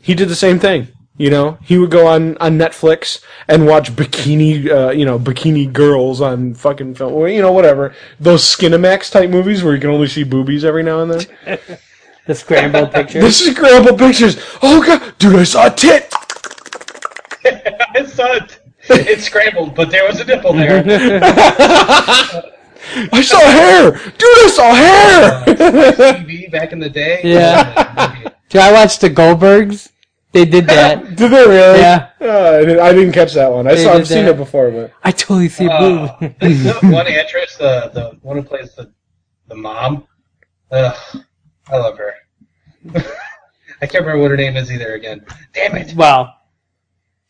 Speaker 4: he did the same thing. You know, he would go on, on Netflix and watch bikini, uh, you know, bikini girls on fucking film, or, you know, whatever. Those Skinamax type movies where you can only see boobies every now and then.
Speaker 5: the scrambled
Speaker 4: *laughs*
Speaker 5: picture.
Speaker 4: this is grandpa pictures. Oh god, dude, I saw a tit.
Speaker 6: I saw it. It scrambled, but there was a nipple there.
Speaker 4: I saw hair. Dude, I saw hair.
Speaker 6: TV back in the day. *laughs*
Speaker 5: Yeah. Dude, I watched the Goldbergs. They did
Speaker 4: *laughs*
Speaker 5: that.
Speaker 4: Did they really?
Speaker 5: Yeah.
Speaker 4: Uh, I, didn't, I didn't catch that one. I saw,
Speaker 5: did
Speaker 4: I've seen
Speaker 5: that.
Speaker 4: it before, but
Speaker 5: I totally see
Speaker 4: Oh.
Speaker 5: a
Speaker 6: Uh,
Speaker 5: boob.
Speaker 6: there's that one actress, the the one who plays the the mom. Ugh, I love her. *laughs* I can't remember what her name is either. Again, damn it.
Speaker 5: Well,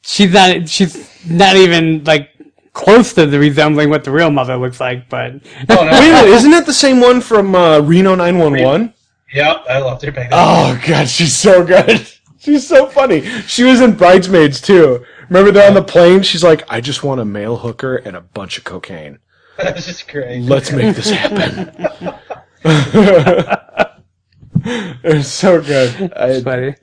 Speaker 5: she's not. She's not even like close to the resembling what the real mother looks like. But
Speaker 6: Oh, no.
Speaker 4: wait a minute, isn't that the same one from uh, Reno 911?
Speaker 6: Yep, I loved her *laughs* back then.
Speaker 4: Oh god, she's so good. *laughs* She's so funny. She was in Bridesmaids too. Remember they're on the plane? She's like, I just want a male hooker and a bunch of cocaine.
Speaker 6: That's just great.
Speaker 4: Let's make this happen. *laughs* it's so good. I-
Speaker 5: buddy,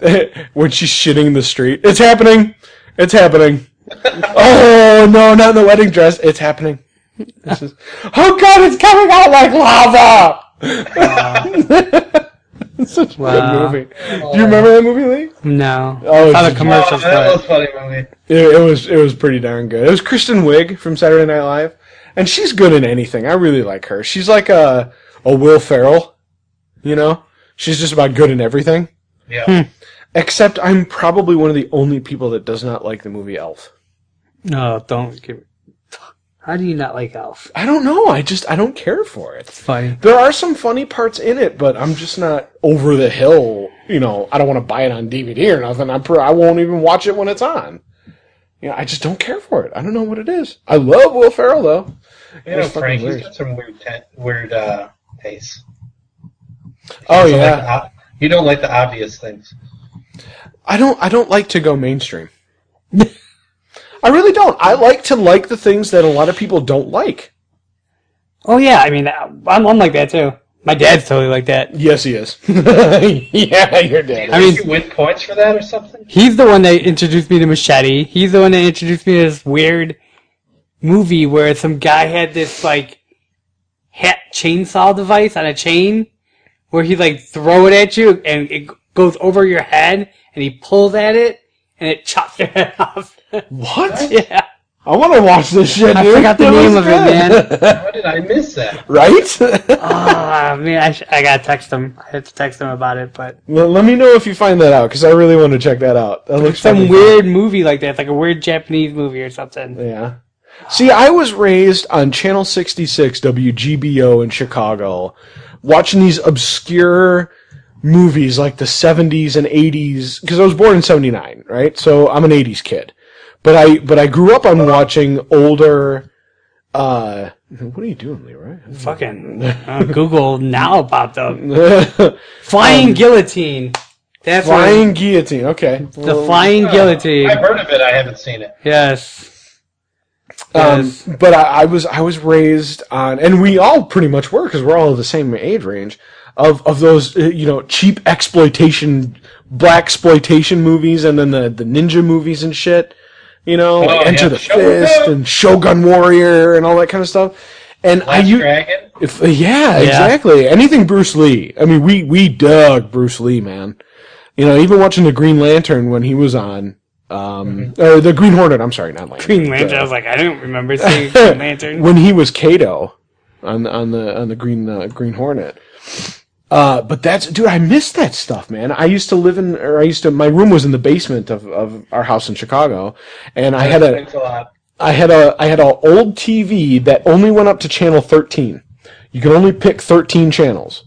Speaker 4: *laughs* when she's shitting in the street. It's happening. It's happening. *laughs* oh no, not in the wedding dress. It's happening. This is- oh god, it's coming out like lava. *laughs* Such a
Speaker 5: Wow.
Speaker 4: good movie. Do you remember that movie, Lee?
Speaker 5: no.
Speaker 4: Oh,
Speaker 5: I saw the
Speaker 4: did you-
Speaker 5: commercials.
Speaker 6: Oh, that
Speaker 5: but
Speaker 6: was a funny movie.
Speaker 4: It, it was it was pretty darn good. It was Kristen Wiig from Saturday Night Live, and she's good in anything. I really like her. She's like a a Will Ferrell, you know. She's just about good in everything.
Speaker 6: Yeah.
Speaker 4: Except I'm probably one of the only people that does not like the movie Elf.
Speaker 5: no, don't. Give, how do you not like Elf?
Speaker 4: I don't know. I just I don't care for it.
Speaker 5: Funny.
Speaker 4: There are some funny parts in it, but I'm just not over the hill. You know, I don't want to buy it on DVD or nothing. I'm pr- I won't even watch it when it's on. You know, I just don't care for it. I don't know what it is. I love Will Ferrell though.
Speaker 6: You know,
Speaker 4: fucking
Speaker 6: Frank, he's
Speaker 4: hilarious.
Speaker 6: got some weird, ten, weird uh, taste.
Speaker 4: Oh
Speaker 6: You don't like
Speaker 4: yeah.
Speaker 6: the ob- you don't like the obvious things.
Speaker 4: I don't I don't like to go mainstream. *laughs* I really don't. I like to like the things that a lot of people don't like.
Speaker 5: Oh yeah, I mean, I'm, I'm like that too. My dad's totally like that.
Speaker 4: Yes, he is. *laughs* yeah, you're dead.
Speaker 5: I mean,
Speaker 6: you win points for that or something?
Speaker 5: he's the one that introduced me to Machete. He's the one that introduced me to this weird movie where some guy had this like hat chainsaw device on a chain where he like throw it at you and it goes over your head and he pulls at it and it chops your *laughs* head off.
Speaker 4: What?
Speaker 5: yeah.
Speaker 4: I want to watch this shit, dude.
Speaker 5: I forgot the
Speaker 4: That was
Speaker 5: name of it,
Speaker 4: good.
Speaker 5: man.
Speaker 6: How did I miss
Speaker 4: *laughs*
Speaker 6: that?
Speaker 4: Right?
Speaker 5: *laughs*
Speaker 4: *laughs*
Speaker 5: Ah, man, I, sh- I gotta text him. I have to text him about it, but
Speaker 4: Well, let me know if you find that out, because I really want to check that out. That looks
Speaker 5: some
Speaker 4: fucking
Speaker 5: weird movie like that, like a weird Japanese movie or something.
Speaker 4: cool. Yeah. See, I was raised on Channel 66 WGBO in Chicago, watching these obscure movies like the 70s and 80s, because I was born in 79, right? So I'm an 80s kid. But I, but I grew up on watching older, uh, what are you doing, Leroy? *laughs*
Speaker 5: *laughs* Fucking uh, Google now popped up. Flying
Speaker 4: flying
Speaker 5: guillotine. Um, That's Oh.
Speaker 4: flying guillotine. Okay.
Speaker 5: what, the flying guillotine. *laughs*
Speaker 6: I've heard of it. I haven't seen it.
Speaker 5: Yes.
Speaker 4: Um,
Speaker 5: Yes.
Speaker 4: but I, I was I was raised on, and we all pretty much were because we're all of the same age range of of those uh, you know cheap exploitation, black exploitation movies, and then the the ninja movies and shit. You know, like
Speaker 6: Oh, yeah,
Speaker 4: Enter the
Speaker 6: Shogun.
Speaker 4: Fist and Shogun Warrior and all that kind of stuff. And I
Speaker 6: Last
Speaker 4: you
Speaker 6: Dragon.
Speaker 4: if uh, yeah, exactly anything Bruce Lee. I mean, we we dug Bruce Lee, man. You know, even watching the Green Lantern when he was on. Um,
Speaker 6: Mm-hmm.
Speaker 4: or the Green Hornet. I'm sorry, not Lantern.
Speaker 5: Green Lantern. I was like, I don't remember *laughs*
Speaker 4: *laughs*
Speaker 5: seeing Green Lantern.
Speaker 4: when he was Kato on on the on the Green uh, Green Hornet. Uh, but that's dude, I miss that stuff, man. I used to live in, or I used to. My room was in the basement of, of our house in Chicago, and I had a
Speaker 6: Thanks a lot.
Speaker 4: I had a I had an old TV that only went up to channel thirteen. You could only pick thirteen channels.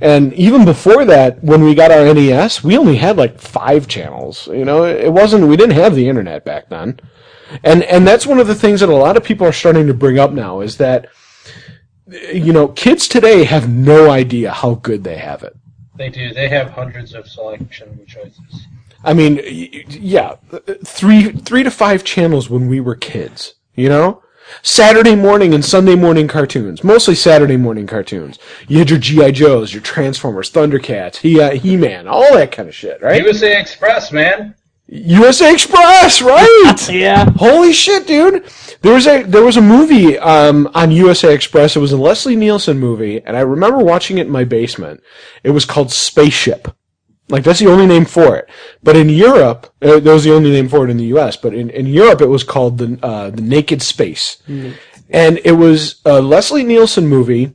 Speaker 4: And even before that, when we got our NES, we only had like five channels. You know, it wasn't we didn't have the internet back then. And and that's one of the things that a lot of people are starting to bring up now is that you know, kids today have no idea how good they have it.
Speaker 6: They do. They have hundreds of selection choices.
Speaker 4: I mean, y- y- yeah, three three to five channels when we were kids. You know, Saturday morning and Sunday morning cartoons, mostly Saturday morning cartoons. You had your GI Joes, your Transformers, Thundercats, He uh, He Man, all that kind of shit, right?
Speaker 6: USA Express, man.
Speaker 4: USA Express, right?
Speaker 5: Yeah.
Speaker 4: Holy shit, dude! There was a there was a movie um, on USA Express. It was a Leslie Nielsen movie, and I remember watching it in my basement. It was called Spaceship. Like that's the only name for it. But in Europe, uh, that was the only name for it in the U.S. But in, in Europe, it was called the uh, the Naked Space, and it was a Leslie Nielsen movie.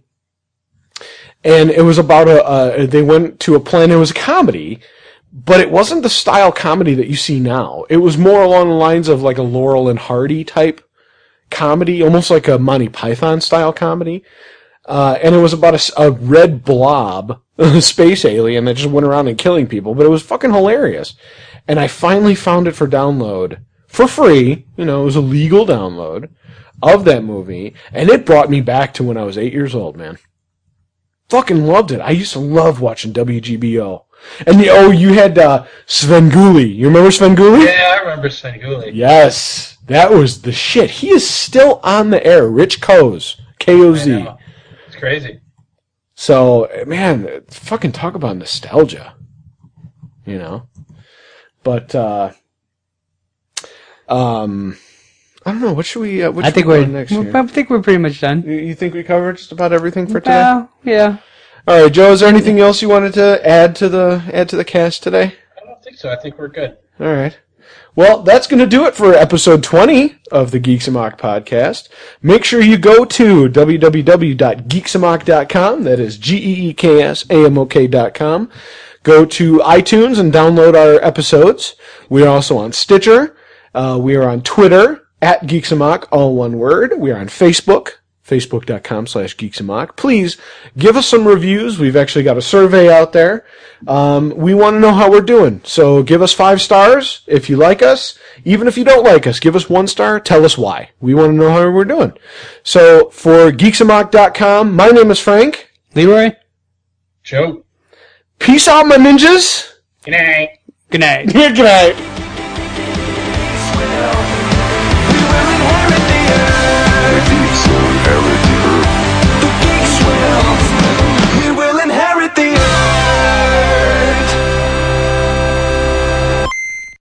Speaker 4: And it was about a uh, they went to a planet. It was a comedy, but it wasn't the style comedy that you see now. It was more along the lines of like a Laurel and Hardy type comedy, almost like a Monty Python style comedy. Uh, and it was about a s- a, red blob *laughs* space alien that just went around and killing people, but it was fucking hilarious. And I finally found it for download for free. You know, it was a legal download of that movie, and it brought me back to when I was eight years old, man fucking loved it. I used to love watching WGBO. And the oh, you had uh, Svengoolie. You remember Svengoolie?
Speaker 6: Yeah, I remember Svengoolie.
Speaker 4: Yes, that was the shit. He is still on the air. Rich Coes, K O Z.
Speaker 6: know. It's crazy.
Speaker 4: So man, fucking talk about nostalgia. You know, but uh, um, I don't know. What should we? Uh, what
Speaker 5: I
Speaker 4: should
Speaker 5: think
Speaker 4: we go
Speaker 5: we're.
Speaker 4: on next
Speaker 5: we're-
Speaker 4: year?
Speaker 5: I think we're pretty much done.
Speaker 4: You- you think we covered just about everything for today?
Speaker 5: Well, yeah.
Speaker 4: All right, Joe. Is there anything else you wanted to add to the add to the cast today?
Speaker 6: I don't think so. I think we're good.
Speaker 4: All right. Well, that's going to do it for episode 20 of the Geeks and Mock podcast. Make sure you go to www.geeksamok.com. That is E G-E-E-K-S-A-M-O-K.com. Go to iTunes and download our episodes. We are also on Stitcher. Uh, we are on Twitter, at Geeksamok, all one word. We are on Facebook, facebook.com slash geeks and mock. Please give us some reviews. We've actually got a survey out there. Um, we want to know how we're doing. So give us five stars if you like us. Even if you don't like us, give us one star. Tell us why. We want to know how we're doing. So for geeksandmock.com, my name is Frank.
Speaker 5: Leroy,
Speaker 6: Joe.
Speaker 4: Peace out, my ninjas.
Speaker 6: Good night.
Speaker 5: good night.
Speaker 4: Good night.